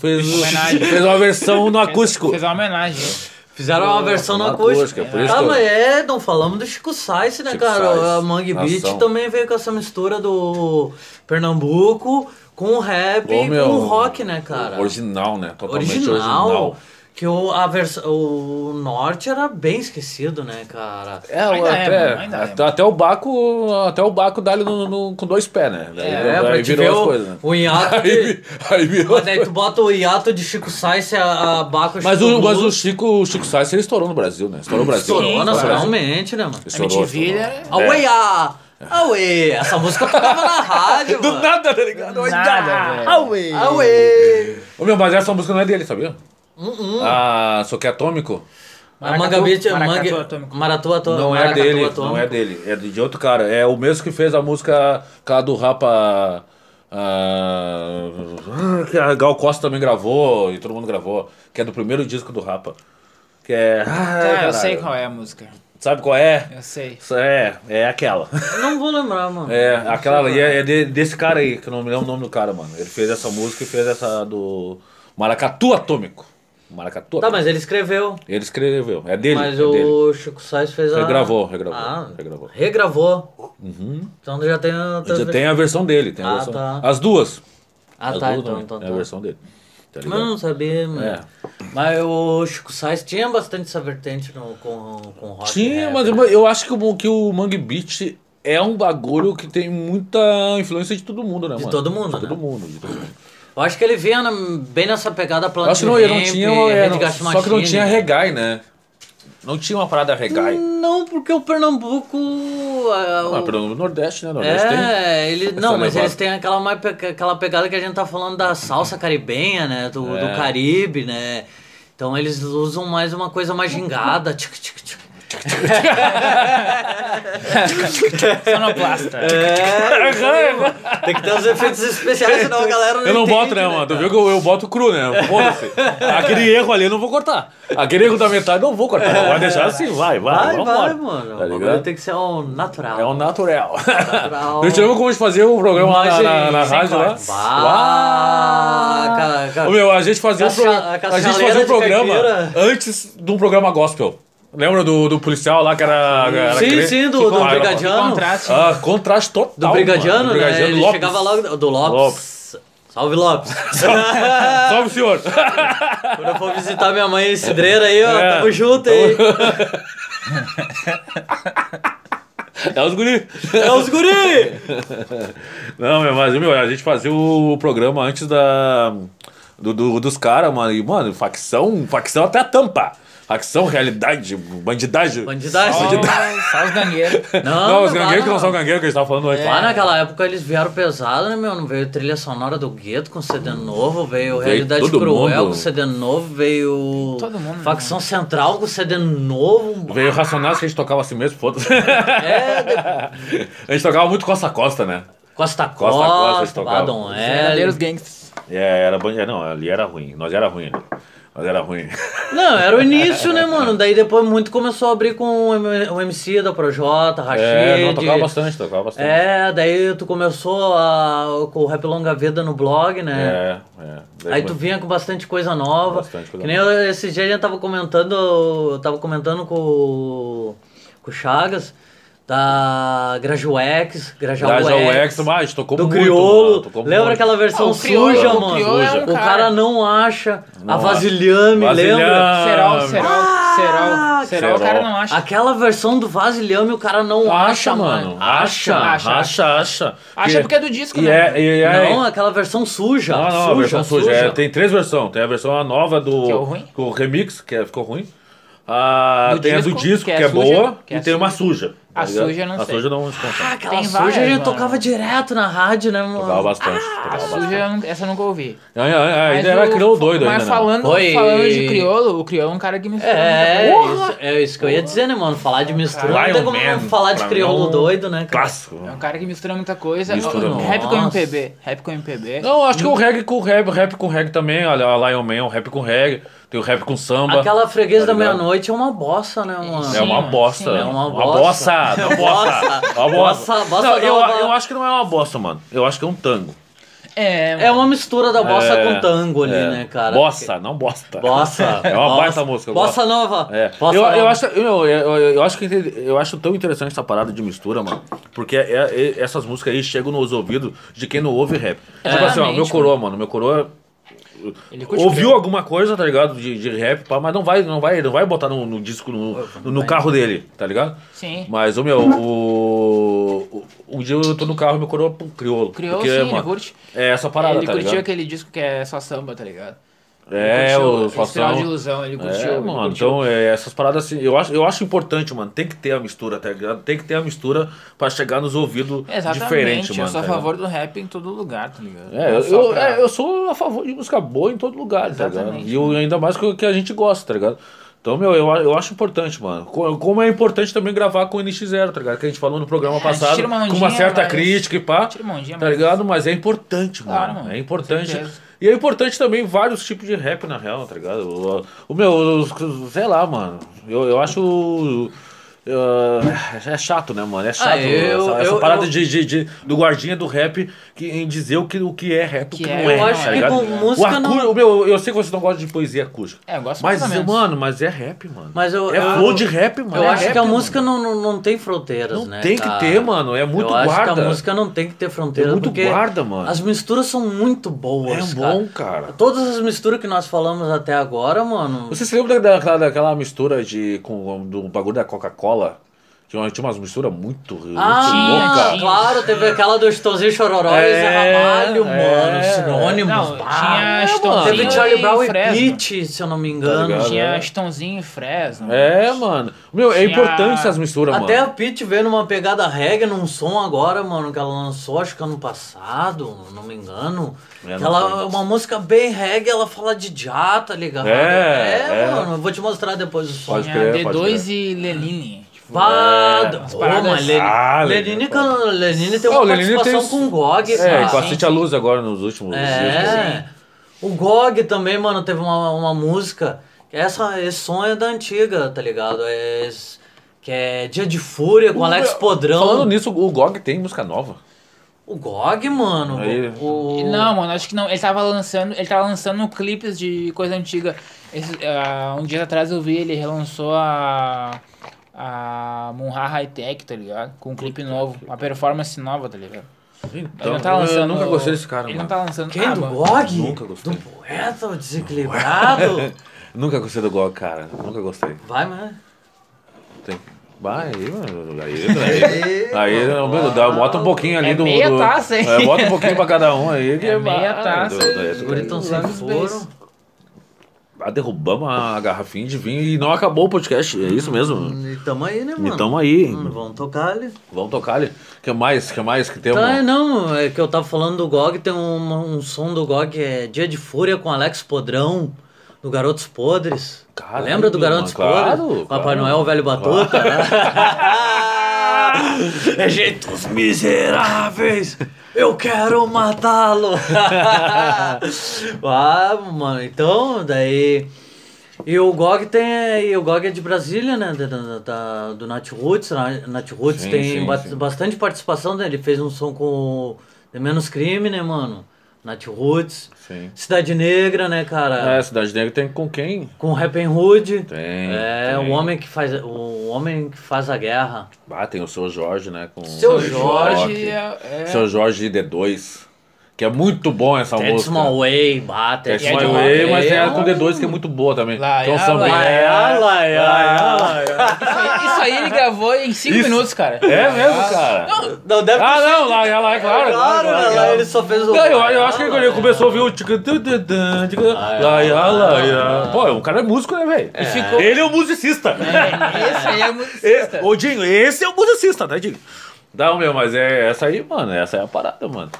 [SPEAKER 1] fez,
[SPEAKER 3] Homenagem.
[SPEAKER 1] fez, fez uma versão no acústico.
[SPEAKER 3] Fez uma homenagem.
[SPEAKER 2] Fizeram uma versão no
[SPEAKER 1] na
[SPEAKER 2] acústico.
[SPEAKER 1] acústica, por isso
[SPEAKER 2] ah,
[SPEAKER 1] que eu-
[SPEAKER 2] mas é, não falamos do Chico Sainz, né,
[SPEAKER 1] Chico
[SPEAKER 2] cara?
[SPEAKER 1] Sainz,
[SPEAKER 2] A Mangue
[SPEAKER 1] nação.
[SPEAKER 2] Beat também veio com essa mistura do Pernambuco com o rap
[SPEAKER 1] Ô,
[SPEAKER 2] e
[SPEAKER 1] meu,
[SPEAKER 2] com o rock, né, cara?
[SPEAKER 1] Original, né? Totalmente
[SPEAKER 2] original.
[SPEAKER 1] original.
[SPEAKER 2] Que o, a vers... o norte era bem esquecido, né, cara?
[SPEAKER 1] É, o-
[SPEAKER 3] Ainda é,
[SPEAKER 1] até,
[SPEAKER 3] mano, ainda é.
[SPEAKER 1] até, até o Baco, até o Baco dá-lhe no, no- com dois pés, né? Daí,
[SPEAKER 2] É,
[SPEAKER 1] daí
[SPEAKER 2] pra te ver
[SPEAKER 1] virou as
[SPEAKER 2] o,
[SPEAKER 1] coisas, né?
[SPEAKER 2] o hiato
[SPEAKER 1] Aí,
[SPEAKER 2] de...
[SPEAKER 1] vi- aí virou.
[SPEAKER 2] Mas daí tu bota o hiato de Chico Sainz, a, a Baco
[SPEAKER 1] Mas
[SPEAKER 2] Chico
[SPEAKER 1] o, mas o
[SPEAKER 2] Blues.
[SPEAKER 1] Chico, o Chico Sainz, ele estourou no Brasil, né? Estourou no Brasil.
[SPEAKER 2] Estourou
[SPEAKER 3] Sim,
[SPEAKER 2] nacionalmente, né, mano?
[SPEAKER 3] A né? MTV ele
[SPEAKER 1] É.
[SPEAKER 3] era.
[SPEAKER 2] Away, ah, away. Essa música tocava na rádio, mano.
[SPEAKER 1] nada, tá ligado?
[SPEAKER 3] Nada, velho.
[SPEAKER 2] Away.
[SPEAKER 1] Ô, meu, mas essa música não é dele, sabia?
[SPEAKER 3] Uh-uh.
[SPEAKER 1] Ah, só que é atômico?
[SPEAKER 2] A Manga Beat,
[SPEAKER 3] Maracatu
[SPEAKER 2] Manga...
[SPEAKER 3] Atômico.
[SPEAKER 2] Maratu Atômico.
[SPEAKER 1] Não é
[SPEAKER 2] Maracatu
[SPEAKER 1] dele,
[SPEAKER 2] Atômico.
[SPEAKER 1] não é dele. É de outro cara. É o mesmo que fez a música aquela do Rapa. ah, que a Gal Costa também gravou e todo mundo gravou. Que é do primeiro disco do Rapa. Que é. Ah,
[SPEAKER 3] Ah, eu
[SPEAKER 1] caralho.
[SPEAKER 3] sei qual é a música.
[SPEAKER 1] Sabe qual é?
[SPEAKER 3] Eu sei.
[SPEAKER 1] Isso É, é aquela.
[SPEAKER 2] Não vou lembrar, mano.
[SPEAKER 1] É, aquela ali é, é de- desse cara aí, que eu não me lembro o nome do cara, mano. Ele fez essa música e fez essa do Maracatu Atômico. Maracatu
[SPEAKER 2] Tá,
[SPEAKER 1] Atômico.
[SPEAKER 2] mas ele escreveu.
[SPEAKER 1] Ele escreveu, é dele.
[SPEAKER 2] Mas
[SPEAKER 1] é dele.
[SPEAKER 2] o Chico Sainz fez a...
[SPEAKER 1] Regravou, regravou,
[SPEAKER 2] Ah,
[SPEAKER 1] regravou. Uhum.
[SPEAKER 2] regravou. Então já tem... a-
[SPEAKER 1] Já tem a versão dele, tem a
[SPEAKER 2] Ah,
[SPEAKER 1] versão.
[SPEAKER 2] tá.
[SPEAKER 1] As duas.
[SPEAKER 2] Ah,
[SPEAKER 1] As
[SPEAKER 2] tá,
[SPEAKER 1] duas
[SPEAKER 2] então,
[SPEAKER 1] também,
[SPEAKER 2] então,
[SPEAKER 1] é
[SPEAKER 2] tá.
[SPEAKER 1] a versão dele. Tá
[SPEAKER 2] Mas eu
[SPEAKER 1] ligado?
[SPEAKER 2] não sabia, mano.
[SPEAKER 1] É.
[SPEAKER 2] Mas o Chico Sainz tinha bastante essa vertente no, com, com rock.
[SPEAKER 1] Tinha,
[SPEAKER 2] rap,
[SPEAKER 1] mas
[SPEAKER 2] né?
[SPEAKER 1] eu- eu acho que o, que o Mangue Beat é um bagulho que tem muita influência de todo mundo, né,
[SPEAKER 2] De
[SPEAKER 1] mano?
[SPEAKER 2] todo mundo,
[SPEAKER 1] De todo
[SPEAKER 2] né?
[SPEAKER 1] mundo, de todo mundo.
[SPEAKER 2] Eu acho que ele vinha na- bem nessa pegada
[SPEAKER 1] Eu
[SPEAKER 2] platina.
[SPEAKER 1] acho que não, eu não tinha. é, não- só que não tinha regai,
[SPEAKER 2] reggae.
[SPEAKER 1] né? Não tinha uma parada regai.
[SPEAKER 2] Não, porque o Pernambuco. ah,
[SPEAKER 1] Ah,
[SPEAKER 2] o-
[SPEAKER 1] pelo Nordeste, né? Nordeste tem.
[SPEAKER 2] É, ele, não, mas
[SPEAKER 1] elevada.
[SPEAKER 2] eles têm aquela, mais pe- aquela pegada que a gente tá falando da salsa caribenha, né? Do,
[SPEAKER 1] É.
[SPEAKER 2] do Caribe, né? Então eles usam mais uma coisa mais gingada. Tchic, tchic, tchic.
[SPEAKER 3] Sonoplasta.
[SPEAKER 1] É.
[SPEAKER 3] Tipo,
[SPEAKER 2] É, Tem que ter os efeitos especiais, senão a galera não
[SPEAKER 1] Eu não
[SPEAKER 2] entende,
[SPEAKER 1] boto, né, mano? Tu
[SPEAKER 2] cara?
[SPEAKER 1] viu que eu, eu boto cru, né? Foda-se. Aquele erro ali eu não vou cortar. Aquele erro da metade eu não vou cortar. Vai deixar assim, vai, vai.
[SPEAKER 2] Vai,
[SPEAKER 1] vamos
[SPEAKER 2] vai,
[SPEAKER 1] embora.
[SPEAKER 2] mano.
[SPEAKER 1] Tá
[SPEAKER 2] o bagulho
[SPEAKER 1] ligado?
[SPEAKER 2] tem que ser ao natural.
[SPEAKER 1] É um natural.
[SPEAKER 2] Natural.
[SPEAKER 1] Eu te lembro como a gente fazia o programa lá na,
[SPEAKER 2] Imagem
[SPEAKER 1] na- na
[SPEAKER 2] sem
[SPEAKER 1] rádio lá.
[SPEAKER 2] cortes. Bah, cara, cara.
[SPEAKER 1] Ô, meu, a gente fazia, o pro-
[SPEAKER 2] Cacha- a
[SPEAKER 1] a gente
[SPEAKER 2] cachaleira
[SPEAKER 1] fazia o
[SPEAKER 2] de
[SPEAKER 1] programa
[SPEAKER 2] caipira.
[SPEAKER 1] antes de um programa gospel. Lembra do, do policial lá que era. era
[SPEAKER 2] Sim,
[SPEAKER 1] cre-
[SPEAKER 2] sim, do-
[SPEAKER 1] que
[SPEAKER 2] do
[SPEAKER 1] con- era-
[SPEAKER 2] brigadiano.
[SPEAKER 3] Contraste.
[SPEAKER 1] Ah, contraste total.
[SPEAKER 2] Do Brigadiano,
[SPEAKER 1] mano.
[SPEAKER 2] né?
[SPEAKER 1] Do Brigadiano
[SPEAKER 2] ele
[SPEAKER 1] Lopes.
[SPEAKER 2] chegava logo. Do Lopes. Salve, Lopes.
[SPEAKER 1] Salve, senhor.
[SPEAKER 2] Quando eu for visitar minha mãe em Cidreira aí, ó,
[SPEAKER 1] É.
[SPEAKER 2] tamo junto aí.
[SPEAKER 1] É os guri.
[SPEAKER 2] É os guri!
[SPEAKER 1] Não, meu, mas meu, a gente fazia o programa antes da. do- do- dos caras, mano. E, mano, facção, facção até a tampa. Facção, realidade, bandidagem.
[SPEAKER 2] Bandidagem.
[SPEAKER 3] Só- Só os gangueiros.
[SPEAKER 1] Não, os
[SPEAKER 2] lá
[SPEAKER 1] gangueiros que não
[SPEAKER 2] na- É.
[SPEAKER 1] são gangueiros que a gente tava falando antes.
[SPEAKER 2] Lá naquela época eles vieram pesado, né, meu? Não veio trilha sonora do Gueto com CD novo, veio, Realidade
[SPEAKER 1] todo
[SPEAKER 2] Cruel
[SPEAKER 1] mundo.
[SPEAKER 2] com CD novo, veio.
[SPEAKER 3] Todo mundo, né?
[SPEAKER 2] Facção Central com CD novo. um
[SPEAKER 1] Veio Racionais que a gente tocava assim mesmo, foda-se.
[SPEAKER 2] É, de-
[SPEAKER 1] A gente tocava muito Costa a Costa, né?
[SPEAKER 2] Costa a
[SPEAKER 1] Costa a Costa, eles
[SPEAKER 2] Costa,
[SPEAKER 1] tocavam.
[SPEAKER 2] Badon
[SPEAKER 3] Verdadeiros
[SPEAKER 2] L.
[SPEAKER 3] gangsters.
[SPEAKER 1] É, era bandido. Não, ali era ruim. Nós era ruim ali. Nós era ruim.
[SPEAKER 2] Não, era o início, né, mano? Daí depois muito começou a abrir com o M- o MC da Projota, Rashid.
[SPEAKER 1] É, não, tocava bastante, tocava bastante.
[SPEAKER 2] É, daí tu começou a- com o Rap Longa Vida no blog, né?
[SPEAKER 1] é. é. Daí
[SPEAKER 2] Aí
[SPEAKER 1] come-
[SPEAKER 2] tu vinha com bastante coisa nova.
[SPEAKER 1] Bastante coisa
[SPEAKER 2] que nem eu, esse dia a gente tava comentando, eu tava comentando com, o- com o Chagas, da Grajuex,
[SPEAKER 1] Daí já o
[SPEAKER 2] Grajawex,
[SPEAKER 1] Exo, mas a gente tocou
[SPEAKER 2] do
[SPEAKER 1] muito. mano,
[SPEAKER 2] Criolo.
[SPEAKER 1] tocou
[SPEAKER 2] Lembra
[SPEAKER 1] muito.
[SPEAKER 2] aquela versão
[SPEAKER 3] Ah, o Criolo-
[SPEAKER 2] suja,
[SPEAKER 3] o
[SPEAKER 2] mano?
[SPEAKER 3] Criolo é um
[SPEAKER 2] o cara,
[SPEAKER 3] cara
[SPEAKER 2] não acha. a
[SPEAKER 1] acha.
[SPEAKER 2] Vasilhame, lembra?
[SPEAKER 1] Vasilhame.
[SPEAKER 3] Serol, Serol, Serol. Serol, o cara
[SPEAKER 1] Ah. Serol. Ah,
[SPEAKER 3] não acha.
[SPEAKER 2] Aquela versão do Vasilhame, o cara não acha,
[SPEAKER 1] Acha, mano. Acha,
[SPEAKER 3] Acha,
[SPEAKER 1] acha, acha. Acha,
[SPEAKER 3] Acha porque é do disco,
[SPEAKER 1] e
[SPEAKER 3] né?
[SPEAKER 1] É, e é,
[SPEAKER 2] Não, aquela versão suja.
[SPEAKER 1] Não, não,
[SPEAKER 2] suja,
[SPEAKER 1] a versão suja. É, tem três versões. Tem a versão nova do.
[SPEAKER 3] Que é o ruim?
[SPEAKER 1] do remix, que é- ficou ruim. Ah,
[SPEAKER 3] Do
[SPEAKER 1] tem a do
[SPEAKER 3] disco,
[SPEAKER 1] disco, que
[SPEAKER 3] que é
[SPEAKER 1] é,
[SPEAKER 3] suja,
[SPEAKER 1] boa,
[SPEAKER 3] que é
[SPEAKER 1] e tem
[SPEAKER 3] suja.
[SPEAKER 1] uma suja. tá
[SPEAKER 3] A
[SPEAKER 1] ligado?
[SPEAKER 3] suja eu não
[SPEAKER 1] a
[SPEAKER 3] sei.
[SPEAKER 1] Suja não se conta.
[SPEAKER 2] Ah, aquela
[SPEAKER 3] Tem
[SPEAKER 2] suja a
[SPEAKER 3] várias,
[SPEAKER 2] gente
[SPEAKER 3] mano.
[SPEAKER 2] tocava direto na rádio, né, mano?
[SPEAKER 1] Tocava bastante.
[SPEAKER 3] A
[SPEAKER 1] tocava
[SPEAKER 3] suja, eu não- essa eu nunca ouvi.
[SPEAKER 1] É, é, é,
[SPEAKER 3] Mas
[SPEAKER 1] tá. ainda era
[SPEAKER 3] o-
[SPEAKER 1] criou doido
[SPEAKER 3] mas
[SPEAKER 1] ainda. né?
[SPEAKER 3] falando,
[SPEAKER 2] Oi.
[SPEAKER 3] falando de crioulo, o crioulo é um cara que me
[SPEAKER 2] É,
[SPEAKER 1] Uh!
[SPEAKER 3] muita coisa.
[SPEAKER 2] isso, é isso que eu ia dizer, né, mano? Falar de mistura, não tem
[SPEAKER 1] Lion
[SPEAKER 2] como não
[SPEAKER 1] Man,
[SPEAKER 2] falar de
[SPEAKER 1] pra
[SPEAKER 2] crioulo
[SPEAKER 1] mim, é um
[SPEAKER 2] doido, né, cara?
[SPEAKER 1] Clássico.
[SPEAKER 3] É um cara que mistura muita coisa.
[SPEAKER 1] Mistura muito.
[SPEAKER 3] rap com
[SPEAKER 2] Nossa.
[SPEAKER 3] MPB. Rap com MPB.
[SPEAKER 1] Não, acho que o reggae com rap, rap com reggae também. Olha, a Lion Man é um rap com reggae. Tem o rap com samba.
[SPEAKER 2] Aquela freguesa
[SPEAKER 1] Tá
[SPEAKER 2] da
[SPEAKER 1] ligado?
[SPEAKER 2] meia-noite é uma bossa, né, mano?
[SPEAKER 1] É uma
[SPEAKER 3] Sim,
[SPEAKER 1] bosta.
[SPEAKER 2] sim, é uma
[SPEAKER 1] bossa.
[SPEAKER 2] bosta.
[SPEAKER 1] Uma bossa.
[SPEAKER 2] Bossa,
[SPEAKER 1] Uma bossa.
[SPEAKER 2] bossa, bossa
[SPEAKER 1] Não, eu,
[SPEAKER 2] nova.
[SPEAKER 1] eu acho que não é uma bossa, mano. Eu acho que é um tango.
[SPEAKER 3] É,
[SPEAKER 2] É uma mistura da bossa com tango ali,
[SPEAKER 1] é.
[SPEAKER 2] né, cara?
[SPEAKER 1] Bossa, não bosta.
[SPEAKER 2] Bossa.
[SPEAKER 1] É uma
[SPEAKER 2] bossa,
[SPEAKER 1] baita música, eu
[SPEAKER 2] Bossa
[SPEAKER 1] gosto.
[SPEAKER 2] nova.
[SPEAKER 1] É.
[SPEAKER 2] Bossa
[SPEAKER 1] eu,
[SPEAKER 2] nova.
[SPEAKER 3] um?
[SPEAKER 1] eu acho, eu, eu, eu- eu acho que inte- eu acho tão interessante essa parada de mistura, mano. Porque é- é- essas músicas aí chegam nos ouvidos de quem não ouve rap. Tipo assim, ó,
[SPEAKER 3] Exatamente,
[SPEAKER 1] meu coroa, mano. Meu coroa
[SPEAKER 3] ele curte
[SPEAKER 1] ouviu
[SPEAKER 3] crioulo.
[SPEAKER 1] alguma coisa, tá ligado? De, de rap, pá, mas não vai, não vai, não vai botar no, no disco, no, no carro dele, tá ligado?
[SPEAKER 3] Sim.
[SPEAKER 1] Mas, ô meu, o, o- um dia eu tô no carro e meu coroa pum, crioulo.
[SPEAKER 3] Crioulo,
[SPEAKER 1] Porque,
[SPEAKER 3] sim, ele
[SPEAKER 1] mano,
[SPEAKER 3] curte.
[SPEAKER 1] É essa parada,
[SPEAKER 3] ele
[SPEAKER 1] tá
[SPEAKER 3] curtiu
[SPEAKER 1] ligado?
[SPEAKER 3] aquele disco que é só samba, tá ligado?
[SPEAKER 1] É,
[SPEAKER 3] Ele curtiu
[SPEAKER 1] o
[SPEAKER 3] Espiral de
[SPEAKER 1] Faustão.
[SPEAKER 3] ilusão, ele curtiu.
[SPEAKER 1] É,
[SPEAKER 3] ele
[SPEAKER 1] mano,
[SPEAKER 3] curtiu.
[SPEAKER 1] então é, essas paradas assim, eu acho, eu acho importante, mano. Tem que ter a mistura, tá ligado? Tem que ter a mistura pra chegar nos ouvidos
[SPEAKER 3] Exatamente,
[SPEAKER 1] diferente, mano.
[SPEAKER 3] eu sou a
[SPEAKER 1] tá
[SPEAKER 3] favor do rap em todo lugar, tá ligado?
[SPEAKER 1] ligado? É,
[SPEAKER 3] Não
[SPEAKER 1] eu,
[SPEAKER 3] só
[SPEAKER 1] eu-
[SPEAKER 3] pra-
[SPEAKER 1] é, eu sou a favor de música boa em todo lugar, tá ligado?
[SPEAKER 3] Exatamente, né?
[SPEAKER 1] E eu- ainda mais que, que a gente gosta, tá ligado? Então, meu, eu, a- eu acho importante, mano. Co- Como é importante também gravar com o NX0, tá ligado? Que a gente falou no programa passado,
[SPEAKER 3] É, tira uma
[SPEAKER 1] com
[SPEAKER 3] ondinha,
[SPEAKER 1] uma certa
[SPEAKER 3] mas-
[SPEAKER 1] crítica e pá.
[SPEAKER 3] Tira uma ondinha,
[SPEAKER 1] tá
[SPEAKER 3] mas-
[SPEAKER 1] ligado? Mas é importante,
[SPEAKER 3] Claro,
[SPEAKER 1] mano.
[SPEAKER 3] mano,
[SPEAKER 1] É
[SPEAKER 3] com
[SPEAKER 1] importante.
[SPEAKER 3] certeza.
[SPEAKER 1] E é importante também vários tipos de rap, na real, tá ligado? O, o meu, os- os- sei lá, mano. Eu, eu acho. ah, é chato, né, mano? É chato.
[SPEAKER 2] eu-
[SPEAKER 1] essa, essa
[SPEAKER 2] eu-
[SPEAKER 1] parada
[SPEAKER 2] eu-
[SPEAKER 1] de, de- de- do guardinha do rap que, em dizer o que, o que é rap e o que,
[SPEAKER 3] Que
[SPEAKER 1] não
[SPEAKER 3] é,
[SPEAKER 1] é.
[SPEAKER 3] eu acho
[SPEAKER 1] tá
[SPEAKER 3] que
[SPEAKER 1] ligado?
[SPEAKER 2] com música
[SPEAKER 1] o acú-
[SPEAKER 2] não-
[SPEAKER 1] o meu, eu sei que você não gosta de poesia acústica.
[SPEAKER 3] É, eu gosto
[SPEAKER 1] Mas,
[SPEAKER 3] mais ou menos.
[SPEAKER 1] mano, mas é rap, mano.
[SPEAKER 2] Mas eu-
[SPEAKER 1] é
[SPEAKER 2] eu-
[SPEAKER 1] flow de rap, mano.
[SPEAKER 2] Eu
[SPEAKER 1] É
[SPEAKER 2] acho
[SPEAKER 1] rap,
[SPEAKER 2] que um a
[SPEAKER 1] mano.
[SPEAKER 2] música não, não, não tem fronteiras,
[SPEAKER 1] Não
[SPEAKER 2] né?
[SPEAKER 1] tem que
[SPEAKER 2] cara?
[SPEAKER 1] ter, mano. É muito
[SPEAKER 2] eu acho
[SPEAKER 1] guarda.
[SPEAKER 2] que a música não tem que ter
[SPEAKER 1] É
[SPEAKER 2] fronteiras.
[SPEAKER 1] muito
[SPEAKER 2] porque
[SPEAKER 1] guarda, mano.
[SPEAKER 2] As misturas são muito boas.
[SPEAKER 1] É bom, cara.
[SPEAKER 2] Todas as misturas que nós falamos até agora, mano.
[SPEAKER 1] Você se lembra da- daquela, daquela mistura de, com, do bagulho da Coca-Cola? Tinha, tinha umas misturas muito, é muito
[SPEAKER 2] Ah,
[SPEAKER 1] louca.
[SPEAKER 2] claro, teve aquela do Chitãozinho Chororó e Zé
[SPEAKER 1] É,
[SPEAKER 2] Ramalho, mano.
[SPEAKER 1] é.
[SPEAKER 2] Sinônimos.
[SPEAKER 3] Não,
[SPEAKER 2] pá.
[SPEAKER 3] tinha
[SPEAKER 2] Teve
[SPEAKER 3] Chitãozinho
[SPEAKER 2] Charlie Brown
[SPEAKER 3] e
[SPEAKER 2] e
[SPEAKER 3] Fresno.
[SPEAKER 2] Peach, se eu não me
[SPEAKER 1] Tá
[SPEAKER 2] engano.
[SPEAKER 1] ligado?
[SPEAKER 3] Tinha Chitãozinho e Fresno.
[SPEAKER 1] É, mano. Meu, é
[SPEAKER 3] Tinha-
[SPEAKER 1] importante essas misturas,
[SPEAKER 2] Até
[SPEAKER 1] mano.
[SPEAKER 2] a Peach veio numa pegada reggae, num som agora, mano, que ela lançou, acho que ano passado, não me engano.
[SPEAKER 1] É,
[SPEAKER 2] Que
[SPEAKER 1] não
[SPEAKER 2] ela
[SPEAKER 1] sei.
[SPEAKER 2] é uma música bem reggae, ela fala de já, tá ligado?
[SPEAKER 1] É, é.
[SPEAKER 2] mano, eu vou te mostrar depois o som.
[SPEAKER 1] Pode
[SPEAKER 3] Tinha
[SPEAKER 1] crer, pode
[SPEAKER 3] D2 e Leline. Tipo,
[SPEAKER 2] Vado!
[SPEAKER 3] As
[SPEAKER 2] Pô,
[SPEAKER 3] paradas-
[SPEAKER 2] mano, Lenine,
[SPEAKER 1] Ah,
[SPEAKER 2] Lenine,
[SPEAKER 1] Lenine,
[SPEAKER 2] can- Lenine tem
[SPEAKER 1] Ah,
[SPEAKER 2] uma
[SPEAKER 1] o Lenine
[SPEAKER 2] participação
[SPEAKER 1] tem-
[SPEAKER 2] com o GOG, cara.
[SPEAKER 1] É, com a Cintia Luz agora nos últimos dias. assim.
[SPEAKER 2] É. O GOG também, mano, teve uma, uma música. Essa, esse som é da antiga, tá ligado? É, esse- que é Dia de Fúria com Alex Podrão.
[SPEAKER 1] Falando nisso, o GOG tem música nova.
[SPEAKER 2] O GOG, mano.
[SPEAKER 1] Aí.
[SPEAKER 2] O...
[SPEAKER 3] Não, mano, acho que não. Ele tava lançando, ele tava lançando clipes de coisa antiga. Esse, ah, um dia atrás eu vi, ele relançou a. A Munha High Tech, tá ligado? Com um clipe novo, uma performance nova, tá ligado? Ele não tá lançando.
[SPEAKER 1] Então, eu nunca gostei desse cara,
[SPEAKER 3] Ele
[SPEAKER 1] mano.
[SPEAKER 3] não tá lançando.
[SPEAKER 2] Quem?
[SPEAKER 3] Ah,
[SPEAKER 2] do
[SPEAKER 3] mano.
[SPEAKER 2] GOG?
[SPEAKER 1] Nunca gostei.
[SPEAKER 2] Do poeta, o desequilibrado.
[SPEAKER 1] Nunca gostei do GOG, cara. Nunca gostei.
[SPEAKER 2] Vai, mano.
[SPEAKER 1] Tem... Bah, aí, mano. Aí, aí, aí não, meu, dá, bota um pouquinho ali
[SPEAKER 3] É
[SPEAKER 1] do.
[SPEAKER 3] meia
[SPEAKER 1] do-
[SPEAKER 3] taça, hein?
[SPEAKER 1] É, bota um pouquinho pra cada um aí. que
[SPEAKER 3] É meia
[SPEAKER 1] bah,
[SPEAKER 3] taça
[SPEAKER 1] do- do-
[SPEAKER 3] e-
[SPEAKER 2] Os
[SPEAKER 1] do-
[SPEAKER 2] guris tão sem foro.
[SPEAKER 1] Ah, derrubamos a garrafinha de vinho e não acabou o podcast. É isso mesmo.
[SPEAKER 2] E tamo aí, né, mano?
[SPEAKER 1] E tamo aí.
[SPEAKER 2] Hum, Vamos tocar ali.
[SPEAKER 1] Vamos tocar ali. que mais? que mais que temos?
[SPEAKER 2] Tá, é, não, é que eu tava falando do GOG, tem um, um som do GOG que é Dia de Fúria com Alex Podrão, do Garotos Podres.
[SPEAKER 1] Caralho,
[SPEAKER 2] Lembra do Garotos
[SPEAKER 1] mano, claro,
[SPEAKER 2] Podres?
[SPEAKER 1] claro.
[SPEAKER 2] Papai Noel, velho batuta. né? é jeitos miseráveis, eu quero matá-lo. ah, mano, então, daí... E o GOG tem. E o GOG é de Brasília, né? Da, da- da- do Nat Roots. Na- Nat Roots
[SPEAKER 1] Sim,
[SPEAKER 2] tem
[SPEAKER 1] sim,
[SPEAKER 2] ba-
[SPEAKER 1] sim.
[SPEAKER 2] bastante participação, né? Ele fez um som com o The Menos Crime, né, mano? Nat Roots.
[SPEAKER 1] Sim.
[SPEAKER 2] Cidade Negra, né, cara?
[SPEAKER 1] É, Cidade Negra tem com quem?
[SPEAKER 2] Com Rap and Hood.
[SPEAKER 1] Tem,
[SPEAKER 2] É,
[SPEAKER 1] tem.
[SPEAKER 2] o homem que faz. O homem que faz a guerra.
[SPEAKER 1] Ah, tem o Seu Jorge, né? Com
[SPEAKER 2] Seu
[SPEAKER 1] o
[SPEAKER 2] Jorge
[SPEAKER 1] Rock.
[SPEAKER 3] é- é-
[SPEAKER 1] Seu Jorge D2. Que é muito bom essa
[SPEAKER 2] That's
[SPEAKER 1] música.
[SPEAKER 2] my way, bate.
[SPEAKER 1] That's
[SPEAKER 3] é
[SPEAKER 1] My
[SPEAKER 3] de
[SPEAKER 1] Way,
[SPEAKER 3] rock,
[SPEAKER 1] mas
[SPEAKER 3] é
[SPEAKER 1] tem a
[SPEAKER 3] um-
[SPEAKER 1] com D2 que é muito boa também.
[SPEAKER 3] Lá,
[SPEAKER 1] então,
[SPEAKER 3] lá,
[SPEAKER 1] são
[SPEAKER 3] lá,
[SPEAKER 1] É,
[SPEAKER 3] Isso aí ele gravou em 5
[SPEAKER 1] Isso.
[SPEAKER 3] minutos, cara.
[SPEAKER 1] é mesmo, cara.
[SPEAKER 2] Não, deve
[SPEAKER 1] Ah,
[SPEAKER 2] ter-
[SPEAKER 1] não, lá, lá, lá, claro.
[SPEAKER 2] Claro, né?
[SPEAKER 1] claro.
[SPEAKER 2] Lá ele só fez o.
[SPEAKER 1] Não, eu, eu acho que quando ele começou a ouvir o tica tu, tu, tu, tica,
[SPEAKER 3] Ah, é.
[SPEAKER 1] lá, lá, lá, lá. Pô, o cara é músico, né, velho?
[SPEAKER 3] ficou-
[SPEAKER 1] Ele é o musicista.
[SPEAKER 3] Esse aí é
[SPEAKER 1] É,
[SPEAKER 3] musicista.
[SPEAKER 1] Ô, Dinho, esse é o musicista, né, Dinho? Não, meu, mas é essa aí, mano. Essa é a parada, mano.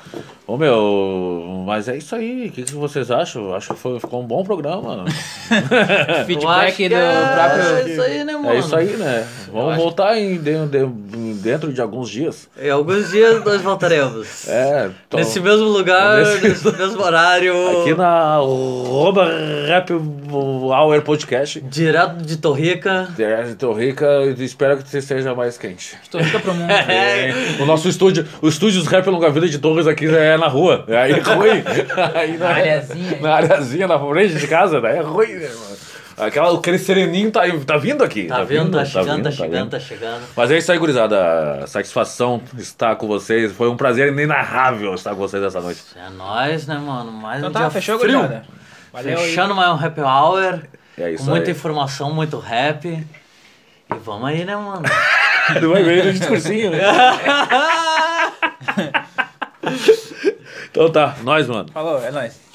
[SPEAKER 1] Ô, meu, mas é isso aí. O que, que vocês acham? Acho que foi, ficou um bom programa.
[SPEAKER 2] Eu acho que
[SPEAKER 3] Feedback do
[SPEAKER 2] é-
[SPEAKER 3] próprio.
[SPEAKER 2] É isso aí, né, mano?
[SPEAKER 1] É isso aí, né? Vamos voltar em, de- de- dentro de alguns dias.
[SPEAKER 2] Em alguns dias nós voltaremos.
[SPEAKER 1] É, tô-
[SPEAKER 2] Nesse mesmo lugar,
[SPEAKER 1] Nesse-
[SPEAKER 2] nesse, mesmo horário.
[SPEAKER 1] aqui na Roba Rap Hour Podcast.
[SPEAKER 2] Direto de Torrica.
[SPEAKER 1] Então, Rica, eu espero que você esteja mais quente.
[SPEAKER 3] Estou rica pro mundo.
[SPEAKER 1] É. O nosso estúdio, o estúdio dos Rap Longa Vida de Torres aqui é na rua. É Aí é ruim. Aí na,
[SPEAKER 3] Areazinha.
[SPEAKER 1] Na areazinha, na frente de casa, daí é ruim, né, mano? Aquela, aquele sereninho tá, tá vindo aqui.
[SPEAKER 2] Tá, vendo? Tá chegando,
[SPEAKER 1] vindo,
[SPEAKER 2] tá chegando,
[SPEAKER 1] vindo.
[SPEAKER 2] tá chegando.
[SPEAKER 1] Mas é isso aí, gurizada. Satisfação estar com vocês. Foi um prazer inenarrável estar com vocês essa noite.
[SPEAKER 2] É nóis, né, mano? Mais
[SPEAKER 3] Então
[SPEAKER 2] um
[SPEAKER 3] tá,
[SPEAKER 2] dia
[SPEAKER 3] fechou,
[SPEAKER 2] frio.
[SPEAKER 3] gurizada. Valeu aí.
[SPEAKER 2] Fechando mais um happy hour.
[SPEAKER 1] É isso
[SPEAKER 2] com muita
[SPEAKER 1] aí.
[SPEAKER 2] informação, muito rap. E vamos aí, né, mano?
[SPEAKER 1] Não vai ver de discursinho, né? Então tá, nós, mano.
[SPEAKER 3] Falou, é nóis.